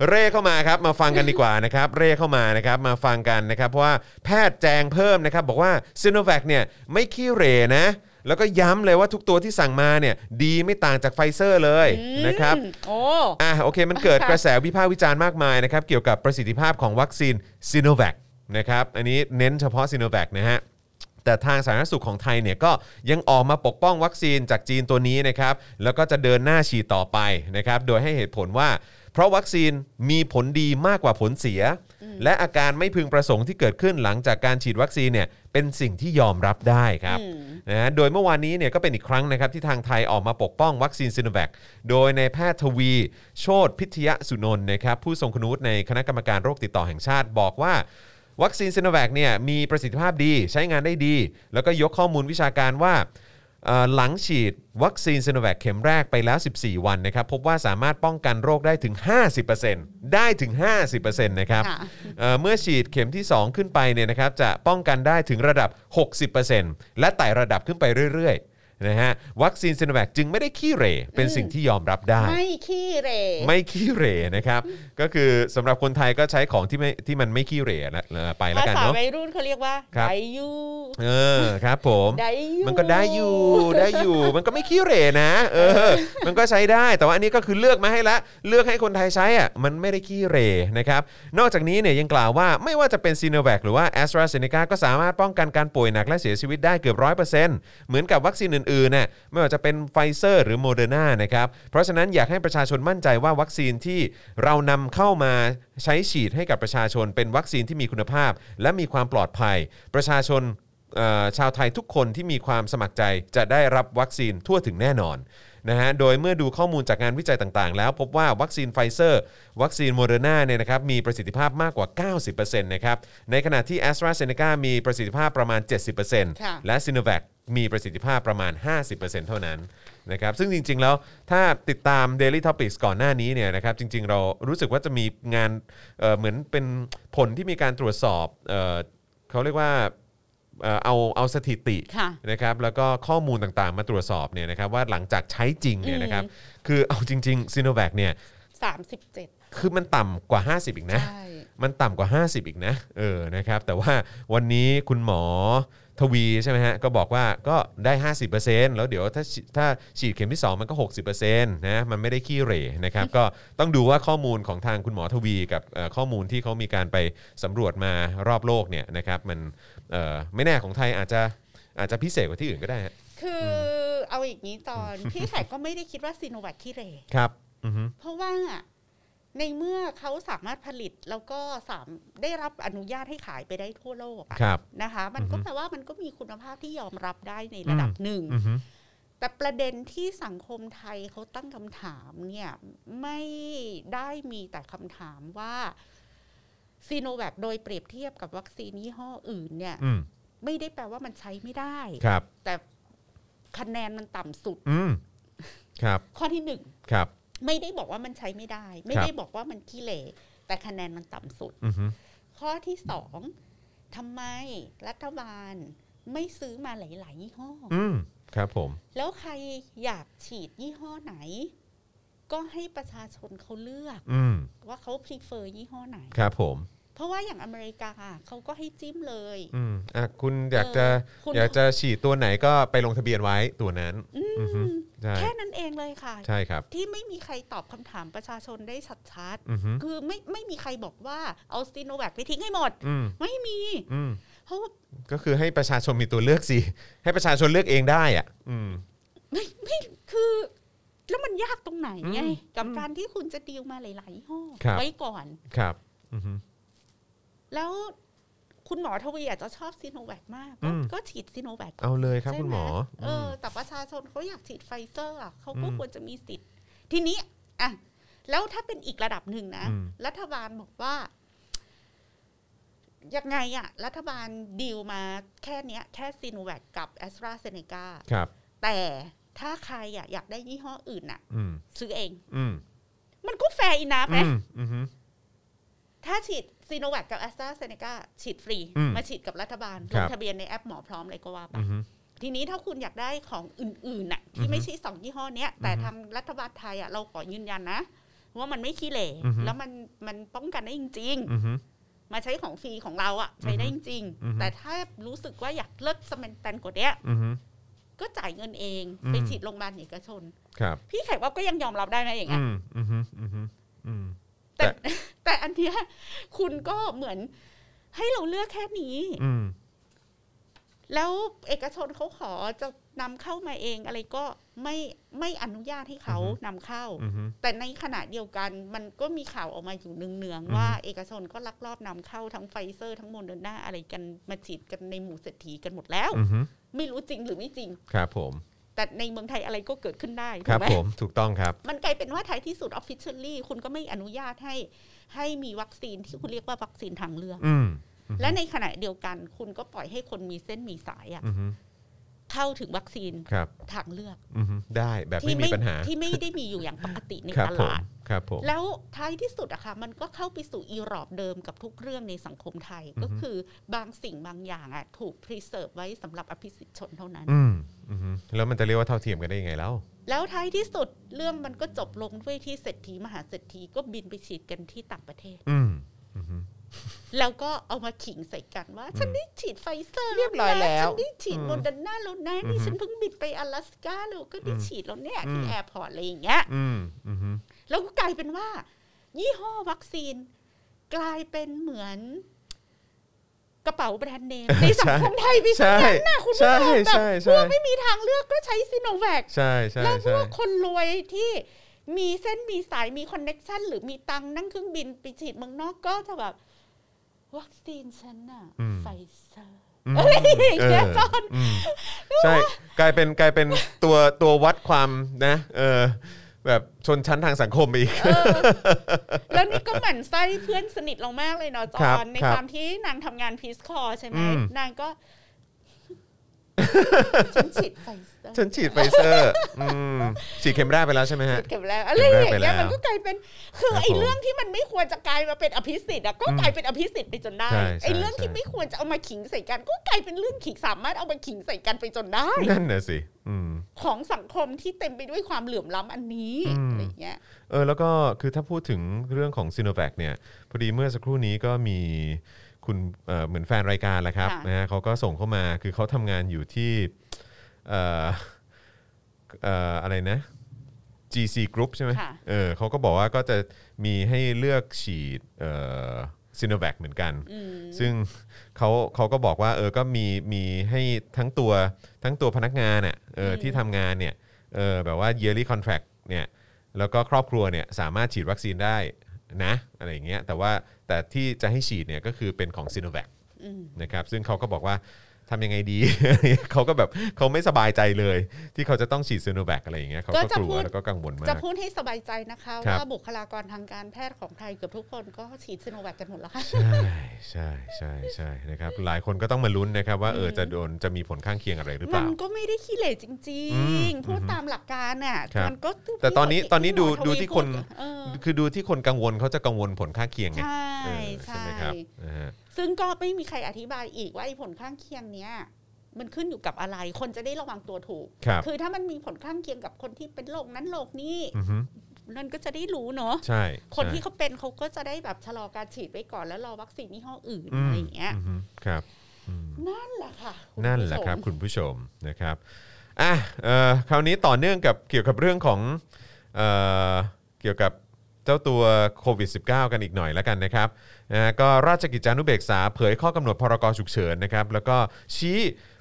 B: เร่เข้ามาครับ มาฟังกันดีกว่านะครับ เร่เข้ามานะครับ มาฟังกันนะครับ เพราะว่าแพทย์แจงเพิ่มนะครับ บอกว่าซ i โนแว c เนี่ยไม่ขี้เหรนะ แล้วก็ย้ำเลยว่าทุกตัวที่สั่งมาเนี่ยดีไม่ต่างจากไฟเซอร์เลยนะครับ
C: อืมโอ้
B: อ่ะโอเคมันเกิด
C: ค่ะ
B: กระแสวิพากษ์วิจารณ์มากมายนะครับ เกี่ยวกับประสิทธิภาพของวัคซีนซ i โนแว c นะครับ อันนี้เน้นเฉพาะซ i โนแว c นะฮะ แต่ทางสาธารณสุขของไทยเนี่ยก็ยังออกมาปกป้องวัคซีนจากจีนตัวนี้นะครับ แล้วก็จะเดินหน้าฉีดต่อไปนะครับ โดยให้เหตุผลว่า เพราะวัคซีนมีผลดีมากกว่าผลเสีย และอาการไม่พึงประสงค์ที่เกิดขึ้นหลังจากการฉีดวัคซีนเนี่ยเป็นสิ่งที่ยอมรับได้ครับ
C: อืม
B: นะฮะโดยเมื่อวานนี้เนี่ยก็เป็นอีกครั้งนะครับที่ทางไทยออกมาปกป้องวัคซีนซิโนแวคโดยในายแพทย์ทวี โชตพิทยสุนนท์นะครับผู้ทรงคุณวุฒิในคณะกรรมการโรคติดต่อแห่งชาติบอกว่า วัคซีนซิโนแวคเนี่ยมีประสิทธิภาพดีใช้งานได้ดี แล้วก็ยกข้อมูลวิชาการว่า เอ่อหลังฉีดวัคซีนซ i โนแว c เข็มแรกไปแล้ว 14 วันนะครับ พบว่าสามารถป้องกันโรคได้ถึง 50%ได้ถึง 50%นะครับ
C: ค่ะ
B: เอ่อเมื่อฉีดเข็มที่ 2 ขึ้นไปเนี่ยนะครับจะป้องกันได้ถึงระดับ 60%และไต่ระดับขึ้นไปเรื่อยๆนะฮะวัคซีนซ i โนแว c จึงไม่ได้ขี้เหร่เป็น
C: อืม
B: สิ่งที่ยอมรับได้
C: ไม่ขี้เหร่
B: ไม่ขี้เหร่นะครับ ก็คือสำหรับคนไทยก็ใช้ของที่ไม่ที่มันไม่ขี้เหร่นะเอ่อไปแล้ว
C: ภา
B: กัน
C: ษา
B: เนาะ
C: วัยรุ่นเขาเรียกว่า
B: ครับ
C: ไดยู
B: เออครับผม
C: ไดยู
B: มันก็ได้อยู่ได้อยู่ มันก็ไม่ขี้เหร่นะ เออ มันก็ใช้ได้แต่ว่าอันนี้ก็คือเลือกมาให้ละเลือกให้คนไทยใช้อ่ะมันไม่ได้ขี้เหร่นะครับ นอกจากนี้เนี่ยยังกล่าวว่าไม่ว่าจะเป็นซีโนแวคหรือว่าแอสตราเซเนกาก็สามารถป้องกันการป่วยหนักและเสียชีวิตได้เกือบร้อยเปอร์เซ็นต์เหมือนกับวัคซีนอื่นๆน่ะไม่ว่าจะเป็นไฟเซอร์หรือโมเดอร์นานะครับ เพราะฉะนั้นอยากให้ประชาชนมั่นใจว่าวัคซีนที่เรานำเข้ามาใช้ฉีดให้กับประชาชน เป็นวัคซีนที่มีคุณภาพ และมีความปลอดภัย ประชาชน เอ่อชาวไทยทุกคนที่มีความสมัครใจจะได้รับวัคซีนทั่วถึงแน่นอนนะฮะ โดยเมื่อดูข้อมูลจากงานวิจัยต่างๆ แล้วพบว่าวัคซีนไฟเซอร์ วัคซีนโมเดอร์นาเนี่ยนะครับมีประสิทธิภาพมากกว่า 90%นะครับ ในขณะที่ a s t r a z เซ e c a มีประสิทธิภาพประมาณ
C: ะ
B: 70%และ s i n o v a c มีประสิทธิภาพประมาณ 50%เท่านั้นนะครับ ซึ่งจริงๆ แล้วถ้าติดตาม Daily Topics ก่อนหน้านี้เนี่ยนะครับจริงๆ เรารู้สึกว่าจะมีงานเอ่อเหมือนเป็นผลที่มีการตรวจสอบเอ่อเขาเรียกว่า เอ่อเอาเอาสถิติ
C: ค่ะ
B: นะครับแล้วก็ข้อมูลต่างๆ มาตรวจสอบเนี่ยนะครับว่าหลังจากใช้จริงเนี่ยนะครับคือเอาจริงๆซีโนแวคเนี่ย
C: สามสิบเจ็ด
B: คือมันต่ำกว่า 50 อีกนะ
C: ใช่
B: มันต่ำกว่า 50 อีกนะเออนะครับแต่ว่าวันนี้คุณหมอทวีใช่ไหมฮะก็บอกว่าก็ได้ 50%แล้วเดี๋ยวถ้าฉีดถ้าฉีดเข็มที่ 2 มันก็ 60%นะมันไม่ได้ขี้เหร่นะครับ ก็ต้องดูว่าข้อมูลของทางคุณหมอทวีกับเอ่อข้อมูลที่เขามีการไปสำรวจมารอบโลกเนี่ยนะครับมันเอ่อไม่แน่ของไทยอาจจะอาจจะพิเศษกว่าที่อื่นก็ได้ฮะ
C: คืออเอาอย่างนี้ตอน พี่แขกก็ไม่ได้คิดว่าซีโนแวคขี้เหร่
B: ครับอือฮึ
C: เพราะว่าในเมื่อเขาสามารถผลิตแล้วก็สามได้รับอนุญาตให้ขายไปได้ทั่วโลกอะ
B: ครับ
C: นะคะ มันก็
B: อือฮึ
C: แปลว่ามันก็มีคุณภาพที่ยอมรับได้ในระดับหนึ่ง
B: อือฮึ
C: แต่ประเด็นที่สังคมไทยเขาตั้งคำถามเนี่ยไม่ได้มีแต่คำถามว่าซีโนแวคโดยเปรียบเทียบกับวัคซีนยี่ห้ออื่นเนี่ย
B: อืม
C: ไม่ได้แปลว่ามันใช้ไม่ได้
B: ครับ
C: แต่คะแนนมันต่ำสุด
B: อืมครับ
C: ข้อที่หนึ่ง
B: ครับ
C: ไม่ได้บอกว่ามันใช้ไม่ได้ ไม่ได้บอกว่ามันขี้เหร่แต่คะแนนมันต่ำสุด
B: อือฮึ
C: ข้อที่สองทำไมรัฐบาลไม่ซื้อมาหลายๆยี่ห้อ
B: อืม ครับผม
C: แล้วใครอยากฉีดยี่ห้อไหน ก็ให้ประชาชนเขาเลือก
B: อืม
C: ว่าเขาพ r e เ e r ยี่ห้อไหน
B: ครับผม
C: เพราะว่าอย่างอเมริกาอะเขาก็ให้จิ้มเลย
B: อืมอ่ะคุณอยากจะ
C: เออคุณ
B: อยากจะฉีดตัวไหนก็ไปลงทะเบียนไว้ตัวนั้น
C: อืม
B: อือฮึใช่
C: แค่นั้นเองเลยค่ะ
B: ใช่ครับ
C: ที่ไม่มีใครตอบคำถามประชาชนได้ชัด
B: อือฮึ
C: ๆคือไม่ไม่มีใครบอกว่าเอาซีโนแวคไปทิ้งให้หมด
B: อืม
C: ไม่มี
B: อืม
C: เพราะว่า
B: ก็คือให้ประชาชนมีตัวเลือกสิให้ประชาชนเลือกเองได้อ่ะ อืม
C: ไม่ไม่คือ แล้วมันยากตรงไหนไง
B: อืม
C: กับการที่คุณจะดีลมาหลายๆยี่ห้อ
B: ครับ
C: ไว้ก่อน
B: ครับอือฮึ
C: แล้วคุณหมอทวีอาจจะชอบซีโนแวคมาก
B: อืม
C: ก็ฉีดซีโนแวค
B: เอาเลยครับคุณหมอ
C: เออ
B: ม
C: อ แต่ประชาชนเขาอยากฉีดไฟเซอร์อะเขาก็
B: อืม
C: ควรจะมีสิทธิ์ ทีนี้อ่ะแล้วถ้าเป็นอีกระดับหนึ่งนะ
B: อืม
C: รัฐบาลบอกว่า ยังไงอะรัฐบาลดีลมาแค่เนี้ย แค่ซีโนแวคกับแอสตราเซเนกา
B: ครับ
C: แต่ถ้าใครอะอยากได้ยี่ห้ออื่นอะ
B: อืม
C: ซื้อเอง
B: อืม
C: มันก็แฟร์อีนะไหม
B: อืมอือฮึ
C: ถ้าฉีดซีโนแวคกับแอสตราเซเนกาฉีดฟรี
B: อืม
C: มาฉีดกับรัฐบาล
B: ค
C: ล
B: รับ
C: งทะเบียนในแอปหมอพร้อมอะไรก็ว่าไป
B: อือฮึ
C: ทีนี้ถ้าคุณอยากได้ของอื่นๆน่ะ
B: อือ
C: ที่
B: ฮึ
C: ไม่ใช่สองยี่ห้อเนี้ยแต่
B: อือฮึ
C: ทางรัฐบาลไทยอ่ะเราขอยืนยันนะ ว่ามันไม่ขี้เหร่
B: อือฮึ
C: แล้วมันมันป้องกันได้จริง
B: อือฮึ
C: ๆ มาใช้ของฟรีของเราอ่ะใช้ได้จริง
B: อือฮึ
C: ๆ แต่ถ้ารู้สึกว่าอยากเลิกสเมนแตนกว่าเนี้ย
B: อือฮึ
C: ก็จ่ายเงินเอง
B: อืม
C: ไปฉีดโรงพยาบาลเอกชน
B: ครับ
C: พี่แขกว่าก็ยังยอมรับได้นะอย่างเงี้ย
B: อืมอือฮึอือฮึอืม
C: แต่
B: แต่
C: แต่อันเนี้ยคุณก็เหมือนให้เราเลือกแค่นี้
B: อืม
C: แล้วเอกชนเขาขอจะนำเข้ามาเองอะไรก็ไม่ไม่อนุญาตให้เขานำเข้า
B: อือฮึ
C: แต่ในขณะเดียวกันมันก็มีข่าวออกมาอยู่เนือง
B: อืม
C: ๆว่าเอกชนก็ลักลอบนำเข้าทั้งไฟเซอร์ทั้งโมเดอร์นาอะไรกันมาฉีดกันในหมู่เศรษฐีกันหมดแล้ว
B: อือฮึ
C: ไม่รู้จริงหรือไม่จริง
B: ครับผม
C: แต่ในเมืองไทยอะไรก็เกิดขึ้นได้
B: ค
C: ถู
B: รับ
C: กไหม
B: ผมถูกต้องครับ
C: มันกลายเป็นว่าท้ายที่สุดออฟฟิเชียลลี่คุณก็ไม่อนุญาตให้ ให้มีวัคซีนที่คุณเรียกว่าวัคซีนทางเลือก
B: อืมอือฮึ
C: และในขณะเดียวกัน คุณก็ปล่อยให้คนมีเส้นมีสายอะ
B: อือฮึ
C: เข้าถึงวัคซีน
B: ครับ
C: ทางเลือก
B: อือฮึได้แบบไม่มีปัญหา
C: ที่ไม่ได้มีอยู่อย่างปกติใน
B: ครั
C: ต
B: ผ
C: ลาม ด
B: ครับผม
C: แล้วท้ายที่สุดอะค่ะมันก็เข้าไปสู่อีรอบเดิมกับทุกเรื่องในสังคมไทย
B: อือฮึ
C: ก็คือบางสิ่งบางอย่างอะถูกพรีเซิร์ฟไว้สำหรับอภิสิทธิชนเท่านั้น
B: อืมอือฮึแล้วมันจะเรียกว่าเท่าเทียมกันได้ยังไงแล้ว
C: แล้วท้ายที่สุดเรื่องมันก็จบลงด้วยที่เศรษฐีมหาเศรษฐีก็บินไปฉีดกันที่ต่างประเทศ
B: อืมอือฮึ
C: แล้วก็เอามาขิงใส่กันว่า ฉันได้ฉีดไฟเซอร์
B: เรียบร้อยแล้ว
C: นะฉันได้ฉีด
B: อืม
C: โมเดอร์นาแล้วนะ
B: อื
C: นี่
B: อฮึ
C: ฉันเพิ่งบินไปอลาสก้าแล้วก็ได้
B: อืม
C: ฉีดแล้วเนี่ย
B: อืม
C: ที่แอร์พอร์ตอะไรอย่างเงี้ย
B: อืมอือฮึ
C: แล้วก็กลายเป็นว่า ยี่ห้อวัคซีน กลายเป็นเหมือน กระเป๋าแบรนด์เนมในสังคมไทยพี่
B: ใช่
C: นั้นน่ะคุณผู้
B: ใช่
C: ช
B: ใช่
C: มแบบ
B: ใช่
C: ไม่มีทางเลือกก็ใช้ซิโนแวค
B: ใช่ใช่
C: แล้วพ
B: ใช่
C: วกคนรวยที่มีเส้นมีสายมีคอนเน็กชันหรือมีตังค์นั่งเครื่องบินไปฉีดเมืองนอกก็จะแบบ วัคซีนฉันน่ะไฟเซอร์
B: อืม
C: อะไรอย่างเงี้ย
B: เ
C: จอน
B: มใช่กลายเป็นกลายเป็นตัวตัววัดความนะเออแบบชนชั้นทางสังคมไปอีก
C: เออแล้วนี่ก็หมั่นไส้เพื่อนสนิทเรามากเลยเนาะจ
B: ครั
C: อบ นใน
B: ครับ
C: ความที่นางทำงานพีซคอใช่ไหม
B: อืม
C: นางก็ ฉันฉีดไฟเซอร์
B: ฉันฉีดไฟเซอร์อืมฉีดเข็มแรกไปแล้วใช่ไหมฮะ
C: เก็บแล้วอะไร
B: เก็บ
C: อ
B: แล้ว
C: ย่าง
B: ไปแล้ว
C: เงี้ยมันก็กลายเป็น คือ
B: ครับ
C: ไอ้
B: ผม
C: เรื่องที่มันไม่ควรจะกลายมาเป็นอภิสิทธิ์อะก็
B: อืม
C: กลายเป็นอภิสิทธิ์ไปจนได้
B: ใช่ใช่
C: ไอ้เรื่องที่
B: ใช่
C: ไม่ควรจะเอามาขิงใส่กัน ก็กลายเป็นเรื่องขิงสามารถเอามาขิงใส่กันไปจนได้
B: นั่นน่ะสิอืม
C: ของสังคมที่เต็มไปด้วยความเหลื่อมล้ำอันนี้
B: อืม
C: อะไรอย่างเงี้ย
B: เออแล้วก็คือถ้าพูดถึงเรื่องของซีโนแวคเนี่ยพอดีเมื่อสักครู่นี้ก็มีคุณเอ่อเหมือนแฟนรายการแหละครับ
C: ค่ะ
B: นะฮะเขาก็ส่งเข้ามาคือเขาทำงานอยู่ที่เอ่อเอ่ออะไรนะ GC Group ใช่ไหม
C: ค่ะ
B: เออเขาก็บอกว่าก็จะมีให้เลือกฉีดซีโนแวคเหมือนกัน
C: อืม
B: ซึ่ง เขาเขาก็บอกว่าเออก็มีมีให้ทั้งตัวทั้งตัวพนักงานเนี่ยเอออ
C: ม
B: ที่ทำงานเนี่ยเออแบบว่า yearly contract เนี่ยแล้วก็ครอบครัวเนี่ยสามารถฉีดวัคซีนได้นะอะไรอย่างเงี้ยแต่ว่าแต่ที่จะให้ฉีดเนี่ยก็คือเป็นของ s i n o v a c
C: อืม
B: นะครับซึ่งเขาก็บอกว่าทำยังไงดี เขาก็แบบเขาไม่สบายใจเลย ที่เขาจะต้องฉีด s i n o v a c อะไรอย่างเงี้ยเขา
C: ก็
B: ก็ก
C: จะ
B: ลั
C: พู
B: ว
C: ด
B: แล้วก็กังวลมา
C: จะ
B: ก
C: พูดให้สบายใจนะคะ
B: ครับ
C: ว่าบุคลากรทางการแพทย์ของไทยเกือบทุกคนก็ฉีดซิโนแวคกันหมดแล้วค่ะ
B: ใช่ใช่ใช่ใช่นะครับหลายคนก็ต้องมาลุ้นนะครับว่าเออจะโดนจะมีผลข้างเคียงอะไรหรือเป
C: มั
B: ล่า
C: นก็ไม่ได้ขี้เหร่จริ
B: อื
C: ง
B: ม
C: ๆ พูดตามหลักการน่ะ
B: ครับ
C: มันก็
B: แต่ตอนนี้ตอนนี้ดู
C: หม
B: ดู
C: วี
B: ที่คน
C: พูดเออ
B: คือดูที่คนกังวลเขาจะกังวลผลข้างเคียงไง
C: ใช่
B: เออ
C: ใช่
B: ไหมครับนะฮะ
C: ซึ่งก็ไม่มีใครอธิบายอีกว่าไอ้ผลข้างเคียงเนี้ย มันขึ้นอยู่กับอะไร คนจะได้ระวังตัวถูก
B: ครับ
C: คือถ้ามันมีผลข้างเคียงกับคนที่เป็นโรคนั้นโรคนี้
B: อือฮึ
C: นั่นก็จะได้รู้เนาะ
B: ใช่
C: คน
B: ใช่
C: ที่เขาเป็นเขาก็จะได้แบบชะลอการฉีดไว้ก่อนแล้วรอวัคซีนยี่ห้ออื่น
B: อืม
C: อะไรอย่างเงี้ย
B: อือฮึครับอืม
C: นั่นแหละค่ะคุณ
B: นั่น
C: ผู้
B: แหละ
C: ชม
B: ครับคุณผู้ชมนะครับอ่ะเอ่อคราวนี้ต่อเนื่องกับเกี่ยวกับเรื่องของเอ่อเกี่ยวกับเจ้าตัวโควิด -19 กันอีกหน่อยแล้วกันนะครับนะฮะก็ราชกิจจานุเบกษาเผยข้อกำหนดพรกฉุกเฉินนะครับแล้วก็ชี้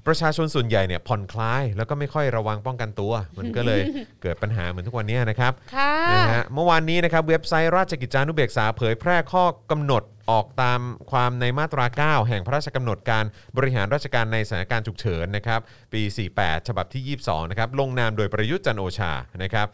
B: ประชาชนส่วนใหญ่เนี่ยผ่อนคลาย แล้วก็ไม่ค่อยระวังป้องกันตัว มันก็เลย เกิดปัญหาเหมือนทุกวันเนี้ยนะครับ
C: ค่ะ
B: นะฮะเมื่อวานนี้นะครับเว็บไซต์ราชกิจจานุเบกษาเผยแพร่ข้อกำหนดออกตามความในมาตรา 9 แห่งพระราชกำหนดการบริหารราชการในสถานการณ์ฉุกเฉินนะครับปี 48 ฉบับที่ 22 นะครับลงนามโดยประยุทธ์จันทร์โอชานะครับ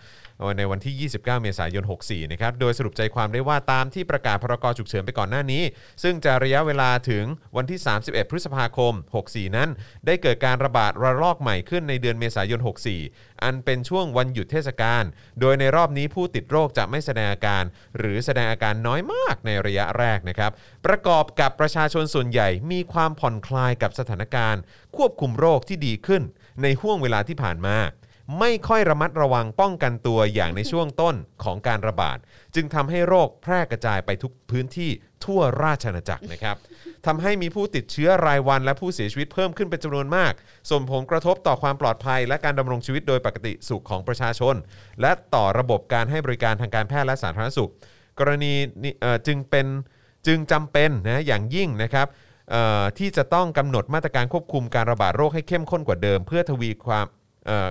B: ในวันที่ 29 เมษายน 64 นะครับโดยสรุปใจความได้ว่าตามที่ประกาศพรกฉุกเฉินไปก่อนหน้านี้ ซึ่งจะระยะเวลาถึงวันที่ 31 พฤษภาคม 64 นั้น ได้เกิดการระบาดระลอกใหม่ขึ้นในเดือนเมษายน 64 อันเป็นช่วงวันหยุดเทศกาล โดยในรอบนี้ผู้ติดโรคจะไม่แสดงอาการ หรือแสดงอาการน้อยมากในระยะแรกนะครับ ประกอบกับประชาชนส่วนใหญ่มีความผ่อนคลายกับสถานการณ์ ควบคุมโรคที่ดีขึ้น ในห่วงเวลาที่ผ่านมา ไม่ค่อยระมัดระวังป้องกันตัวอย่างในช่วงต้นของการระบาด จึงทำให้โรคแพร่กระจายไปทุกพื้นที่ทั่วราชอาณาจักรนะครับ ทำให้มีผู้ติดเชื้อรายวันและผู้เสียชีวิตเพิ่มขึ้นเป็นจำนวนมาก ส่งผลกระทบต่อความปลอดภัย และการดำรงชีวิตโดยปกติสุขของประชาชน และต่อระบบการให้บริการทางการแพทย์และสาธารณสุข กรณีนี้เอ่อจึงเป็นจึงจำเป็นนะอย่างยิ่งนะครับเอ่อที่จะต้องกำหนดมาตรการควบคุมการระบาดโรคให้เข้มข้นกว่าเดิม เพื่อทวีความเอ่อ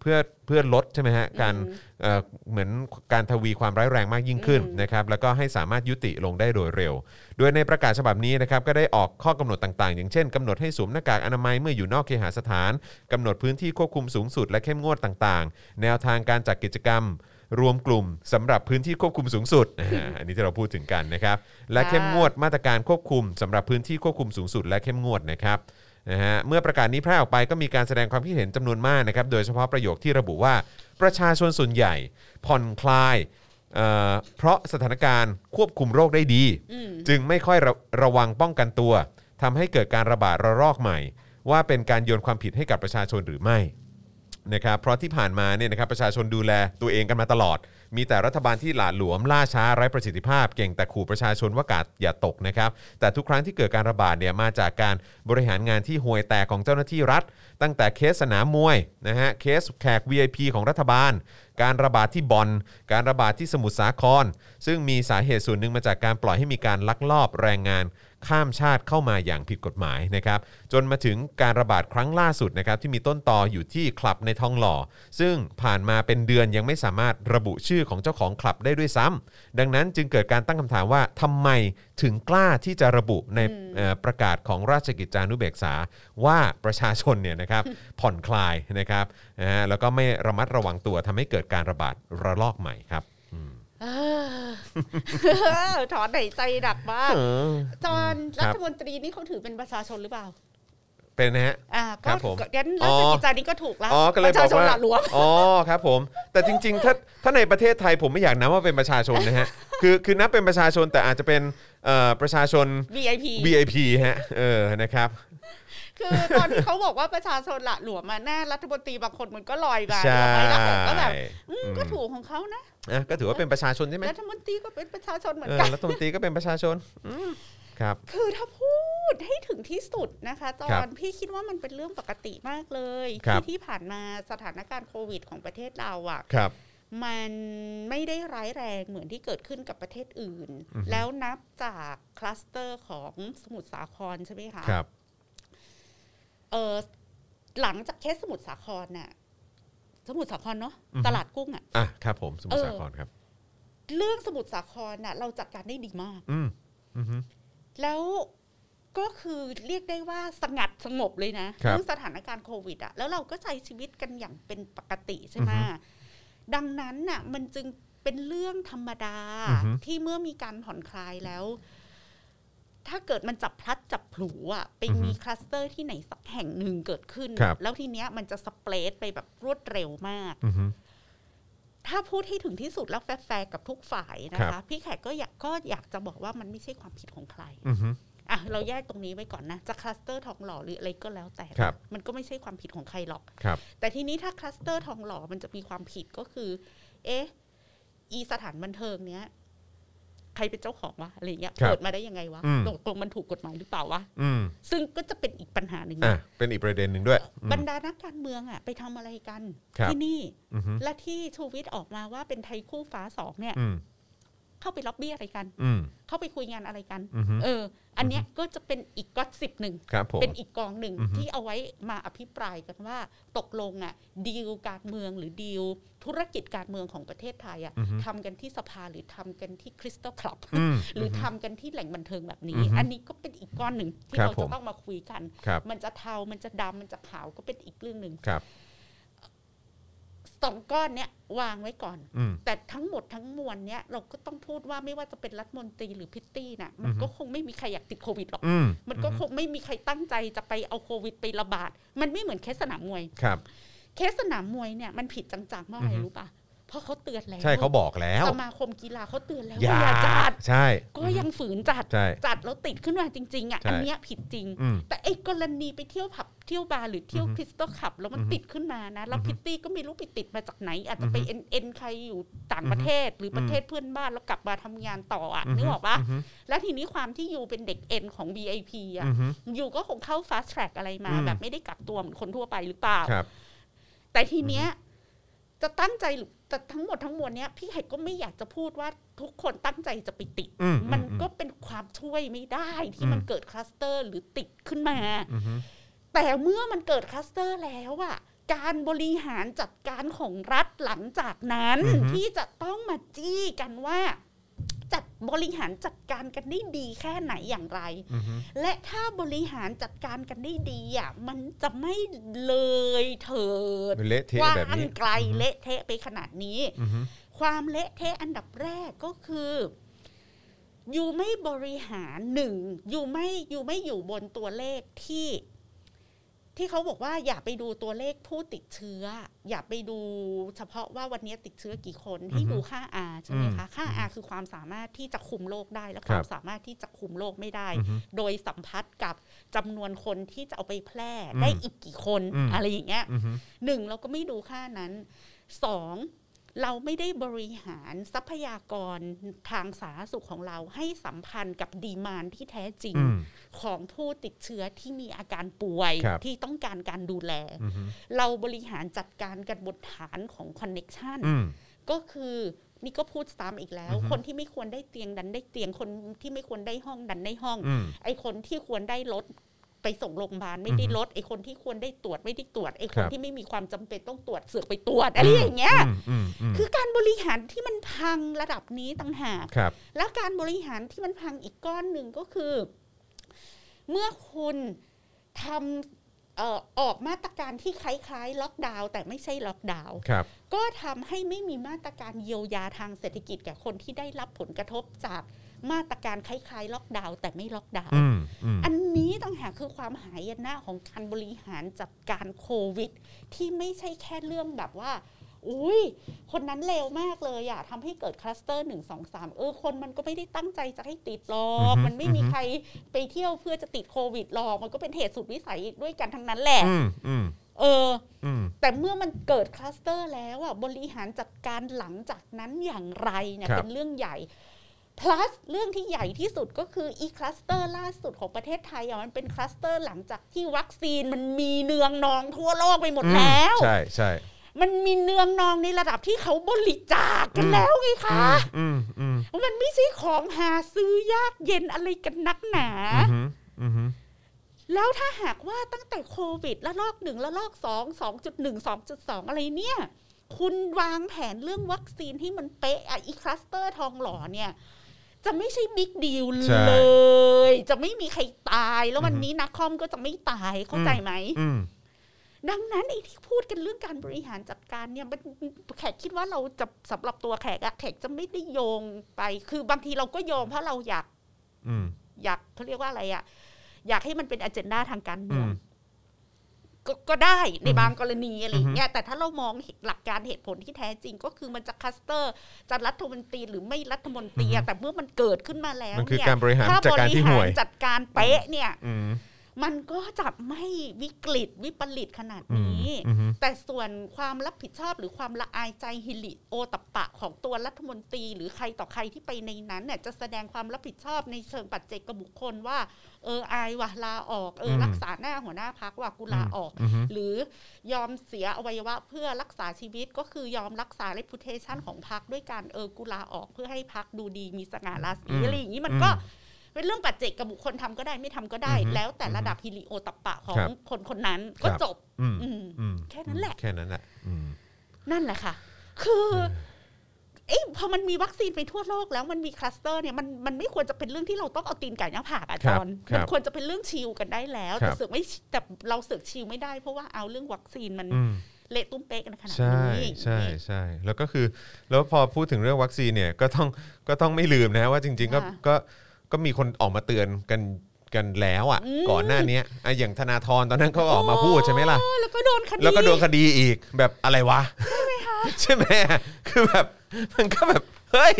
B: เพื่อเพื่อลดใช่ไหมฮะการเอ่อเหมือนการทวีความร้ายแรงมากยิ่งขึ้น
C: อืม
B: นะครับแล้วก็ให้สามารถยุติลงได้โดยเร็ว โดยในประกาศฉบับนี้นะครับก็ได้ออกข้อกำหนดต่างๆ อย่างเช่นกำหนดให้สวมหน้ากากอนามัยเมื่ออยู่นอกเคหสถานกำหนดพื้นที่ควบคุมสูงสุดและเข้มงวดต่างๆ แนวทางการจัดกิจกรรม รวมกลุ่มสำหรับพื้นที่ควบคุมสูงสุดอ่าอันนี้ที่เราพูดถึงกันนะครับ และเข้มงวดมาตรการควบคุมสำหรับพื้นที่ควบคุมสูงสุดและเข้มงวดนะครับนะฮะเมื่อประกาศนี้แพร่ออกไปก็มีการแสดงความคิดเห็นจำนวนมากนะครับโดยเฉพาะประโยคที่ระบุว่าประชาชนส่วนใหญ่ผ่อนคลายเอ่อเพราะสถานการณ์ควบคุมโรคได้ดี
C: อืม
B: จึงไม่ค่อยระระวังป้องกันตัวทำให้เกิดการระบาดระลอกใหม่ ว่าเป็นการโยนความผิดให้กับประชาชนหรือไม่นะครับเพราะที่ผ่านมาเนี่ยนะครับประชาชนดูแลตัวเองกันมาตลอด มีแต่รัฐบาลที่หลาหลวมล่าช้าไร้ประสิทธิภาพ เก่งแต่ขู่ประชาชนว่ากาดอย่าตกนะครับแต่ทุกครั้งที่เกิดการระบาดเนี่ยมาจากการบริหารงานที่ห่วยแตกของเจ้าหน้าที่รัฐ ตั้งแต่เคสสนามมวยนะฮะเคสแขก VIP ของรัฐบาล การระบาดที่บอนการระบาดที่สมุทรสาคร ซึ่งมีสาเหตุส่วนหนึ่งมาจากการปล่อยให้มีการลักลอบแรงงาน ข้ามชาติเข้ามาอย่างผิดกฎหมายนะครับ จนมาถึงการระบาดครั้งล่าสุดนะครับ ที่มีต้นตออยู่ที่คลับในทองหล่อ ซึ่งผ่านมาเป็นเดือนยังไม่สามารถระบุชื่อของเจ้าของคลับได้ด้วยซ้ำดังนั้นจึงเกิดการตั้งคำถามว่าทำไมถึงกล้าที่จะระบุในเอ่อประกาศของราชกิจจานุเบกษา ว่าประชาชนเนี่ยนะครับ ผ่อนคลายนะครับนะฮะแล้วก็ไม่ระมัดระวังตัวทำให้เกิดการระบาดระลอกใหม่ครับ
C: เออ ถอนหายใจดับบ้างจอน
B: ครั
C: รับ ฐมนตรีนี่เขาถือเป็นประชาชนหรือเปล่า
B: เป็นนะฮะ
C: อ่า
B: ค
C: ก็
B: รับผม
C: งั้น
B: อ๋อ
C: รัชกิจจานี้ก็ถูกแล้ว
B: อ๋อ ก็เลย
C: ป
B: บ
C: ระ
B: อ
C: ชา
B: ก
C: ชน
B: ว่า
C: หละหลวม
B: อ๋อ ครับผม แต่จริง ๆ ถ้า ถ้าในประเทศไทยผมไม่อยากนับว่าเป็นประชาชนนะฮะ คือ คือนับเป็นประชาชนแต่อาจจะเป็นเอ่อประชาชน
C: VIP
B: VIP ฮะ เออ นะครับ
C: คือตอนที่เขาบอกว่าประชาชนหละหลวมมาแน่รัฐมนตรีบางคนมันก็ลอยมา
B: ใช่
C: ลอยไปแล้วผมก็แบบอืม
B: อืม
C: ก็ถูกของเขานะ
B: อ่ะก็ถือว่าเป็นประชาชนใช่ไหม
C: รัฐมนตรีก็เป็นประชาชนเหมือ
B: เอน อ
C: กัน
B: รัฐมนตรีก็เป็นประชาชนอืมครับ
C: คือถ้าพูดให้ถึงที่สุดนะคะจอ
B: ครั
C: น
B: บ
C: พี่คิดว่ามันเป็นเรื่องปกติมากเลย
B: ครับ
C: ที่ที่ผ่านมาสถานการณ์โควิดของประเทศเราอ่ะ
B: ครับ
C: มันไม่ได้ร้ายแรงเหมือนที่เกิดขึ้นกับประเทศอื่น
B: อือฮึ
C: แล้วนับจากคลัสเตอร์ของสมุทรสาครใช่ไหมคะ
B: ครับ
C: เออหลังจากเคสสมุทรสาครน่ะสมุทรสาครเนาะ
B: อือฮึ
C: ตลาดกุ้งอะ
B: อ่ะ ครับผม สมุทรสา
C: เออ
B: ครครับ
C: เรื่องสมุทรสาครน่ะเราจัดการได้ดีมาก
B: อืมอือฮึ
C: แล้วก็คือเรียกได้ว่าสงัดสงบเลยนะครับ เรื่องสถานการณ์โควิดอะแล้วเราก็ใช้ชีวิตกันอย่างเป็นปกติใช่ไหม
B: อือฮึ
C: ดังนั้นน่ะ มันจึงเป็นเรื่องธรรมดา
B: อือฮึ
C: ที่เมื่อมีการผ่อนคลายแล้ว ถ้าเกิดมันจับพลัดจับผลูอะไปมีคลัสเตอร์ที่ไหนสักแห่งหนึ่งเกิดขึ้น
B: ครับ
C: แล้วทีเนี้ยมันจะสเปรดไปแบบรวดเร็วมาก
B: อือฮึ
C: ถ้าพูดให้ถึงที่สุดแล้วแฟร์ๆกับทุกฝ่ายนะ
B: ครั
C: คะ
B: บ
C: พี่แขกก็อยากก็อยากจะบอกว่ามันไม่ใช่ความผิดของใคร
B: อือฮึ
C: อ่ะ อ่ะเราแยกตรงนี้ไว้ก่อนนะ จะคลัสเตอร์ทองหล่อหรืออะไรก็แล้วแต่
B: ครับ
C: มันก็ไม่ใช่ความผิดของใครหรอก
B: ครับ
C: แต่ทีนี้ถ้าคลัสเตอร์ทองหล่อมันจะมีความผิดก็คือ เอ๊ะ อีสถานบันเทิงเนี้ย ใครเป็นเจ้าของวะอะไรเงี้ย
B: ครับ
C: เปิดมาได้ยังไงวะ
B: อืม
C: ตกลงมันถูกกฎหมายหรือเปล่าวะ
B: อืม
C: ซึ่งก็จะเป็นอีกปัญหาหนึ่ง
B: อ่ะ
C: นะ
B: เป็นอีกประเด็นหนึ่งด้วยอืม
C: บรรดานักการเมืองอะไปทำอะไรกัน
B: ครับ
C: ที่นี่
B: อือฮึ
C: และที่ชูวิทย์ออกมาว่าเป็นไทยคู่ฟ้าสองเนี่ย
B: อืม
C: เข้าไปล็อบบี้อะไรกัน
B: อืม
C: เข้าไปคุยงานอะไรกัน
B: อือฮึ
C: เออ อันเนี้ยก็จะเป็นอีกก็อตสิบหนึ่ง
B: ครับผม
C: เป็นอีกกองหนึ่ง
B: อือฮึ
C: ที่เอาไว้มาอภิปรายกันว่าตกลงอ่ะดีลการเมืองหรือดีลธุรกิจการเมืองของประเทศไทยอ่ะ
B: อือฮึ
C: ทำกันที่สภาหรือทำกันที่คริสตัลคลับ
B: อืม
C: หรือทำกันที่แหล่งบันเทิงแบบนี้
B: อือฮึ
C: อันนี้ก็เป็นอีกก้อนหนึ่งที่
B: ครับ
C: เรา
B: ผ
C: จะ
B: ม
C: ต้องมาคุยกัน
B: ครับ
C: มันจะเทา มันจะดำมันจะขาวก็เป็นอีกเรื่องหนึ่ง
B: ครับ
C: สองก้อนเนี้ยวางไว้ก่อน
B: อืม
C: แต่ทั้งหมดทั้งมวลเนี้ยเราก็ต้องพูดว่าไม่ว่าจะเป็นรัฐมนตรีหรือพิตตี้น่ะมัน
B: อือฮึ
C: ก็คงไม่มีใครอยากติดโควิดหรอก
B: อืม
C: มันก็คงไม่มีใครตั้งใจจะไปเอาโควิดไประบาด มันไม่เหมือนเคสสนามมวย
B: ครับ
C: เคสสนามมวยเนี่ยมันผิดจังๆเพราะอะไร
B: อือฮึ
C: รู้ปะเพราะเขาเตือนแล้ว
B: ใช่เขาบอกแล้ว
C: สมาคมกีฬาเขาเตือนแล้วว่าอย่าจัด
B: ใช่
C: ก็ยังฝืนจัด
B: ใช่
C: จัดแล้วติดขึ้นมาจริงๆอ่ะ
B: ใช่
C: อันเนี้ยผิดจริง
B: อืม
C: แต่ไอ้กรณีไปเที่ยวผับเที่ยวบาร์หรือเที่ยว
B: อือฮึ
C: คริสตัลขับ แล้วมัน
B: อือฮึ
C: ติดขึ้นมานะ แล้ว
B: อือฮึ
C: พิตตี้ก็ไม่รู้ไปติดมาจากไหน อาจจะไป
B: อือฮึ
C: เอ็นเอ็นใครอยู่ต่างประเทศหรือประเทศเพื่อนบ้านแล้วกลับมาทำงานต่ออ่ะนึกออกปะ
B: อือฮึ
C: แล้วทีนี้ความที่ยูเป็นเด็กเอ็นของ VIP อ่ะ
B: อือฮึ
C: อยู่ก็คงเข้า fast track อะไรมา
B: อืม
C: แบบไม่ได้กักตัวเหมือนคนทั่วไปหรือเปล่า
B: ครับ
C: แต่ทีเนี้ยจะตั้งใจหรือแต่ทั้งหมดทั้งมวลเนี้ยพี่เฮกก็ไม่อยากจะพูดว่าทุกคนตั้งใจจะไปติด
B: อืม
C: มัน
B: อืม
C: ก็เป็นความช่วยไม่ได้
B: อื
C: ที่
B: ม
C: มันเกิดคลัสเตอร์หรือติดขึ้นมา
B: อือฮึ
C: แต่เมื่อมันเกิดคลัสเตอร์แล้วอะการบริหารจัดการของรัฐหลังจากนั้น ที่จะต้องมาจี้กันว่า จัดบริหารจัดการกันได้ดีแค่ไหนอย่างไร
B: อือฮึ
C: และถ้าบริหารจัดการกันได้ดีอ่ะมันจะไม่เลยเถิด
B: มันเละเทะ
C: กว้า
B: แบบ
C: ง
B: นี้
C: ไกลเละเทะไปขนาดนี้
B: อือฮึ
C: ความเละเทะอันดับแรกก็คืออยู่ไม่บริหารหนึ่งอยู่ไม่อยู่ไม่อยู่บนตัวเลขที่ ที่เขาบอกว่าอย่าไปดูตัวเลขผู้ติดเชื้อ อย่าไปดูเฉพาะว่าวันนี้ติดเชื้อกี่คนที่ดูค่า R ใช่ไหมคะค่า R คือความสามารถที่จะคุมโรคได้และค
B: ครั
C: วา
B: บ
C: มสามารถที่จะคุมโรคไม่ได้
B: อือฮึ
C: โดยสัมพัทธ์กับจำนวนคนที่จะเอาไปแพร่
B: อืม
C: ได้อีกกี่คน
B: อืม
C: อะไรอย่างเงี้ย
B: อือฮึ
C: หนึ่งเราก็ไม่ดูค่านั้นสองเราไม่ได้บริหารทรัพยากรทางสาธารณสุขของเราให้สัมพันธ์กับดีมานที่แท้จริง
B: อืม
C: ของผู้ติดเชื้อที่มีอาการป่วย
B: ครับ
C: ที่ต้องการการดูแล
B: อือฮึ
C: เราบริหารจัดการกันบนฐานของคอนเน็ชัน
B: อืม
C: ก็คือนี่ก็พูดซ้ำอีกแล้ว
B: อือฮึ
C: คนที่ไม่ควรได้เตียงดันได้เตียงคนที่ไม่ควรได้ห้องดันได้ห้อง
B: อืม
C: ไอคนที่ควรได้รถไปส่งโรงพยาบาลไม่ได้
B: อือฮึ
C: รถไอคนที่ควรได้ตรวจไม่ได้ตรวจไอค
B: ครั
C: น
B: บ
C: ที่ไม่มีความจำเป็นต้องตรวจเสือกไปตรวจอะไรอย่างเงี้ย
B: มอืมอืม
C: คือการบริหารที่มันพังระดับนี้ต่างหาก
B: ครับ
C: แล้วการบริหารที่มันพังอีกก้อนหนึ่งก็คือ เมื่อคุณทำเอ่อออกมาตรการที่คล้ายๆล็อกดาวน์แต่ไม่ใช่ล็อกดาวน์
B: ครับ
C: ก็ทำให้ไม่มีมาตรการเยียวยาทางเศรษฐกิจแก่คนที่ได้รับผลกระทบจากมาตรการคล้ายๆ ล็อกดาวน์แต่ไม่ล็อกดาวน์
B: อืมอืม
C: อันนี้ต่างหากคือความหายนะของการบริหารจัดการโควิด ที่ไม่ใช่แค่เรื่องแบบว่า อุ้ยคนนั้นเลวมากเลยอะทำให้เกิดคลัสเตอร์หนึ่งสองสามเออคนมันก็ไม่ได้ตั้งใจจะให้ติดหรอก มันไม่มีใครไปเที่ยวเพื่อจะติดโควิดหรอก มันก็เป็นเหตุสุดวิสัยด้วยกันทั้งนั้นแหละ
B: อืมอืม
C: เออ
B: อืม
C: แต่เมื่อมันเกิดคลัสเตอร์แล้วอ่ะบริหารจัดการหลังจากนั้นอย่างไรเนี่ย
B: ครับ
C: เป็นเรื่องใหญ่ plus เรื่องที่ใหญ่ที่สุดก็คืออีคลัสเตอร์ล่าสุดของประเทศไทยอ่ะมันเป็นคลัสเตอร์หลังจากที่วัคซีนมันมีเนืองนองทั่วโลกไปหมดแล้ว
B: ใช่ใช่
C: มันมีเนืองนองในระดับที่เขาบริจาคกันแล้วไง
B: อื
C: คะ
B: มอืมอืม
C: มันไม่ใช่ของหาซื้อยากเย็นอะไรกันนักหนา
B: อืมอืม
C: แล้วถ้าหากว่าตั้งแต่โควิด แล้วลอกหนึ่งแล้วลอกสองสองจุดหนึ่งสองจุดสองอะไรเนี่ย คุณวางแผนเรื่องวัคซีนที่มันเป๊ะอะอีคลัสเตอร์ทองหล่อเนี่ย จะไม่ใช่บิ๊กดีล
B: ใช่
C: เลย จะไม่มีใครตายแล้ววัน
B: อือฮึ
C: นี้นักคอมก็จะไม่ตายเข้าใจไหม
B: อืม
C: ดังนั้นไอ้ที่พูดกันเรื่องการบริหารจัดการเนี่ยมันแขกคิดว่าเราจะสำหรับตัวแขกอะแขกจะไม่ได้โยงไป คือบางทีเราก็โยงเพราะเราอยาก
B: อืม
C: อยากเขาเรียกว่าอะไรอะอยากให้มันเป็นอเจนดาทางการเมือง
B: อืม
C: ก็ก็ได้ใน
B: อือฮึ
C: บางกรณีอะไรอย่างเงี้ยแต่ถ้าเรามองหลักการเหตุผลที่แท้จริงก็คือมันจะคัสเตอร์จะรัฐมนตรีหรือไม่รัฐมนตรี
B: อือฮึ
C: อะแต่เมื่อมันเกิดขึ้นมาแล้ว
B: มันคือ
C: เนี่ย
B: การบริหาร
C: ถ้
B: จัดการที่ห่วย
C: บริหจัดการเป๊ะเนี่ย
B: อืม
C: มันก็จะไม่วิกฤตวิปริตขนาด
B: อืม
C: นี้
B: อืม
C: แต่ส่วนความรับผิดชอบหรือความละอายใจฮิริโอตปปะของตัวรัฐมนตรี หรือใครต่อใครที่ไปในนั้นเนี่ยจะแสดงความรับผิดชอบในเชิงปัจเจกบุคคลว่า เอออายว่ะลาออกเออ
B: ม
C: รักษาหน้าหัวหน้าพักว่ะกูลาออก
B: อืมอืม
C: หรือยอมเสียอวัยวะเพื่อรักษาชีวิตก็คือยอมรักษา reputation ของพักด้วยการเออกูลาออกเพื่อให้พักดูดีมีสง่าราศี
B: อืม
C: อะไรอย่างนี้มัน
B: อืม
C: ก็เป็นเรื่องปัจเจกกับบุคคลทำก็ได้ไม่ทำก็ได้
B: อือฮึ
C: แล้วแต่ระดับฮิริโอตปปะของ
B: ครับ
C: คนคนนั้น
B: ค
C: ก็
B: รับ
C: จบ
B: อืม
C: อืม
B: อืม
C: แค่นั้นแหละ
B: แค่นั้นแหละอืม
C: นั่นแหละค่ะ คือเอ้ยพอมันมีวัคซีนไปทั่วโลกแล้วมันมีคลัสเตอร์เนี่ยมันมันไม่ควรจะเป็นเรื่องที่เราต้องเอาตีนไก่หน้าผากอะ
B: ค
C: จ
B: รับ
C: อน
B: ครับ
C: มันควรจะเป็นเรื่องชิลกันได้แล้ว
B: ครับ
C: แต่เสือกไม่แต่เราเสือกชิลไม่ได้เพราะว่าเอาเรื่องวัคซีนมัน
B: อืม
C: เละตุ้มเป๊กกันขนาด
B: ใช่
C: นี้
B: ใช่ใช่แล้วก็คือแล้วพอพูดถึงเรื่องวัคซีนเนี่ยก็ต้องก็ต้องไม่ลืมนะว่าจริง ๆ ก็ก็ก็มีคนออกมาเตือนกันกันแล้วอ่ะ ก่อนหน้าเนี้ยอ่ะอย่างธนาธรตอนนั้นเขาออกมาพูดใช่ไหมล่ะ
C: เออแล้วก็โดนคดี
B: แล้วก็โดนคดีอีกแบบอะไรวะ ใช่ไหมคือแบบมันก็แบบ เฮ้ย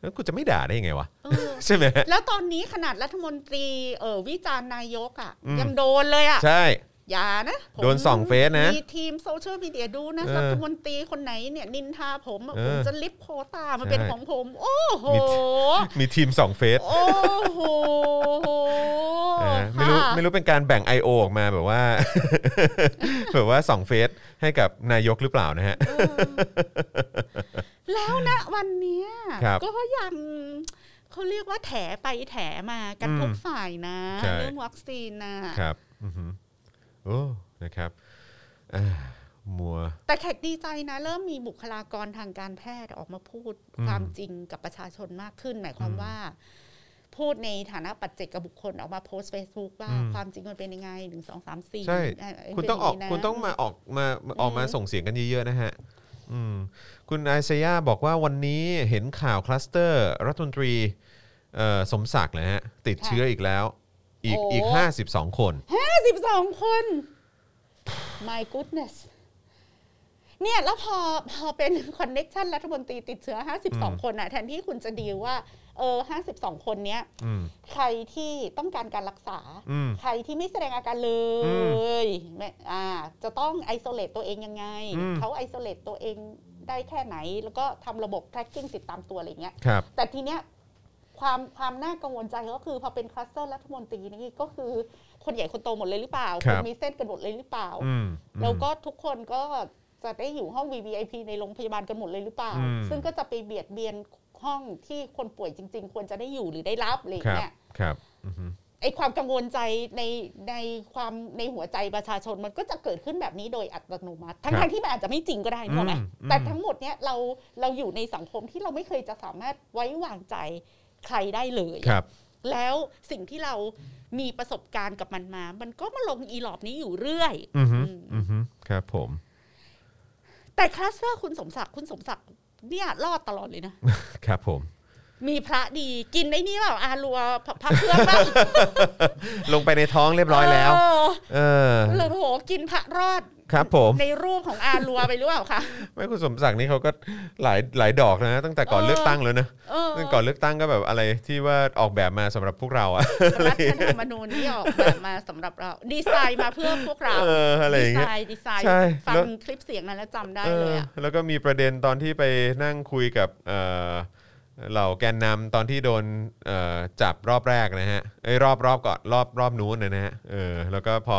B: แล้วกูจะไม่ด่าได้ยังไงวะ
C: เออ
B: ใช่ไหม
C: แล้วตอนนี้ขนาดรัฐมนตรีเออวิจารณ์นายกอ่ะ
B: อืม
C: ยังโดนเลยอ่ะ
B: ใช่
C: อย่านะผม
B: โดนส่องเฟซนะ
C: มีทีมโซเชียลมีเดียดูนะ
B: เออ
C: รัฐมนตรีคนไหนเนี่ยนินทาผมอะ
B: เออ
C: ผมจะลิฟต์โควตามาเป็น
B: ใช่
C: ของผม โอ้โห
B: มี มีทีมสองเฟส
C: โอ้โห
B: นะฮะไม่รู้
C: ค่ะ
B: ไม่รู้เป็นการแบ่ง I.O. ออกมาแบบว่า แบบว่าสองเฟสให้กับนายกหรือเปล่านะฮะ
C: เออแล้วนะวันเนี้ย
B: ครับ
C: ก็ยังเขาเรียกว่าแถไปแถมากัน
B: อืม
C: ทุกฝ่ายนะ
B: ใช่
C: เรื่องวัคซีนนะครับ
B: อือหือโอ้นะครับอ่ามัว
C: แต่แขกดีใจนะ เริ่มมีบุคลากรทางการแพทย์ออกมาพูด
B: อืม
C: ความจริงกับประชาชนมากขึ้น หมายความว่า พูดในฐานะปัจเจกบุคคลออกมาโพสต์เฟซบุ๊กว่าความจริงมันเป็นยังไงหนึ่งสองสามสี่
B: ใช่
C: เเ
B: คุณต้องออก
C: เป็นย่นี้นะ
B: คุณต้องมาออกมาออกมาส่งเสียงกันเยอะๆนะฮะอืมคุณไอซยาบอกว่าวันนี้เห็นข่าวคลัสเตอร์รัฐมนตรีเอ่อสมศักดิ์นะฮะ ติดเชื้ออีกแล้ว อีก
C: โอ้
B: อีก 52 คน
C: สิบสองคน my goodness เนี่ย แล้วพอพอเป็นคอนเน็ชันรัฐมนตรีติดเชื้อ
B: ม
C: 52 คนอะแทนที่คุณจะดีลว่า เออ 52 คนเนี้ย
B: อืม
C: ใครที่ต้องการการรักษา
B: อืม
C: ใครที่ไม่แสดงอาการเล
B: อื
C: ยไม่อ่า จะต้องไอโซเลตตัวเองยังไง
B: อืม
C: เขาไอโซเลตตัวเองได้แค่ไหน แล้วก็ทำระบบ tracking ติดตามตัวอะไรเงี้ย
B: ครับ
C: แต่ทีเนี้ยความความน่ากังวลใจก็คือพอเป็นคลัสเตอร์รัฐมนตรีนี่ก็คือคนใหญ่คนโตหมดเลยหรือเปล่า
B: ครั
C: น
B: บ
C: มีเส้นกันหมดเลยหรือเปล่า
B: อืม
C: แล้วก็ทุกคนก็จะได้อยู่ห้อง VVIP ในโรงพยาบาลกันหมดเลยหรือเปล่า
B: อืม
C: ซึ่งก็จะไปเบียดเบียนห้องที่คนป่วยจริง ๆ ควรจะได้อยู่หรือได้รับอะไรอย่า
B: ครั
C: ง
B: บ
C: เงี้ย
B: ครับอือหือ
C: ไอความกังวลใจในในความในหัวใจประชาชนมันก็จะเกิดขึ้นแบบนี้โดยอัตโนมัติทั้ง
B: ครั
C: ท
B: บ
C: ที่มันอาจจะไม่จริงก็ได้นึกออกไหม
B: อืมอืม
C: แต่ทั้งหมดเนี้ยเราเราอยู่ในสังคมที่เราไม่เคยจะสามารถไว้วางใจใครได้เลย
B: ครับ
C: แล้วสิ่งที่เรามีประสบการณ์กับมันมา มันก็มาลงอีหลอบนี้อยู่เรื่อย
B: อือฮึ
C: อืม
B: อือฮึครับผม
C: แต่คลัสเตอร์คุณสมศักดิ์คุณสมศักดิ์เนี่ยรอดตลอดเลย นะ
B: ครับผม
C: มีพระดีกินไอ้นี่เปล่าอารัวพระพระเครื่องบ้าง
B: ลงไปในท้องเรียบร้อยแล้ว
C: เอ
B: เออ
C: หรือโหกินพระรอด
B: ครับผม
C: ในรูปของอารัวไปหรือเปล่าคะ
B: ไม่คุณสมศักดิ์นี่เขาก็หลายหลายดอกนะ ตั้งแต่ก่อนเลือกตั้งแล้วนะ
C: เออ
B: ตั้งแต่ก่อนเลือกตั้งก็แบบอะไรที่ว่าออกแบบมาสำหรับพวกเราอะ
C: รัฐธรรมนูญที่ออกแบบมาสำหรับเรา ดีไซน์มาเพื่อพวกเรา
B: เอออะไรอ
C: ดี
B: ย่าง
C: ไซ
B: เงี้ย
C: น์ดีไซน์
B: ใช่
C: ฟั
B: แล้
C: ง
B: ว
C: คลิปเสียงนั้นแล้วจำได้
B: เอ
C: เล
B: อย
C: อะ
B: แล้วก็มีประเด็นตอนที่ไปนั่งคุยกับเอ่อเหล่าแกนนำตอนที่โดนเอ่อจับรอบแรกนะฮะไอ้ยรอบรอบก่อนรอบรอบนู้นนะฮะเออแล้วก็พอ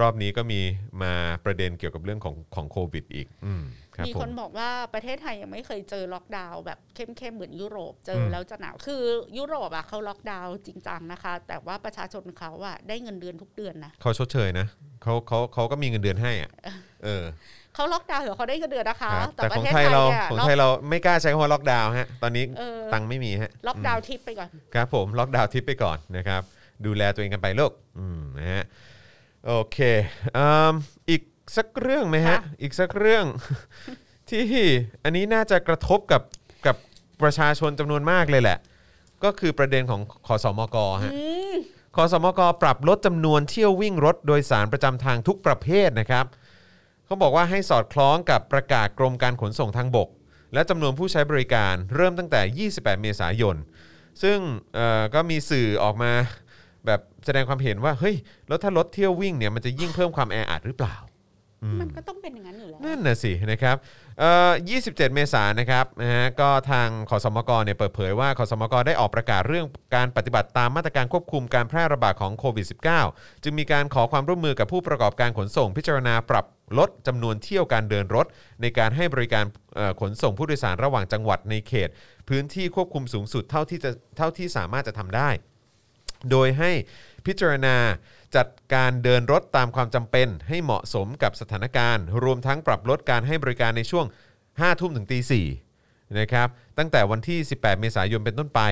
B: รอบนี้ก็มีมาประเด็นเกี่ยวกับเรื่องของของโควิดอีก อืมครับ
C: มี
B: ผ
C: คน
B: ม
C: บอกว่าประเทศไทยยังไม่เคยเจอล็อกดาวน์แบบเข้มๆเหมือนยุโรปเจอ
B: ม
C: แล้วจะหนาวคือยุโรปอะเขาล็อกดาวน์จริงจังนะคะ แต่ว่าประชาชนเขาอะได้เงินเดือนทุกเดือนนะ
B: เขาชดเชยนะเขาเขาเขาก็มีเงินเดือนให้อ่ะเออ
C: เขาล็อกดาวน์เหรือเขาได้เงินเดือนนะคะ
B: ครับ
C: แต่
B: แต่ข
C: ประ
B: อง
C: เทศ
B: ไท
C: ไท
B: ย
C: ย
B: เรา
C: เนี่ย
B: ของ
C: ล็อ
B: ไท
C: ก
B: ยเราไม่กล้าใช้คำว่าล็อกดาวน์ฮะตอนนี้
C: เออ
B: ตังค์ไม่มีฮะ
C: ล็อกดาวน์ทิปไปก่อน
B: ครับผมล็อกดาวน์ทิปไปก่อนนะครับ ดูแลตัวเองกันไปโลกอืมนะฮะโอเคอืมอีกสักเรื่องไหมฮะ
C: ค่ะ
B: อีกสักเรื่อง ที่อันนี้น่าจะกระทบกับกับประชาชนจำนวนมากเลยแหละ ก็คือประเด็นของขอสอมกฮะ คอสมกปรับลดจำนวนเที่ยววิ่งรถโดยสารประจำทางทุกประเภทนะครับ เขาบอกว่าให้สอดคล้องกับประกาศกรมการขนส่งทางบก และจำนวนผู้ใช้บริการเริ่มตั้งแต่ 28 เมษายน ซึ่งเอ่อก็มีสื่อออกมาแบบแสดงความเห็นว่าเฮ้ยแล้วถ้ารถเที่ยววิ่งเนี่ยมันจะยิ่งเพิ่มความแออัดหรือเปล่า
C: มันก็ต้องเป็นอย่างนั้นอยู่แล้ว
B: นั่นน่ะสินะครับเอ่อ27 เมษายนนะครับนะฮะก็ทางขอสมกเนี่ยเปิดเผยว่าขอสมกได้ออกประกาศเรื่องการปฏิบัติตามมาตรการควบคุมการแพร่ระบาดของโควิด -19 จึงมีการขอความร่วมมือกับผู้ประกอบการขนส่ง พิจารณาปรับลดจำนวนเที่ยวการเดินรถ ในการให้บริการเอ่อขนส่งผู้โดยสารระหว่างจังหวัดในเขต พื้นที่ควบคุมสูงสุดเท่าที่จะเท่าที่สามารถจะทำได้ โดยให้พิจารณาจัดการเดินรถตามความจำเป็น ให้เหมาะสมกับสถานการณ์ รวมทั้งปรับลดการให้บริการในช่วง 5 ทุ่มถึงตี4นะครับตั้งแต่วันที่ 18 เมษายนเป็นต้นไป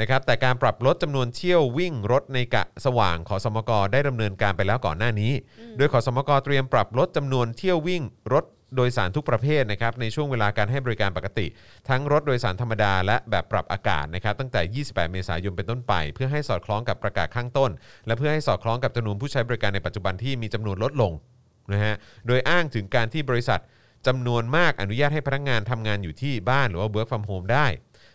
B: นะครับแต่การปรับลดจำนวนเที่ยววิ่งรถในกะสว่างขอสมกได้ดำเนินการไปแล้วก่อนหน้านี้ โดยขอสมกเตรียมปรับลดจำนวนเที่ยววิ่งรถโดยสารทุกประเภทนะครับในช่วงเวลาการให้บริการปกติ ทั้งรถโดยสารธรรมดาและแบบปรับอากาศนะครับตั้งแต่ 28 เมษายนเป็นต้นไป เพื่อให้สอดคล้องกับประกาศข้างต้น และเพื่อให้สอดคล้องกับจำนวนผู้ใช้บริการในปัจจุบันที่มีจำนวนลดลงนะฮะโดยอ้างถึงการที่บริษัทจำนวนมากอนุญาตให้พนักงานทำงานอยู่ที่บ้านหรือว่า work from home ได้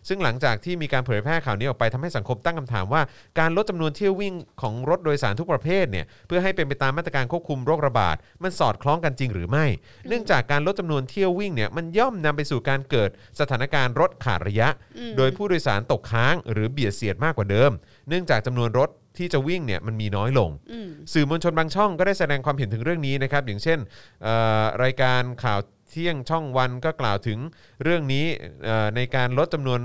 B: ซึ่งหลังจากที่มีการเผยแพร่ข่าวนี้ออกไปทำให้สังคมตั้งคำถามว่า การลดจำนวนเที่ยววิ่งของรถโดยสารทุกประเภทเนี่ยเพื่อให้เป็นไปตามมาตรการควบคุมโรคระบาดมันสอดคล้องกันจริงหรือไม่ เนื่องจากการลดจำนวนเที่ยววิ่งเนี่ยมันย่อมนำไปสู่การเกิดสถานการณ์รถขาดระยะ
C: อืม
B: โดยผู้โดยสารตกค้างหรือเบียดเสียดมากกว่าเดิม เนื่องจากจำนวนรถที่จะวิ่งเนี่ยมันมีน้อยลง
C: อืม
B: สื่อมวลชนบางช่องก็ได้แสดงความเห็นถึงเรื่องนี้นะครับ อย่างเช่นเอ่อรายการข่าวเที่ยงช่องวันก็กล่าวถึงเรื่องนี้เอ่อในการลดจำนวน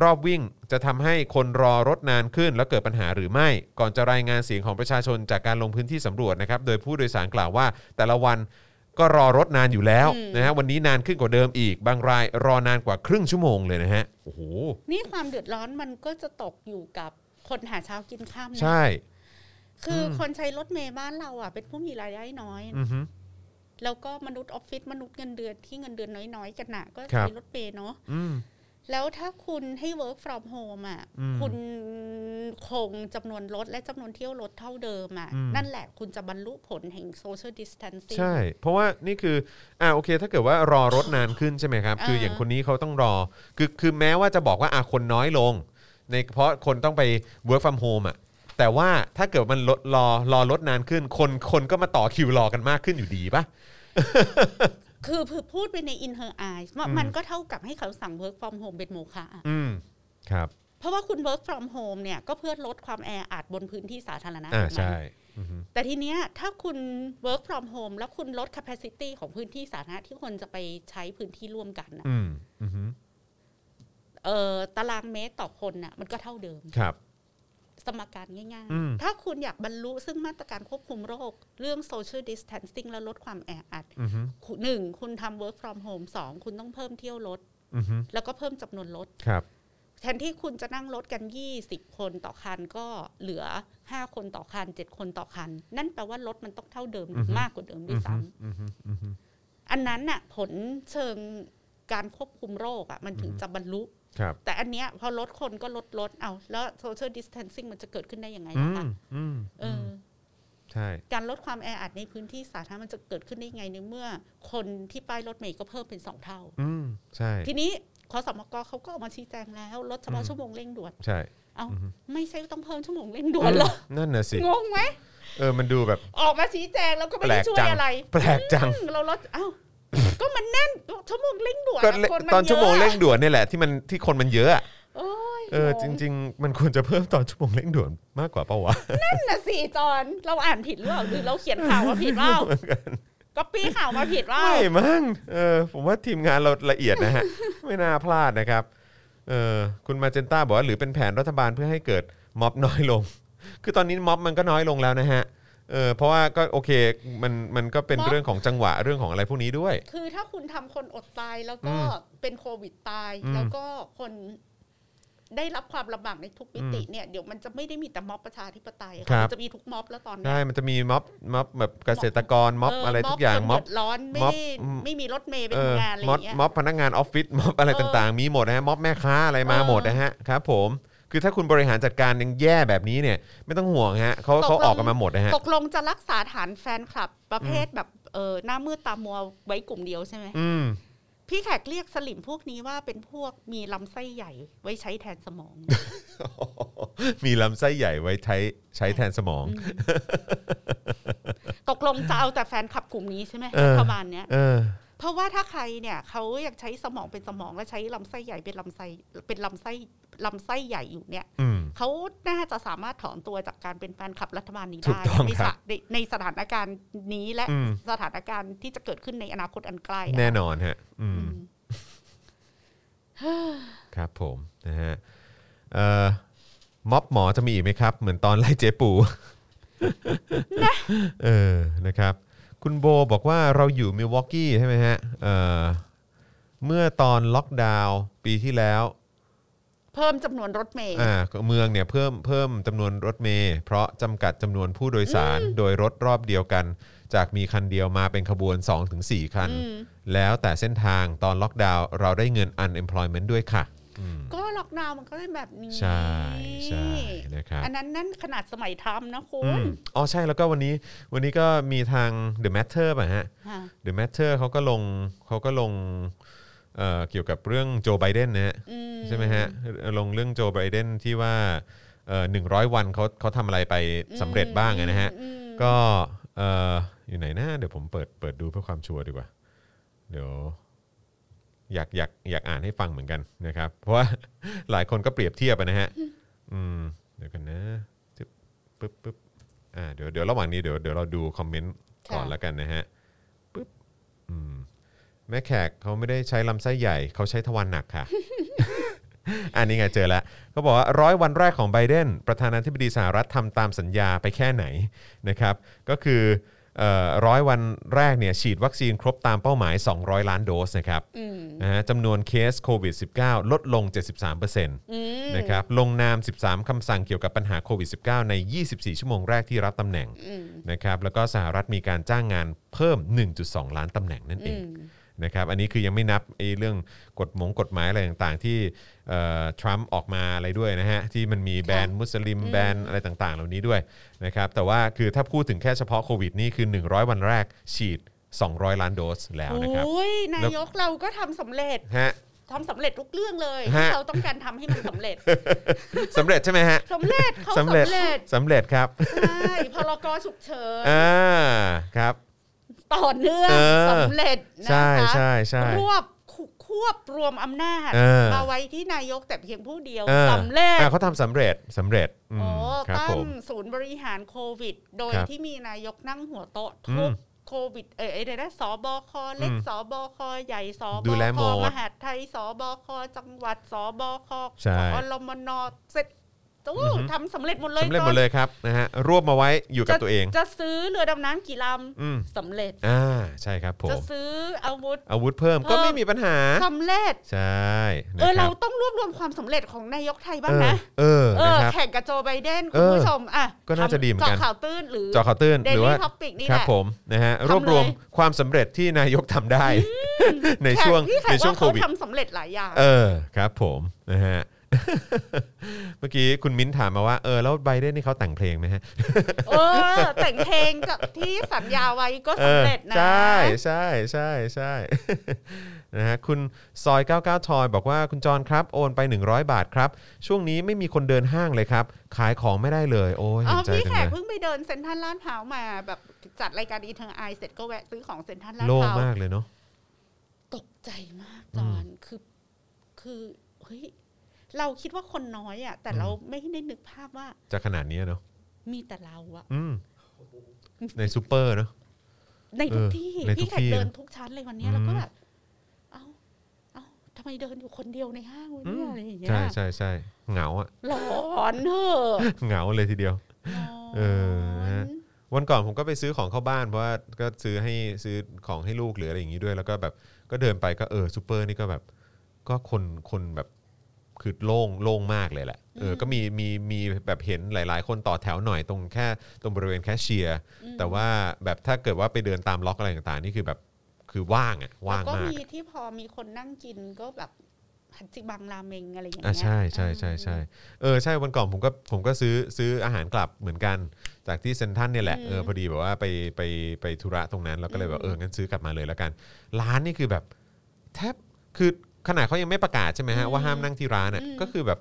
B: รอบวิ่ง จะทำให้คนรอรถนานขึ้น แล้วเกิดปัญหาหรือไม่ ก่อนจะรายงานเสียงของประชาชนจากการลงพื้นที่สำรวจนะครับ โดยผู้โดยสารกล่าวว่า แต่ละวันก็รอรถนานอยู่แล้ว
C: อืม
B: นะฮะวันนี้นานขึ้นกว่าเดิมอีก บางรายรอนานกว่าครึ่งชั่วโมงเลยนะฮะโอ้โห
C: นี่ความเดือดร้อนมันก็จะตกอยู่กับคนหาเช้ากินข้ามนะ
B: ใช่
C: คืออ
B: ม
C: คนใช้รถเมย์บ้านเราอ่ะ เป็นผู้มีรายได้น้อย
B: อือฮึ
C: แล้วก็มนุษย์ออฟฟิศมนุษย์เงินเดือนที่เงินเดือนน้อยๆกันน่ะก็
B: ครั
C: ใช้
B: บ
C: รถเมย์เนาะ
B: อืม
C: แล้วถ้าคุณให้ work from home อ่ะ
B: อืม
C: คุณคงจำนวนรถและจำนวนเที่ยวรถเท่าเดิมอ่ะ
B: อืม
C: นั่นแหละคุณจะบรรลุผลแห่ง social distancing
B: ใช่ เพราะว่านี่คือ อ่าโอเค ถ้าเกิดว่ารอรถนานขึ้นใช่ไหมครับ
C: อ่า
B: คืออย่างคนนี้เขาต้องรอ คือ คือแม้ว่าจะบอกว่าอ่ะคนน้อยลง ในเพราะคนต้องไป work from home อ่ะ แต่ว่าถ้าเกิดมันลดรอ รอรถนานขึ้น คน คนก็มาต่อคิวรอกันมากขึ้นอยู่ดีปะ
C: คือคือพูดไปใน in her eyes ว่า
B: อืม
C: มันก็เท่ากับให้เขาสั่ง work from home เป็นโมฆะอะ
B: อืม ครับ
C: เพราะว่าคุณ work from home เนี่ยก็เพื่อลดความแออัดบนพื้นที่สาธารณะ
B: อ่า
C: ของมัน
B: ใช่อือฮึ
C: แต่ทีเนี้ยถ้าคุณ work from home แล้วคุณลด capacity ของพื้นที่สาธารณะที่คนจะไปใช้พื้นที่ร่วมกันน่ะ
B: อืม อือฮึ
C: เออตารางเมตรต่อคนน่ะมันก็เท่าเดิม
B: ครับ
C: สมการง่าย
B: อืม
C: ๆ ถ้าคุณอยากบรรลุซึ่งมาตรการควบคุมโรค เรื่อง social distancing และลดความแออัด
B: อือฮึ
C: คุณหนึ่งคุณทำ work from home สองคุณต้องเพิ่มเที่ยวรถ
B: อือฮึ
C: แล้วก็เพิ่มจำนวนรถ
B: ครับ
C: แทนที่คุณจะนั่งรถกัน 20 คนต่อคันก็เหลือ 5 คนต่อคัน 7 คนต่อคัน นั่นแปลว่ารถมันต้องเท่าเดิมหรือ
B: อฮึ
C: มากกว่าเดิมด้
B: อื
C: ว
B: อ
C: ย
B: ฮึ
C: ซ้ำ
B: อือฮึอือฮึ
C: อันนั้นน่ะผลเชิงการควบคุมโรคอ่ะมันถึงจะบรรลุ
B: ครับ
C: แต่อันเนี้ยพอลดคนก็ลดลดเอา แล้ว social distancing มันจะเกิดขึ้นได้ยังไง
B: อืม
C: ล่ะคะ
B: อืม
C: เออ
B: ใช่
C: การลดความแออัดในพื้นที่สาธารณะมันจะเกิดขึ้นได้ยังไงในเมื่อ คนที่ป้ายรถเมล์ก็เพิ่มเป็นสองเท่า
B: อืม ใช่
C: ทีนี้ขอสมกเขาก็ออกมาชี้แจงแล้วลดเฉพาะ
B: อืม
C: ชั่วโมงเร่งด่วน
B: ใช่
C: เอา
B: อือฮึ
C: ไม่ใช่ต้องเพิ่มชั่วโมงเร่งด่วนเหรอ
B: นั่นน่ะสิ
C: งงไหม
B: เออ มันดูแบบ
C: ออกมาชี้แจงแล้วก็ไม่
B: แปล
C: ได้
B: ก
C: ช่ว
B: จั
C: ย
B: ง
C: อะไร
B: แปลกจัง
C: อืมเราลดเอ้าก็มันแน่นชั่วโมงเร่งด่วน
B: ก็
C: อะ
B: เล
C: คนน
B: ตอนชั่วโมง
C: ยอะ
B: เร่งด่วนเนี่ยแหละที่มันที่คนมันเยอะอะ
C: โอ้ย
B: เออจริง ๆ มันควรจะเพิ่มตอนชั่วโมงเร่งด่วนมากกว่าเปล่าวะ
C: นั่นน่ะสิจอนเราอ่านผิดหรือเปล่าหรือเราเขียนข่าวมาผิดเปล่าก็ปี้ข่าวมาผิดเปล่า
B: ไม่มั้งเออผมว่าทีมงานเราละเอียดนะ ฮะ ไม่น่าพลาดนะครับเออคุณมาเจนต้าบอกว่าหรือเป็นแผนรัฐบาลเพื่อให้เกิดม็อบน้อยลง คือตอนนี้ม็อบมันก็น้อยลงแล้วนะฮะเออเพราะว่าก็โอเคมันมันก็เป็นเรื่องของจังหวะเรื่องของอะไรพวกนี้ด้วย
C: คือถ้าคุณทำคนอดตายแล้วก็
B: อื
C: เป็นโควิดตาย
B: อืม
C: แล้วก็คนได้รับความลำบากในทุกมิติเนี่ย เดี๋ยวมันจะไม่ได้มีแต่ม็อบประชาธิปไตยอะ
B: ครั
C: ค่ะ
B: บ
C: มันจะมีทุกม็อบแล้วตอนเนี้ย
B: ใช่มันจะมีม็อบม็อบแบบเกษตรกรม็อบอะไรทุกอย่าง
C: คน
B: ม็อบ
C: เดืดร้อนไม่
B: ม็อบ
C: ได้ไม่มีรถเมย์ไป
B: เออ
C: ทำงานอะไรอ
B: ม็อบ
C: ย่างเงี้ย
B: ม็อบพนักงานออฟฟิศม็อบอะไร
C: เออ
B: ต่างๆ มีหมดนะฮะม็อบแม่ค้าอะไรมา
C: เออ
B: หมดนะฮะครับผม คือถ้าคุณบริหารจัดการยังแย่แบบนี้เนี่ย ไม่ต้องห่วงฮะเขาเขาออกกันมาหมดนะฮะ
C: ตกลงจะรักษาฐานแฟนคลับ ประเภทแบบเออหน้ามืดตามัวไว้กลุ่มเดียวใช่ไหม
B: อืม
C: พี่แขกเรียกสลิมพวกนี้ว่าเป็นพวกมีลำไส้ใหญ่ไว้ใช้แทนสมอง
B: มีลำไส้ใหญ่ไว้ใช้ใช้แทนสมอง
C: ตกลงจะเอาแต่แฟนคลับกลุ่มนี้ใช่ไหม
B: เออ
C: รัฐบาลเนี้ย
B: เออ
C: เพราะว่าถ้าใครเนี่ยเขาอยากใช้สมองเป็นสมองและใช้ลำไส้ใหญ่เป็นลำไส้เป็นลำไส้ลำไส้ใหญ่อยู่เนี่ย
B: อืม
C: เขาน่าจะสามารถถอนตัวจากการเป็นแฟนคลับรัฐบาลนี้
B: ถู
C: ได้
B: กต้อง
C: ใน
B: ครั
C: สะ
B: บ
C: ในในสถานการณ์นี้และ
B: อืม
C: สถานการณ์ที่จะเกิดขึ้นในอนาคตอันใกล้อะ
B: แน่นอนฮะ อื
C: อื
B: ม
C: ม
B: ครับผมนะฮะเอ่อม็อบหมอจะมีอีกไหมครับ เหมือนตอนไล่เจ๊ ปูเออนะครับ คุณโบบอกว่าเราอยู่มิลวอกกี้ใช่ไหมฮะเอ่อเมื่อตอนล็อกดาวน์ปีที่แล้ว
C: เพิ่มจำนวนรถเมล์
B: อ่าเมืองเนี่ยเพิ่มเพิ่มจำนวนรถเมย์เพราะจำกัดจำนวนผู้โดยสารโดยรถรอบเดียวกัน จากมีคันเดียวมาเป็นขบวน 2-4 คัน
C: อืม
B: แล้วแต่เส้นทางตอนล็อกดาวน์เราได้เงิน unemployment ด้วยค่ะอืม
C: ก็ล็อกดาวน์มันก็เป็นแบบนี้
B: ใช่ใช่นะครับ
C: อันนั้นนั่นขนาดสมัยทำนะคุ
B: อื
C: ณ
B: มอ๋อใช่แล้วก็วันนี้วันนี้ก็มีทาง The Matter ป่ะฮะ
C: ค่ะ
B: The Matter เขาก็ลงเขาก็ลงเอ่อเกี่ยวกับเรื่องโจไบเดนนะฮะ
C: อืม
B: ใช่ไหมฮะ ลงเรื่องโจไบเดนที่ว่าหนึ่งร้อยวันเขาเขาทำอะไรไปสำเร็จบ้างอะนะฮะ
C: อืม
B: ก็เอ่ออยู่ไหนนะเดี๋ยวผมเปิดเปิดดูเพื่อความชัวร์ดีกว่า เดี๋ยวอยากอยากอยากอ่านให้ฟังเหมือนกันนะครับ เพราะว่า หลายคนก็เปรียบเทียบอะนะฮะ อืมเดี๋ยวกันนะจึ๊บปึ๊บปึ๊บอ่าเดี๋ยวเดี๋ยวระหว่างนี้เดี๋ยวเดี๋ยวเราดูคอมเมนต์ก่อนละกันนะฮะปึ๊บอืมแม่แขกเขาไม่ได้ใช้ลำไส้ใหญ่เขาใช้ทวารหนักค่ะ อันนี้ไงเจอแล้วเขาบอกว่าร้อยวันแรกของไบเดนประธานาธิบดีสหรัฐทำตามสัญญาไปแค่ไหนนะครับ ก็คือร้อยวันแรกเนี่ยฉีดวัคซีนครบตามเป้าหมาย 200 ล้านโดสนะครับ
C: อืม
B: นะฮะจำนวนเคสโควิด -19 ลดลง 73%น
C: อืม
B: ะครับลงนาม 13 คำสั่งเกี่ยวกับปัญหาโควิด -19 ใน 24 ชั่วโมงแรกที่รับตำแหน่ง
C: อืม
B: นะครับแล้วก็สหรัฐมีการจ้างงานเพิ่ม 1.2 ล้านตำแหน่งนั่นเอ
C: อื
B: ง
C: ม
B: นะครับอันนี้คือยังไม่นับไอ้เรื่องกฎหมงกฎหมายอะไรต่างๆ ที่เอ่อทรัมป์ออกมาอะไรด้วยนะฮะที่มันมีแบนมุสลิมแบนอะไรต่างๆ เหล่านี้ด้วยนะครับแต่ว่าคือถ้าพูดถึงแค่เฉพาะโควิดนี่คือ 100 วันแรกฉีด 200 ล้านโดสแล้วนะครับ
C: โอ้ยนายกเราก็ทำสำเร็จ
B: ฮะ
C: ทำสำเร็จทุกเรื่องเลย
B: ฮะ
C: ที่เราต้องการทำให้มันสำเร็จ
B: สำเร็จใช่ไหมฮะ
C: สำเร็จเขาสำ
B: สำเร็จ
C: เร็จ
B: สำเร็จครับ
C: ใช่พรกฉุกเฉิ น
B: อ่าครับ
C: ต่อเนื่อง
B: เออ
C: สำเร็จนะ
B: ใช่
C: คะ
B: ใช่ใช่
C: รวบคุควบรวมอำนาจ
B: เออ
C: มาไว้ที่นายกแต่เพียงผู้เดียว
B: ออ
C: สำเร็จ
B: อ่าเขาทำสำเร็จสำเร็จอืม
C: โอ้
B: ครับ
C: ตั้
B: ผ
C: ง
B: ม
C: ศูนย์บริหารโควิด โดย
B: ครับ
C: ที่มีนายกนั่งหัวโต๊ะ
B: อื
C: ทุ
B: ม
C: กโควิดเออไอ้เดี๋ยวนะสบคเล็ก
B: อืม
C: สบคใหญ่สบ
B: ดูแลห
C: ค
B: มด
C: มหาดไทยสบคจังหวัดสบค
B: ใช่
C: อลมนเสร็จตู้
B: อือหือ
C: ทำสำเร็จหมดเลย
B: สำเร็จหมดเลยครับนะฮะรวบมาไว้อยู่กับ
C: จะ
B: ตัวเอง
C: จะซื้อเรือดำน้ำกี่ล
B: อืม
C: ำสำเร็จ
B: อ่าใช่ครับผม
C: จะซื้ออาวุธ
B: อาวุธเพิ่มก็
C: เพิ่ม
B: ไม่มีปัญหา
C: สำเร็จ
B: ใช่นะ
C: เออ
B: ค
C: เรา
B: รับ
C: ต้องรวบรวมความสำเร็จของนายกไทยบ้า
B: เอง อ
C: นะ
B: เออ
C: เอ
B: นะ
C: อ
B: ครับ
C: แข่งกับโจไบเดน
B: เออ
C: คุณผู้ชมอ่ะ
B: ก็น่าจะดีเหมือนกัน
C: จาะข่าวตื้นหรือ
B: จอข่าวตื้นหรือ
C: Daily
B: ว่า
C: Topic นี่
B: ค
C: แห
B: รับ
C: ละ
B: ผมนะฮะ
C: ทำเลย
B: รวบรวมความสำเร็จที่นายกทำได้ ในช่วง
C: แขกพี่แขก
B: ในช่วง
C: า
B: โควิด
C: เขาทำสำเร็จหลายอย่าง
B: เออครับผมนะฮะ เมื่อกี้คุณมิ้นถามมาว่าเออแล้วไบเดนนี่เขาแต่งเพลงไหมฮะ
C: เออแต่งเพลงกับที่สัญญาไว้ก็
B: เอ
C: สำ
B: อ
C: เร็จนะ
B: ใช่ใช่ใช่ใช่ นะฮะคุณซอย 99 ทอย บอกว่าคุณจรครับโอนไป 100 บาทครับ ช่วงนี้ไม่มีคนเดินห้างเลยครับ ขายของไม่ได้เลยโอ้ย
C: อ๋
B: เห็
C: อน
B: ใจ
C: พี่
B: จัง
C: แข
B: เล
C: ก
B: ย
C: เพิ่งไปเดินเซ็นทรัลลาดพร้าวมาแบบจัดรายการอีเทอร์ไอเสร็จก็แวะซื้อของเซ็นทรัลลาด
B: โล่
C: พ
B: ง
C: ร้าว
B: มากเลยเนาะ
C: ตกใจมากจอนคือคือเฮ้ยเราคิดว่าคนน้อยอ่ะแต่เราไม่ได้นึกภาพว่า
B: จะขนาดนี้เนาะ
C: มีแต่เราอ่ะ
B: อืมในซูเปอร์เนาะ
C: ในทุกที่
B: เออในทุก
C: พี่แข
B: ที่
C: กเดิน
B: นะ
C: ทุกชั้นเลยวันเนี้ยแล้วก็
B: อืม
C: แบบเอ้าเอ้าทำไมเดินอยู่คนเดียวในห้างวะ
B: อืม
C: เนี่ยอะไรอย่างเงี้ย
B: ใช่ใช่ใช่เหงาอะ
C: หลอนเถอะ
B: เหงาเลยทีเดียว
C: หลอน
B: เออนะฮะ วันก่อนผมก็ไปซื้อของเข้าบ้านเพราะว่าก็ซื้อให้ซื้อของให้ลูกหรืออะไรอย่างนี้ด้วย แล้วก็แบบก็เดินไปก็เออซูเปอร์นี่ก็แบบ ก็คนคนแบบคือโล่งโล่งมากเลยแหละเออก็มีมีมีแบบเห็นหลาย ๆ คนต่อแถวหน่อยตรงแค่ตรงบริเวณแคชเชียร์แต่ว่าแบบถ้าเกิดว่าไปเดินตามล็อกอะไรต่างๆ นี่คือแบบคือว่างอะ
C: แล้ว
B: ่าง
C: ก็
B: มาก
C: มีที่พอมีคนนั่งกินก็แบบ ฮัจิบังราเมงอะไรอย่าง
B: อ่ะ
C: เงี้ย
B: ใช่ใช่ใช่ใช่เออใช่วันก่อนผมก็ผมก็ซื้อซื้ออาหารกลับเหมือนกันจากที่เซนทรันเนี่ยแหละเออพอดีแบบว่าไปไปไปธุระตรงนั้นเราก็เลยแบบเอองั้นซื้อกลับมาเลยแล้วกัน ร้านนี่คือแบบแทบคือขนาดเขายังไม่ประกาศใช่ไหมฮะว่าห้ามนั่งที่ร้านอ่ะก็คือแบบ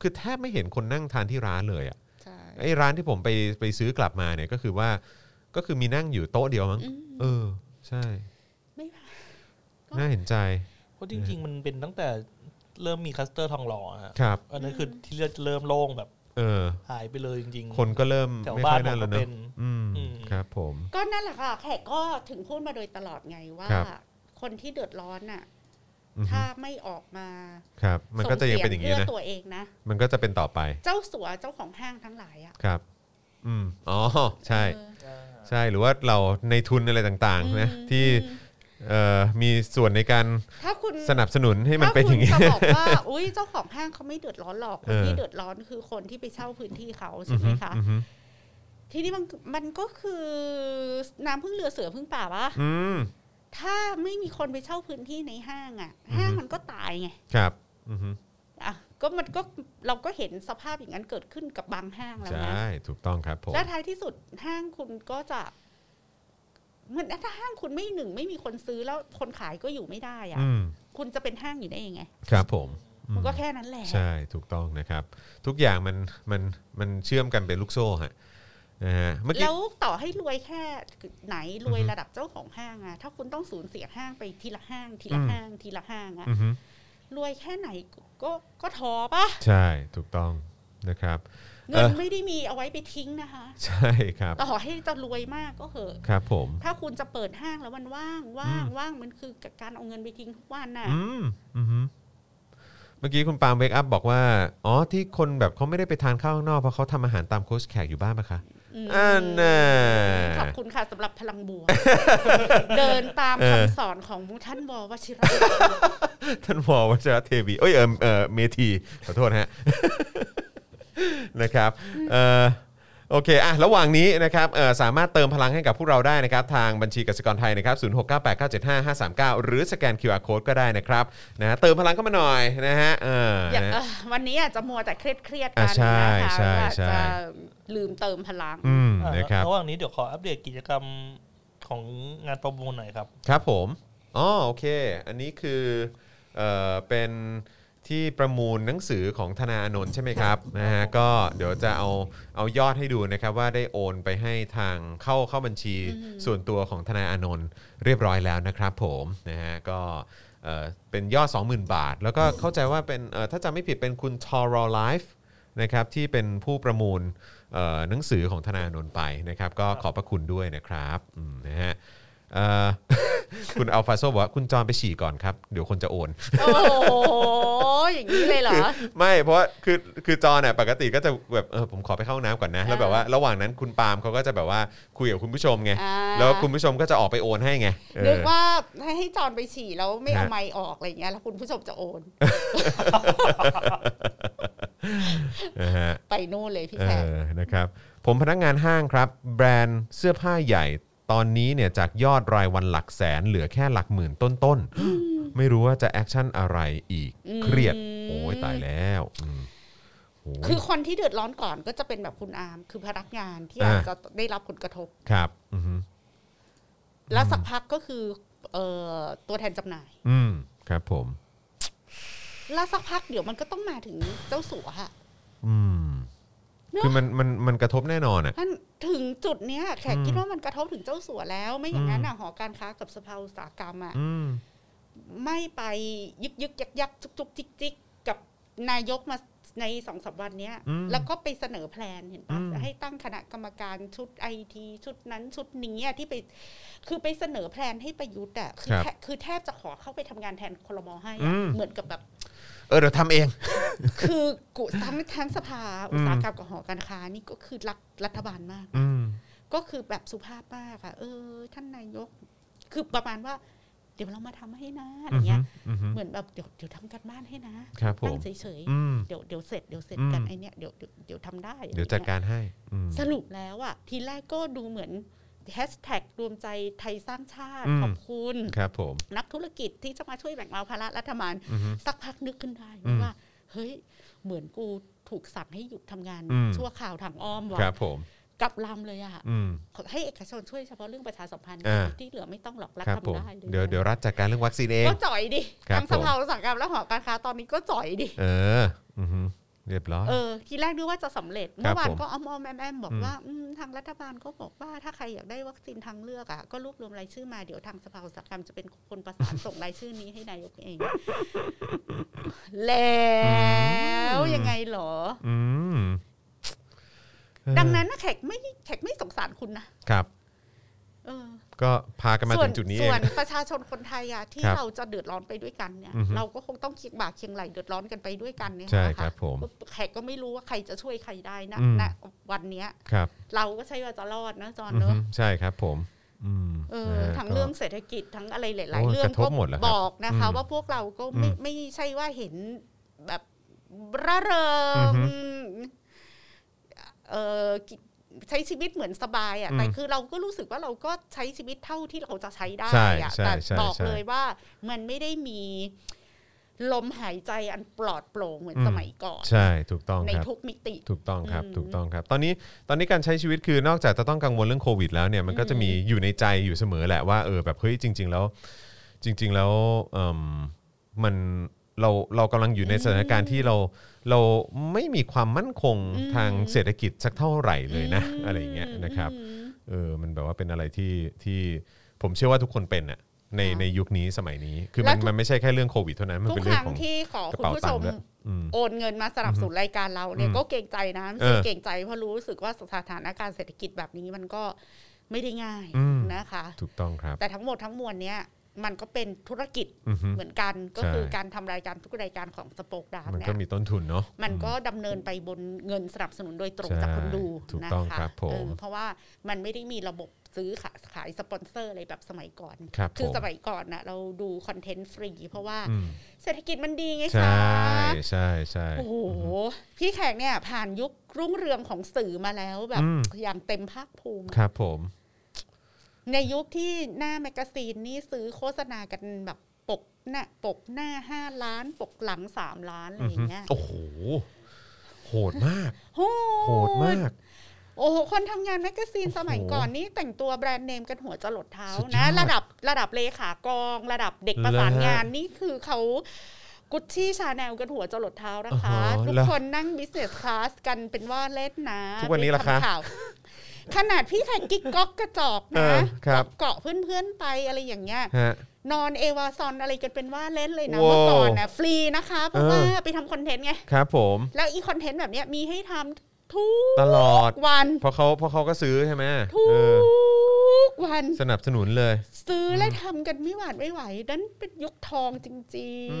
B: คือแทบไม่เห็นคนนั่งทานที่ร้านเลยอ่ะ
C: ใช่
B: ไอ้ร้านที่ผมไปไปซื้อกลับมาเนี่ยก็คือว่าก็คือมีนั่งอยู่โต๊ะเดียวมั้ง
C: อืม
B: เออ ใช่
C: ไม่ ก็
B: น่าเห็นใจ
D: เพราะจริง ๆ มันเป็นตั้งแต่เริ่มมีคลัสเตอร์ทองหล่ออะฮะ
B: ครับ
D: อันนั้นคือที่เลือดเริ่มโล่งแบบ
B: เออ
D: หายไปเลยจริง
B: คนก็เริ่ม
D: แถว
B: ไม่
D: บ้า
B: ค่อย
D: น
B: นั่นแล้วเน
D: ผมก็
B: อะ
D: เป็น
B: อืม
D: อืม
B: ครับผม
C: ก็นั่นแหละค่ะแขกก็ถึงพูดมาโดยตลอดไงว่า
B: ครับ
C: คนที่เดือดร้อนน่ะ
B: อือฮึ
C: ถ้าไม่ออกมา
B: ครับ มันก็จะยัง
C: ส่
B: เป็นอย่างนี้
C: เพื่
B: นะ
C: ตัวเองนะ
B: มันก็จะเป็นต่อไป
C: เจ้าสัวเจ้าของห้างทั้งหลายอ่ะ
B: ครับ อืมอ๋อใช่
C: เออ
D: ๆอ่า
B: ใช่หรือว่าเราในทุนอะไรต่างๆนะ
C: อืม
B: ที่
C: อืม
B: เอ่อมีส่วนในการ
C: ถ้าคุณ
B: สนับสนุนให้มันเป็นอย่างนี้
C: ถ้คุณจะบอกว่า อุ้ยเจ้าของห้างเขาไม่เดือดร้อนหรอกคน
B: เออ
C: ที่เดือดร้อนคือคนที่ไปเช่าพื้นที่เขา
B: อื
C: ใช่
B: อ
C: ไหม
B: ฮึ
C: คะ
B: อือฮึ
C: ทีนี้มันมันก็คือน้ำพึ่งเรือเสือพึ่งป่าวะ
B: อืม
C: ถ้าไม่มีคนไปเช่าพื้นที่ในห้างอ่ะ ห้างมันก็ตายไง
B: ครับอือฮึ
C: อ่ะก็มันก็เราก็เห็นสภาพอย่างนั้นเกิดขึ้นกับบางห้างแล้ว
B: ใช
C: นะ
B: ่ ถูกต้องครับผม
C: และท้ายที่สุดห้างคุณก็จะเหมือนถ้าห้างคุณไม่หนึ่งไม่มีคนซื้อแล้วคนขายก็อยู่ไม่ได้อ่ะ
B: อืม
C: คุณจะเป็นห้างอยู่ได้ยังไง
B: ครับผมอื
C: มันก็แค่นั้นแหละ
B: ใช่ ถูกต้องนะครับ ทุกอย่างมัน มัน มันเชื่อมกันเป็นลูกโซ่ฮะ นะฮะ เมื่อกี้
C: แล้วต่อให้รวยแค่ไหนรวย
B: อือฮึ
C: ระดับเจ้าของห้างอะถ้าคุณต้องสูญเสียห้างไปทีละห้าง ทีละห้าง ทีละห้างอะ
B: อือฮึ
C: รวยแค่ไหนก็ก็ท้อปะ
B: ใช่ ถูกต้องนะครับ
C: เงิน
B: เออ
C: ไม่ได้มีเอาไว้ไปทิ้งนะคะ
B: ใช่ครับ
C: ต่อให้จะรวยมากก็เหอะ
B: ครับผม
C: ถ้าคุณจะเปิดห้างแล้วมันว่างว่าง
B: อืม
C: ว่างมันคือการเอาเงินไปทิ้งทุกวันน่ะ
B: อืมอือฮึเมื่อกี้คุณปาล์มเวกอัพบอกว่า อ๋อ ที่คนแบบเขาไม่ได้ไปทานข้าวข้างนอก เพราะเขาทำอาหารตามโค้ชแขกอยู่บ้านปะคะ
C: อืม
B: อันน่ะ
C: ขอบคุณค่ะสำหรับพลังบวก เดินตาม
B: เออ
C: คำสอนของท่านววชิระ
B: ท่านวอวัชรเทวีเอ้ยเออเออเมธีขอโทษฮะ นะครับเออโอเคอ่ะระหว่างนี้นะครับเออสามารถเติมพลังให้กับพวกเราได้นะครับ ทางบัญชีกสิกรไทยนะครับ0 6 9 8 9 7 5 5 3 9 หรือสแกน QR Code ก็ได้นะครับนะฮะเติมพลังเข้ามาหน่อยนะฮะเออ
C: อย่า
B: นะ
C: เอ่อวันนี้อาจจะมัวแต่เครียดเครียดๆ
B: อ่ะ
C: กัน
B: ใช่
C: นะคะ
B: ใช่
C: ว่า
B: ใช่
C: จะลืมเติมพลัง
B: อืมนะครับ
D: ระหว่างนี้เดี๋ยวขออัปเดตกิจกรรมของงานประมูลหน่อยครับ
B: ครับผมอ๋อโอเค อันนี้คือเออเป็นที่ประมูลหนังสือของธนาอานนท์ใช่ไหมครับนะฮะก็เดี๋ยวจะเอาเอายอดให้ดูนะครับว่าได้โอนไปให้ทางเข้าเข้าบัญชีส่วนตัวของธนาอานนท์เรียบร้อยแล้วนะครับผมนะฮะก็เอ่อเป็นยอด 20,000 บาท แล้วก็เข้าใจว่าเป็นเอ่อถ้าจำไม่ผิดเป็นคุณทอร l ไลฟ์นะครับที่เป็นผู้ประมูลเอ่อหนังสือของธนาอานนท์ไปนะครับก็ขอบพระคุณด้วยนะครับอืมนะฮะเอ่อ คุณอัลฟาโซบอกว่าคุณจอนไปฉี่ก่อนครับ เดี๋ยวคนจะโอน
C: โอ้โห อย่างนี้เลยเหรอ
B: ไม่เพราะว่าคือคือจอเนี่ยปกติก็จะแบบเออผมขอไปเข้าห้องน้ำก่อนนะ แล้วแบบว่าระหว่างนั้นคุณปาล์มเขาก็จะแบบว่าคุยกับคุณผู้ชมไง
C: อ่า
B: แล้วคุณผู้ชมก็จะออกไปโอนให้ไงเอ
C: นึก
B: อ
C: ว่าให้ให้จอนไปฉี่แล้วไม่เอา
B: ฮะ
C: ไมค์ออกอะไรอย่างเงี้ยแล้วคุณผู้ชมจะโอน
B: นะฮะ
C: ไปนู่นเลยพี่
B: เอ
C: แขก
B: อนะครับ ผมพนักงานห้างครับ แบรนด์เสื้อผ้าใหญ่ตอนนี้เนี่ยจากยอดรายวันหลักแสนเหลือแค่หลักหมื่นต้นๆไม่รู้ว่าจะแอคชั่นอะไรอีกเครียด โอ้ยตายแล้วอืมโอ้ย
C: คือคนที่เดือดร้อนก่อนก็จะเป็นแบบคุณอาร์มคือพนักงานที่
B: อ่า
C: อาจจะได้รับผลกระทบ
B: ครับอือฮึ
C: แล้วสักพักก็คือเอ่อตัวแทนจำหน่าย
B: อืมครับผม
C: แล้วสักพักเดี๋ยวมันก็ต้องมาถึงเจ้าสัวค่ะ
B: อืม
C: เนอะ
B: คือมันมันมันกระทบแน่นอนอ่ะ
C: ท่านถึงจุดเนี้ยแขก
B: อืม
C: คิดว่ามันกระทบถึงเจ้าสัวแล้ว ไม่อย่างนั้น
B: อืม
C: อ่ะหอการค้ากับสภาอุตสาหกรรมอ่ะ
B: อืม
C: ไม่ไปยึกยึกยักยักจุกจุกจิกจิกกับนายกมาในสองสามวันเนี้ย
B: อืม
C: แล้วก็ไปเสนอแพลนเห็นปะ
B: อืม
C: ให้ตั้งคณะกรรมการชุดไอทีชุดนั้นชุดนี้อะที่ไป คือไปเสนอแพลนให้ประยุทธ์อ่ะคือ
B: ครับ
C: แทบคือแทบจะขอเข้าไปทำงานแทนคลมให้
B: อื
C: อะ
B: ม
C: เหมือนกับแบบ
B: เออเดี๋ยวทำเอง
C: คือกูทั้งทั้งสภาอุตสาหกรรมกับหอการค้านี่ก็คือรักรัฐบาลมาก
B: อืม
C: ก็คือแบบสุภาพมากอะเออ ท่านนายก คือประมาณว่า เดี๋ยวเรามาทำให้นะอะไรเงี้ย
B: อืม
C: เหมือนแบบเดี๋ยวเดี๋ยวทำกันบ้านให้นะครับ
B: ผ
C: นั่
B: ม
C: งเฉย
B: อืม
C: ๆเดี๋ยวเดี๋ยวเสร็จเดี๋ยวเสร็จกัน
B: อืม
C: ไอเนี้ยเดี๋ยวเดี๋ยวเดี๋ยวทำได้อะไร
B: เดี๋ยวจัดการให้อืม
C: สรุปแล้วอะทีแรกก็ดูเหมือน แฮชแท็กรวมใจไทยสร้างชาติ
B: อืม
C: ขอบคุณ
B: ครับผม
C: นักธุรกิจที่จะมาช่วยแบ่งเบาภาระรัฐบาล
B: อือฮึ
C: สักพักนึกขึ้นได้
B: อืม
C: ว่า เฮ้ย เหมือนกูถูกสั่งให้หยุดทำงาน
B: อืม
C: ชั่วข่าวทางอ้อม
B: ค
C: ว่ะ
B: รับผม
C: กลับลำเลยอะ
B: อืม
C: ให้เอกชนช่วยเฉพาะเรื่องประชาสัมพันธ์
B: อ่า
C: ที่เหลือไม่ต้องหรอกรัฐ
B: ครับผม
C: ทำได้ล
B: เดี๋ยวเดี๋ยวรัฐจัดการเรื่องวัคซีนเอง
C: ก็จ่อยดิ
B: ครับ
C: ทางสภาอุตสาหกรรมและหอการค้าตอนนี้ก็จ่อยดิ
B: เอออือฮึเรียบร้อย
C: เออทีแรกนึกว่าจะสำเร็จ
B: ครั
C: เมื่
B: บ
C: อวาน
B: ผม
C: ก็อ้อมอ้อมๆแอมแอมๆบอก
B: อืม
C: ว่าอืมทางรัฐบาลก็บอกว่าถ้าใครอยากได้วัคซีนทางเลือกอ่ะก็รวบรวมรายชื่อมาเดี๋ยวทางสภาอุตสาหกรรมจะเป็นคนประสาน ส่งรายชื่อนี้ให้นายกเอง แล้วยังไงเหรอ
B: อืมเออ
C: ดังนั้นนะแขกไม่แขกไม่สงสารคุณนะครับ เออ
B: ก็พากันมา
C: ส่ว
B: ถึงจุดนี้เอ
C: ส่
B: ง
C: วนประชาชนคนไทยอ่ะที่
B: ครับ
C: เราจะเดือดร้อนไปด้วยกันเนี่ย
B: อือฮึ
C: เราก็คงต้องเคียงบ่าเคียงไหลเดือดร้อนกันไปด้วยกันเนี่ย
B: ใช่
C: นะะ
B: ครับผม
C: แขกก็ไม่รู้ว่าใครจะช่วยใครได้นะ
B: อืม
C: ณวันเนี้ย
B: ครับ
C: เราก็ใช่ว่าจะรอดนะจอน
B: อือ
C: เน
B: ฮึ
C: อะ
B: ใช่ครับผม อืม
C: เออ
B: นะฮะ
C: ทั้ง
B: ก็
C: เรื่องเศรษฐกิจทั้งอะไรหลาย
B: โอ้
C: ๆ
B: ย
C: เรื่อก ง
B: ระทบหมดแหละครับ
C: บอกนะคะ
B: อืม
C: ว่าพวกเราก็ไม่
B: อืม
C: ไม่ใช่ว่าเห็นแบบร่าเริ
B: อื
C: ง
B: อฮึ
C: เออกิใช้ชีวิตเหมือนสบายอ่ะ
B: อืม
C: แต่คือเราก็รู้สึกว่าเราก็ใช้ชีวิตเท่าที่เราจะใช้ได้
B: ใช่
C: อ่ะ
B: ใช่
C: แต่
B: ใช่
C: บอก
B: ใช่
C: เลยว่ามันไม่ได้มีลมหายใจอันปลอดโปร่งเหมือน
B: อืม
C: สมัยก่อน
B: ใช่ถูกต้อง
C: ใน
B: ครับ
C: ทุกมิติ
B: ถูกต้องครับ
C: อืม
B: ถูกต้องครับ ตอนนี้ตอนนี้การใช้ชีวิตคือนอกจากจะต้องกังวลเรื่องโควิดแล้วเนี่ยมันก็จะมีอยู่ในใจอยู่เสมอแหละว่าเออแบบเฮ้ยจริง ๆ แล้วจริง ๆ แล้วเอิ่มมันเราเรากำลังอยู่ในสถานการณ์ที่เราเราไม่มีความมั่นคง
C: อืม
B: ทางเศรษฐกิจสักเท่าไหร่เลยนะ อะไรอย่างเงี้ยนะครับ
C: อืม
B: เออมันแบบว่าเป็นอะไรที่ที่ผมเชื่อว่าทุกคนเป็นอะใน
C: ค่ะ
B: ในยุคนี้สมัยนี้ คือมั
C: แล้วน ทุก
B: มันไม่ใช่แค่เรื่องโควิดเท่านั้นมัน
C: ทุก
B: เป็น
C: ค
B: เรื่อง
C: รั้ง
B: ของ
C: ที่ขอก
B: ระ
C: คุณ
B: เป๋า
C: ผู้
B: ตั
C: ช
B: ง
C: ม
B: ค์ด้วยอืม
C: โอนเงินมาสนับสนุนรายการเราเนี่ย
B: อืม
C: ก็เกรงใจนะไม่
B: เอ
C: ใช่
B: อ
C: เกรงใจเพราะรู้สึกว่าสถานการณ์เศรษฐกิจแบบนี้มันก็ไม่ได้ง่าย
B: อืม
C: นะคะ
B: ถูกต้องครับ
C: แต่ทั้งหมดทั้งมวลเนี่ยมันก็เป็นธุรกิจ
B: อือฮึ
C: เหมือนกันก็
B: ใช่
C: คือการทำรายการทุกรายการของสปอคดาร์
B: มัน
C: เนี่
B: ก็
C: ย
B: มีต้นทุนเนาะ
C: มันก็ดำเนินไปบนเงินสนับสนุนโดยตรง
B: ใช่
C: จากคนดู
B: ถูก
C: นะ
B: ต้อง
C: คะ
B: ครับผม
C: เออเพราะว่ามันไม่ได้มีระบบซื้อขาขายสปอนเซอร์อะไรแบบสมัยก่อน
B: ครับ
C: อ
B: ผม
C: สมัยก่อนนะเราดูคอนเทนต์ฟรีเพราะว่า
B: อืม
C: เศรษฐกิจมันดีไง
B: ใช่
C: คะ
B: ใช่ใช่
C: โอ้โห พี่แขกเนี่ยผ่านยุครุ่งเรืองของสื่อมาแล้วแบบ
B: อืม
C: อย่างเต็มภาคภูมิอะ
B: ครับผม
C: ในยุคที่หน้าแมกกาซีนนี่ซื้อโฆษณากันแบบปกหน้าปกหน้าห้าล้าน ปกหลังสามล้าน อะไรอย่างเงี้ย
B: โอ้โหโหดมาก
C: โห
B: โหดมาก
C: โอ้โห คนทำงานแมกกาซีนสมัย
B: โอ้โห
C: ก่อนนี่แต่งตัวแบรนด์เนมกันหัวจรดเท้า
B: สุดย
C: นะ
B: อด
C: ระดับระดับเลขากอง ระดับเด็กประสาน
B: เลยฮะ
C: งานนี่คือเขากุชชี่ชาแนลกันหัวจรดเท้านะคะ
B: อ๋อ
C: ทุก
B: แล้ว
C: คนนั่งบิสเนสคลาสกันเป็นว่าเล่นนะ
B: ทุกวันนี้
C: ไป
B: ล่ะคะ
C: ทำข่าว ขนาดพี่ไข่กิ๊กก๊อกกระจอก
B: เอ
C: นะ
B: อครับ
C: เกาะเพื่อนๆไปอะไรอย่างเงี้ย
B: ฮะ
C: นอนเอวาซอนอะไรกันเป็นว่าเล่นเลยนะ
B: โว้
C: เมื่อก่อนนะฟรีนะคะ เพราะ
B: เออ
C: ว่าไปทำคอนเทนต์ไง
B: ครับผม
C: แล้วอีคอนเทนต์แบบเนี้ยมีให้ทำทุ
B: ตลอด
C: กวัน
B: เพราะเขาเพราะเขาก็ซื้อใช่ไหม
C: ทุ
B: เออก
C: วัน
B: สนับสนุนเลย
C: ซื้อและทำกันไม่หวาดไม่ไหว นั้นเป็นยุคทองจริง
B: อื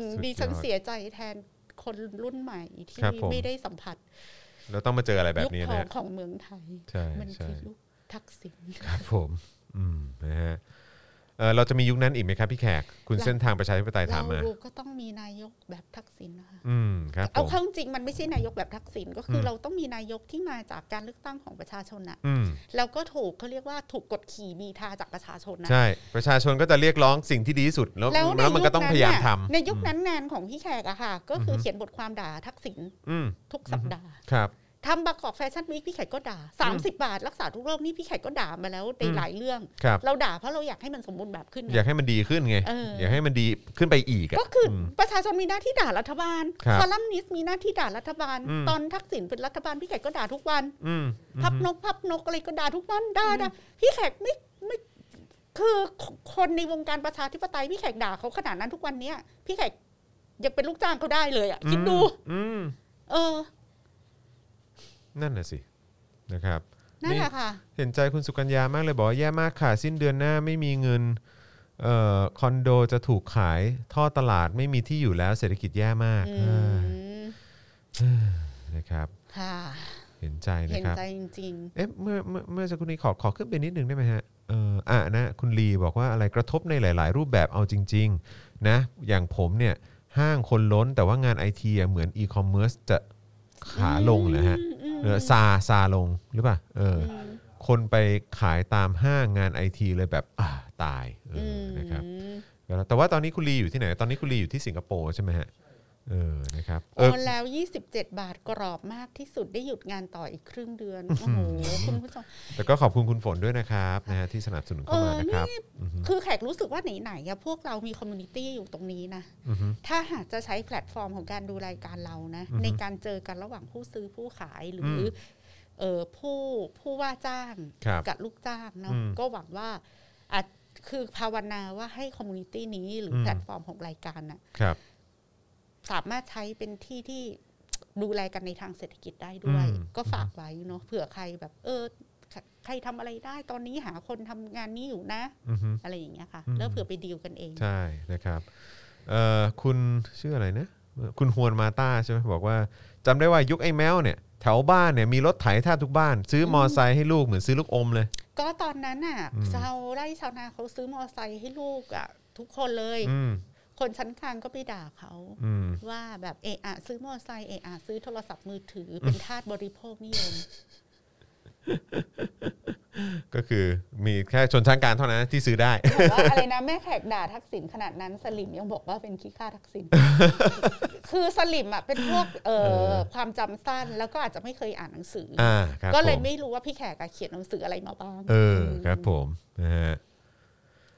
B: มสุดยอด
C: ๆดิฉันเสียใจแทนคนรุ่นใหม่ที่
B: ครับผม
C: ไม่ได้สัมผัส
B: เราต้องมาเจออะไรแบบนี้
C: ยุคท
B: นะ
C: อง
B: ฮะ
C: ของเมืองไทย
B: ใช่
C: มั
B: ใช่
C: คือยุคทักษิณ
B: ครับผมอืมนะฮะเออเราจะมียุคนั้นอีกไหมครับพี่แขก คุณ
C: เรา
B: เส้นทางประชาธิปไตยถามมา
C: เราดูก็ต้องมีนายกแบบทักษิณนะคะ
B: อืมครับผ
C: เอา
B: ม
C: เข้าจริงมันไม่ใช่นายกแบบทักษิณก็คืออ
B: ม
C: เราต้องมีนายกที่มาจากการเลือกตั้งของประชาชนอะ
B: อืม
C: แล้วก็ถูกเขาเรียกว่าถูกกดขี่บีทาจากประชาชนนะ
B: ใช่ประชาชนก็จะเรียกร้องสิ่งที่ดีที่สุดแล้วแล้วมันก็ต้องพยายาม
C: ะ
B: ทำ
C: ในยุคนั้นงานของพี่แขกอะค่ะ ก็คืออเขียนบทความด่าทักษิณ
B: อืม
C: ทุกสัปดาห์
B: ครับ
C: ทำบางกอกแฟชั่นวีคพี่แขกก็ด่า 30 บาท รักษาทุกโรคนี่พี่แขกก็ด่ามาแล้วใน
B: อืม
C: หลายเรื่อง
B: ครับ
C: เราด่าเพราะเราอยากให้มันสมบูรณ์แบบขึ้นไง
B: อยากให้มันดีขึ้นไง
C: เออ
B: อ
C: อ
B: ยากให้มันดีขึ้นไปอีกะ
C: ก็คืออ
B: ม
C: ประชาชนมีหน้าที่ด่ารัฐบาล
B: ครับ
C: คอลัมนิสต์มีหน้าที่ด่ารัฐบาล
B: อืม
C: ตอนทักษิณเป็นรัฐบาลพี่แขกก็ด่าทุกวัน
B: อืม
C: พับนกพับนกอะไรก็ด่าทุกวันด่าด่าพี่แขกไม่ไม่คือคนในวงการประชาธิปไตยพี่แขกด่าเขาขนาดนั้นทุกวันเนี้ยพี่แขกยังเป็นลูกจ้างเขาได้เลยอ่ะคิดดู
B: อืม
C: เออ
B: นั่นน่ะสินะครับ
C: นั่นแหละค่ะ
B: เห็นใจคุณสุกัญญามากเลยบอกว่าแย่มากค่ะ สิ้นเดือนหน้าไม่มีเงินเอ่อคอนโดจะถูกขายท่อตลาดไม่มีที่อยู่แล้วเศรษฐกิจแย่มาก
C: อื
B: เออ
C: ม
B: นะครับ
C: ค่ะ
B: เห็นใจนะ
C: เห็น
B: ครับ
C: ใจจริง
B: เอ๊ะเมื่อเมื่อเมื่อสักครู่นี้ขอขอขึ้นไปนิดนึงได้ไหมฮะเอ่ออ่ะนะคุณลีบอกว่าอะไรกระทบในหลาย ๆ รูปแบบเอาจริง ๆ นะ อย่างผมเนี่ย ห้างคนล้นแต่ว่างานไอทีเหมือนอีคอมเมิร์ซจะขาลงเหรอฮะ
C: อืมอืม
B: เออซาซาลงหรือเปล่าเออ
C: ๆอื
B: อ
C: ม
B: คนไปขายตามห้างงานไอทีเลยแบบอ่าตายเออ
C: อื
B: อ
C: ม
B: นะครับแล้วแต่ว่าตอนนี้คุณลีอยู่ที่ไหน ตอนนี้คุณลีอยู่ที่สิงคโปร์ใช่ไหมฮะเออนะครับเอ
C: โอ
B: อน
C: แล้ว 27 บาทกรอบมากที่สุดได้หยุดงานต่ออีกครึ่งเดือน โอ้โหคุณผู้ชม
B: แต่ก็ขอบคุณคุณฝนด้วยนะครับนะฮะที่สนับสนุนเข้ามานะครับอือฮึ
C: คือแขกรู้สึกว่าไหนๆอะพวกเรามีคอมมูนิตี้อยู่ตรงนี้นะ
B: อือฮึ
C: ถ้าหากจะใช้แพลตฟอร์มของการดูรายการเรานะ
B: อือฮึ
C: ในการเจอกันระหว่างผู้ซื้อผู้ขายหรือ
B: ม
C: อเอ่อผู้ผู้ว่าจ้าง
B: ครับ
C: กับลูกจ้างเนาะ
B: อืม
C: ก็หวังว่าอาจคือภาวนาว่าให้คอมมูนิตี้นี้หรือ
B: ม
C: อแพลตฟอร์มของรายการน่ะ
B: ครับ
C: สามารถใช้เป็นที่ที่ดูแลกันในทางเศรษฐกิจได้ด้วย
B: อืม
C: ก็ฝากไว้เนาะเผื่อใครแบบ เออ ใครทำอะไรได้ตอนนี้หาคนทำงานนี้อยู่นะ
B: อือฮึ
C: อะไรอย่างเงี้ยค่ะ
B: อืม
C: แล้วเผื่อไปดีลกันเอง
B: ใช่นะครับเอ่อคุณชื่ออะไรนะคุณฮวนมาต้าใช่ไหมบอกว่าจำได้ว่ายุคไอ้แมวเนี่ยแถวบ้านเนี่ยมีรถไถแทบทุกบ้าน ซื้อมอไซค์ให้ลูกเหมือนซื้อลูกอมเลย
C: ก็ตอนนั้นน่ะ
B: อืม
C: ชาวไร่ชาวนาเขาซื้อมอไซค์ให้ลูกอ่ะ ทุกคนเลย
B: อืม
C: คนชั้นกลางก็ไปด่าเขา
B: อืม
C: ว่าแบบเอะอะซื้อมอไซค์เอะอะซื้อโทรศัพท์มือถือเป็นทาสบริโภคนิยม
B: ก็คือมีแค่ชนชั้นกลารเท่านั้นที่ซื้อได้
C: บอกว่าอะไรนะแม่แขกด่าทักษิณขนาดนั้นสลิมยังบอกว่าเป็นขี้ข้าทัก ษิณคือสลิมอ่ะเป็นพวกเอ่อ
B: เออ
C: ความจำสั้นแล้วก็อาจจะไม่เคยอ่านหนังสืออ
B: อ่าครับ
C: ก็เลย
B: ผ
C: ไม่รู้ว่าพี่แขกอะเขียนหนังสืออะไรมาบ้าง
B: เออครับผมนะฮะ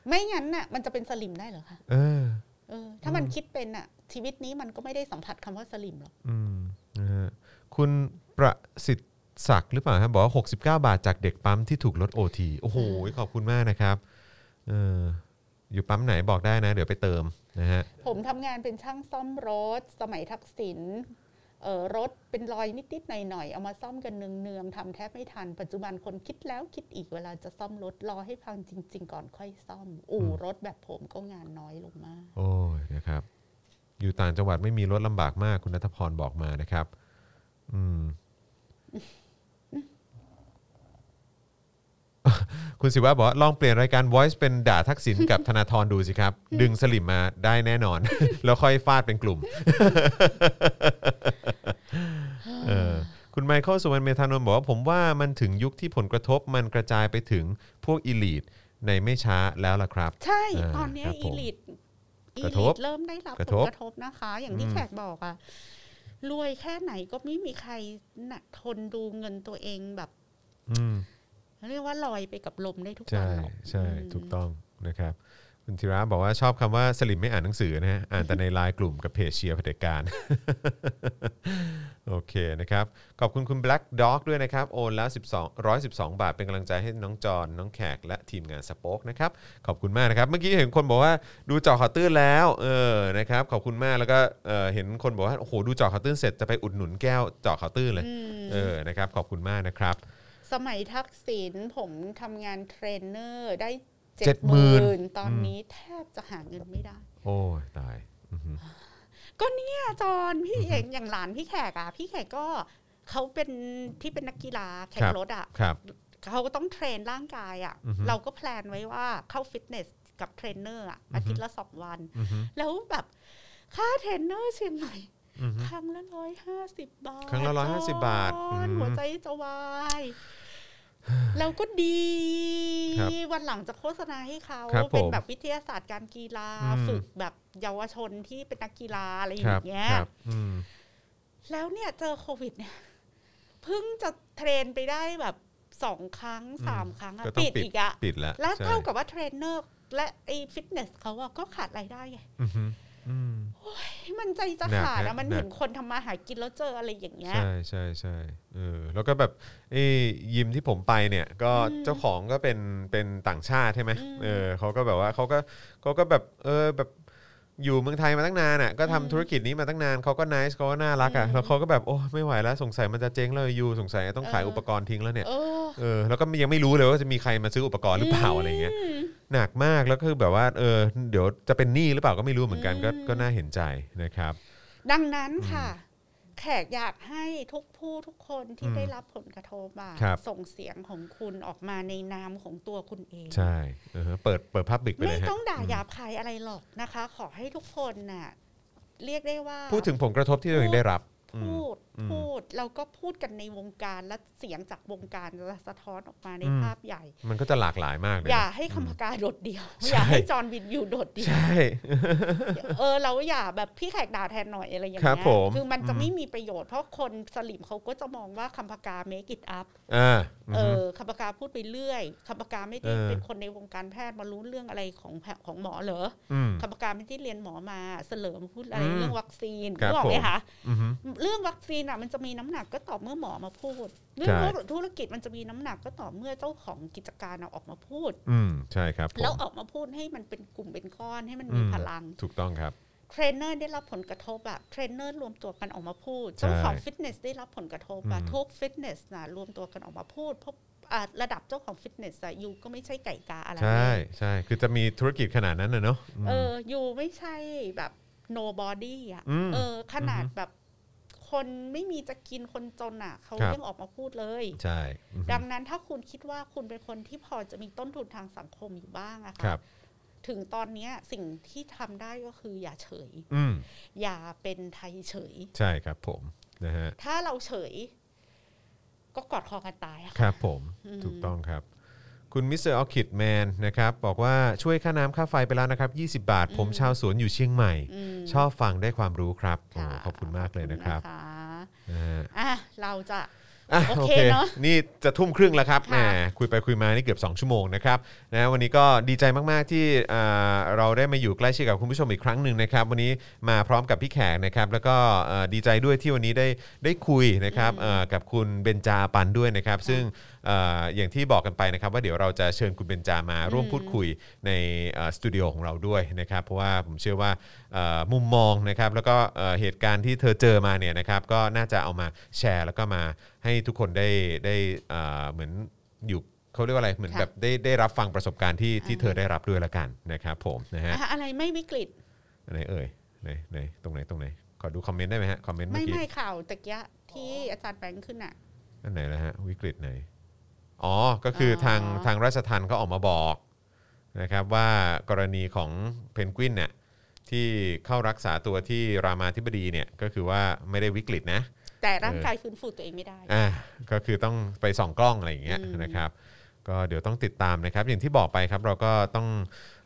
C: ไม่งั้นน่ะมันจะเป็นสลิมได้เหรอคะ
B: เออ
C: เออถ้ามันคิดเป็นอ่ะ ชีวิตนี้มันก็ไม่ได้สัมผัสคำว่าสลิมหรอก
B: อืมนะฮะคุณประสิทธิ์ศักดิ์หรือเปล่าครับบอกว่า 69 บาทจากเด็กปั๊มที่ถูกลดโอทีโอ้โหขอบคุณมากนะครับเอออยู่ปั๊มไหนบอกได้นะ เดี๋ยวไปเติมนะฮะ
C: ผมทำงานเป็นช่างซ่อมรถ สมัยทักษิณเอ่อรถเป็นรอยนิดๆหน่อยๆ เอามาซ่อมกันเนืองๆทำแทบไม่ทัน ปัจจุบันคนคิดแล้วคิดอีกเวลาจะซ่อมรถ รอให้พังจริง ๆ ก่อนค่อยซ่อม อู่รถแบบผมก็งานน้อยลงมาก
B: โอ้ยนะครับ อยู่ต่างจังหวัดไม่มีรถลำบากมากคุณนัทพรบอกมานะครับ อืม คุณสิว่าบอกว่าลองเปลี่ยนรายการ Voice เป็นด่าทักษิณกับ ธนาธรดูสิครับ ดึงสลิมมาได้แน่นอน แล้วค่อยฟาดเป็นกลุ่ม เออคุณไมเคิลสุวรรณเมธานนท์บอกว่าผมว่ามันถึงยุคที่ผลกระทบมันกระจายไปถึงพวกอีลีทในไม่ช้าแล้วล่ะครับ
C: ใช่
B: อ่า
C: ตอนเนี้ย
B: ครับผม
C: อีลิตอี
B: กระท
C: ลิ
B: บ
C: ตเริ่มได้รับ
B: กระ
C: ผ
B: ท
C: ล
B: บ
C: กระทบนะคะ อย่างที่
B: อืม
C: แขกบอกอะรวยแค่ไหนก็ไม่มีใครน่ะทนดูเงินตัวเองแบบ
B: อืม
C: เรียกว่าลอยไปกับลมได้ทุกวั
B: ใช่
C: นหรอก
B: ใช่
C: อืม
B: ถูกต้องนะครับ คุณธีระบอกว่าชอบคำว่าสลิมไม่อ่านหนังสือนะฮะ อ่านแต่ในไลน์กลุ่มกับเพจเชียร์เผด็จการ โอเคนะครับ ขอบคุณคุณ Black Dog ด้วยนะครับ โอนแล้ว 12 112 บาทเป็นกำลังใจให้น้องจอนน้องแขกและทีมงานสป็อกนะครับ ขอบคุณมากนะครับ เมื่อกี้เห็นคนบอกว่าดูเจอข่าวตื้นแล้วเออนะครับขอบคุณมากแล้วก็เอ่อเห็นคนบอกว่าโอ้โหดูเจอข่าวตื้นเสร็จจะไปอุดหนุนแก้วเจอข่าวตื้นเลย เออนะครับขอบคุณมากนะครับ
C: สมัยทักษิณผมทำงานเทรนเนอร์ได้
B: เจ็
C: เจ็
B: ด
C: ด
B: ห
C: ห
B: มื่
C: มื่
B: น
C: นตอนนี้แทบจะหาเงินไม่ได้
B: โอ้ยตายอือหือ
C: ก็เนี่ยจอนพี่อย่างอย่างหลานพี่แขกอ่ะ พี่แขกก็เขาเป็นที่เป็นนักกีฬาแข่
B: ครั
C: ง
B: บ
C: รถอ่ะ
B: ครับ
C: เขาก็ต้องเทรนร่างกายอ่ะ
B: อือฮึ
C: เราก็แพลนไว้ว่าเข้าฟิตเนสกับเทรนเนอร์อะอาทิตย์ละสองวัน
B: อือหือ
C: แล้วแบบค่าเทรนเนอร์เชียงใหม่
B: อือฮึ
C: ครั้งละร้อยห้าสิบบาท
B: ครั้งละ150บาท
C: จอน
B: อืม
C: หัวใจจะวาย เราก็ดี
B: ครับ
C: วันหลังจะโฆษณาให้เขา
B: ครับ
C: เป็
B: ผ
C: น
B: ม
C: แบบวิทยาศาสตร์การกีฬา
B: อืม
C: ฝึกแบบเยาวชนที่เป็นนักกีฬาอะไรอ
B: ค
C: ย่า
B: รับ
C: งเงี้ย
B: ครับอืม
C: แล้วเนี่ยเจอโควิดเนี่ยเพิ่งจะเทรนไปได้แบบสองครั้ง
B: อืม
C: สามครั้งอะ
B: ก็ต้อง
C: ปิด
B: ปิด
C: อีกอะ
B: ปิดแล้ว
C: แล้ว
B: ใช่
C: เท่ากับว่าเทรนเนอร์และไอ้ฟิตเนสเขาอะก็ขาดรายได้ไง
B: อือฮึอืม
C: มันใจ
B: หนั
C: จะ
B: ก
C: ขาด
B: นะ
C: อะมัน
B: หนัก
C: เห็นคนทำมาหากินแล้วเจออะไรอย่างเงี้ย
B: ใช่ใช่ใช่เออแล้วก็แบบไอ้ยิมที่ผมไปเนี่ย ก็
C: อืม
B: เจ้าของก็เป็นเป็นต่างชาติใช่ไหม
C: อืม
B: เออเขาก็แบบว่าเขาก็เขาก็แบบเออแบบอยู่เมืองไทยมาตั้งนานอ่ะก็ทำธุรกิจนี้มาตั้งนานเขาก็นิสเขาก็น่ารักอ่ะ
C: อืม
B: แล้วเขาก็แบบโอ้ไม่ไหวแล้วสงสัยมันจะเจ๊งแล้วอยู่สงสัยต้องขาย
C: เออ
B: อุ
C: อุ
B: ปกรณ์ทิ้งแล้วเนี่ย
C: เออ
B: เออแล้วก็ยังไม่รู้เลยว่าจะมีใครมาซื้ออุปกรณ์หรือเปล่าอะไรเงี้ย
C: ม
B: หนักมากแล้วคือแบบว่าเออเดี๋ยวจะเป็นหนี้หรือเปล่าก็ไม่รู้เหมือนกันก็
C: อืม
B: ก็น่าเห็นใจนะครับ
C: ดังนั้นค่ะ แขกอยากให้ทุกผู้ทุกคนที่
B: อืม
C: ได้รับผลกระทบอะ
B: ครับ
C: ส่งเสียงของคุณออกมาในนามของตัวคุณเอง
B: ใช่เออฮะเปิดเปิดพับบิกไปเล
C: ไม่
B: ยฮะ
C: ต้องด่าหยาบคายอะไรหรอกนะคะ ขอให้ทุกคนน่ะเรียกได้ว่า
B: พูดถึงผลกระทบที่ตัวเองได้รับอืม
C: พูด พูดเราก็พูดกันในวงการและเสียงจากวงการจะสะท้อนออกมาใน
B: อืม
C: ภาพใหญ่
B: มันก็จะหลากหลายมากเลยนะ
C: อย่าให้คำพกาโดดเดียว
B: ใช่
C: อย่าให้จอห์นวินยูโดดเดียว
B: ใช่
C: เออเราอย่าแบบพี่แขกด่าแทนหน่อยอะไรอย่าง
B: ครับ
C: เงี้ย
B: ผม
C: คือมันจะ
B: อืม
C: ไม่มีประโยชน์เพราะคนสลิมเขาก็จะมองว่าคำพกา make it up
B: อ่า
C: เออคำปากาพูดไปเรื่อยคำปากาไม่ได้
B: เออ
C: เป็นคนในวงการแพทย์มารู้เรื่องอะไรของแพทย์ของหมอเหรอ
B: ม
C: คำปากาไม่ได้เรียนหมอมาเสลิมพูดอะไร
B: อืม
C: เรื่องวัคซีน
B: ครับ
C: นึกออกไหมคะ
B: อืม
C: เรื่องวัคซีนอ่ะมันจะมีน้ำหนักก็ต่อเมื่อหมอมาพูด เรื่อง
B: ใช่
C: ธุรกิจมันจะมีน้ำหนักก็ต่อเมื่อเจ้าของกิจการเอาออกมาพูด
B: อืมใช่ครับผม
C: แล้วออกมาพูดให้มันเป็นกลุ่มเป็นก้อนให้มันมี
B: อื
C: พลัง
B: ถูกต้องครับ
C: เทรนเนอร์ได้รับผลกระทบอะเทรนเนอร์รวมตัวกันออกมาพูด
B: ใช่
C: เจ้าของฟิตเนสได้รับผลกระทบอะ
B: อืม
C: ทุกฟิตเนสนะรวมตัวกันออกมาพูดเพราะอ่าระดับเจ้าของฟิตเนสอะยูก็ไม่ใช่ไก่กาอะไร
B: ใช่ใช่คือจะมีธุรกิจขนาดนั้นนะเนาะม
C: เออยูไม่ใช่แบบ nobody อะ
B: อืม
C: เออ ขนาด
B: อือฮึ
C: แบบคนไม่มีจะกินคนจนอะเขา
B: ครับ
C: ยังออกมาพูดเลย
B: ใช่อืม
C: ดังนั้นถ้าคุณคิดว่าคุณเป็นคนที่พอจะมีต้นทุนทางสังคมอยู่บ้างอะ
B: ครั
C: ค่ะ
B: บ
C: ถึงตอนเนี้ยสิ่งที่ทำได้ก็คืออย่าเฉย
B: อืม
C: อย่าเป็นไทยเฉย
B: ใช่ครับผมนะฮะ
C: ถ้าเราเฉย ก็กอดคอกันตายอะ
B: ค
C: ค่ะ
B: รับผม
C: อืม
B: ถูกต้องครับ คุณมิสเตอร์ออคิดแมนนะครับบอกว่าช่วยค่าน้ำค่าไฟไปแล้วนะครับ 20 บาท ผมชาวสวนอยู่เชียงใหม่
C: อืม
B: ชอบฟังได้ความรู้ครับโอ้
C: ะ
B: ขอบคุณมากเลยนะครับ
C: ขอณะ
B: นะฮะ
C: อ่ะเราจะ
B: อ่ะ
C: โอ
B: โอ
C: เค
B: เค
C: เนอะ
B: นี่จะทุ่มครึ่งแล้วครับ
C: ค่ะ
B: แหมคุยไปคุยมานี่เกือบ 2 ชั่วโมงนะครับนะวันนี้ก็ดีใจมากๆที่อ่าเราได้มาอยู่ใกล้ชิดกับคุณผู้ชมอีกครั้งหนึ่งนะครับ วันนี้มาพร้อมกับพี่แขกนะครับ แล้วก็เอ่อดีใจด้วยที่วันนี้ได้ได้คุยนะครับเอ่อกับคุณเบนจาปันด้วยนะครับ ซึ่งเอ่ออย่างที่บอกกันไปนะครับ ว่าเดี๋ยวเราจะเชิญคุณเบนจามาร่วมพูดคุยในเอ่อสตูดิโอของเราด้วยนะครับเพราะว่าผมเชื่อว่า เอ่อมุมมองนะครับแล้วก็เอ่อเหตุการณ์ที่เธอเจอมาเนี่ยนะครับก็น่าจะเอามาแชร์ แล้วก็มาให้ทุกคนได้ได้เอ่อเหมือนอยู่เขาเรียกว่าอะไรเหมือน
C: ค่ะ
B: แบบได้ได้รับฟังประสบการณ์ที่ที่
C: อ่า
B: เธอได้รับด้วยละกันนะครับผมนะฮะ
C: อ่ะอะไรไม่วิกฤต
B: ไหนเอ่ยไหนไหนตรงไหนตรงไหนขอดูคอมเมนต์ได้ไหมฮะคอมเมนต์เมื่
C: ไม่
B: อกี้
C: ไม่ข่าวตะเกียะที่อาจารย์แบงค์ขึ้นอ่ะ
B: อันไหนละฮะวิกฤตไหนอ๋อก็คืออ
C: อ
B: ทางทางราชทันก็ออกมาบอกนะครับว่ากรณีของเพนกวินเนี่ยที่เข้ารักษาตัวที่รามาธิบดีเนี่ยก็คือว่าไม่ได้วิกฤตนะ
C: แต่ร่างกายฟื้นฟูตัวเองไม่ได้
B: อ่าก็คือต้องไปส่องกล้องอะไรอย่างเงี้ย
C: อืม
B: นะครับ ก็เดี๋ยวต้องติดตามนะครับ อย่างที่บอกไปครับเราก็ต้อง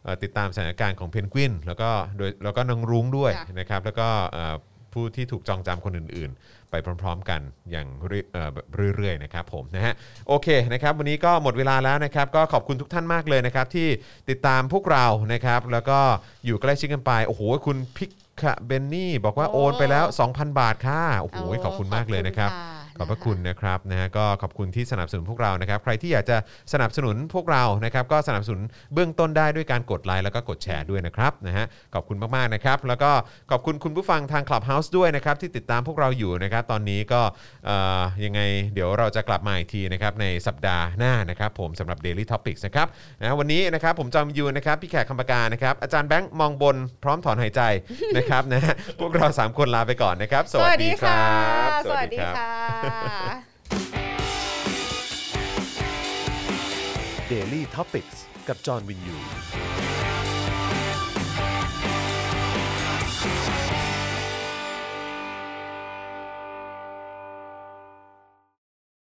B: เอ่อติดตามสถานการณ์ของเพนกวิน แล้วก็โดยแล้วก็น้องรุ้งด้วยนะครับ แล้วก็เอ่อผู้ที่ถูกจองจำคนอื่นๆ ไปพร้อม ๆ กันอย่างเรื่อยเอ่อแบบเรื่อยๆนะครับผมนะฮะโอเคนะครับ วันนี้ก็หมดเวลาแล้วนะครับ ก็ขอบคุณทุกท่านมากเลยนะครับ ที่ติดตามพวกเรานะครับ แล้วก็อยู่ใกล้ชิดกันไปโอ้โหคุณพิกคะเบนนี่บอกว่าโอนไปแล้ว 2,000 บาทค่ะโอ้โหขอบคุณมากเลยนะครับ ขอบพระคุณนะครับนะฮะก็ขอบคุณที่สนับสนุนพวกเรานะครับ ใครที่อยากจะสนับสนุนพวกเรานะครับก็สนับสนุนเบื้องต้นได้ด้วยการกดไลค์แล้วก็กดแชร์ด้วยนะครับนะฮะขอบคุณมากๆนะครับ แล้วก็ขอบคุณคุณผู้ฟังทาง Clubhouse ด้วยนะครับที่ติดตามพวกเราอยู่นะครับ ตอนนี้ก็เอ่อยังไงเดี๋ยวเราจะกลับมาอีกทีนะครับในสัปดาห์หน้านะครับ ผมสำหรับ Daily Topics นะครับนะวันนี้นะครับผมจอมยูนะครับพี่แขกคำปากานะครับอาจารย์แบงค์มองบนพร้อมถอนหายใจนะครับนะฮะพวกเราสามคนลาไปก่อนนะครับ สวัสดีครับ
C: สวัสดีค่ะ
A: Daily t o p i c กกับจอห์นวินยู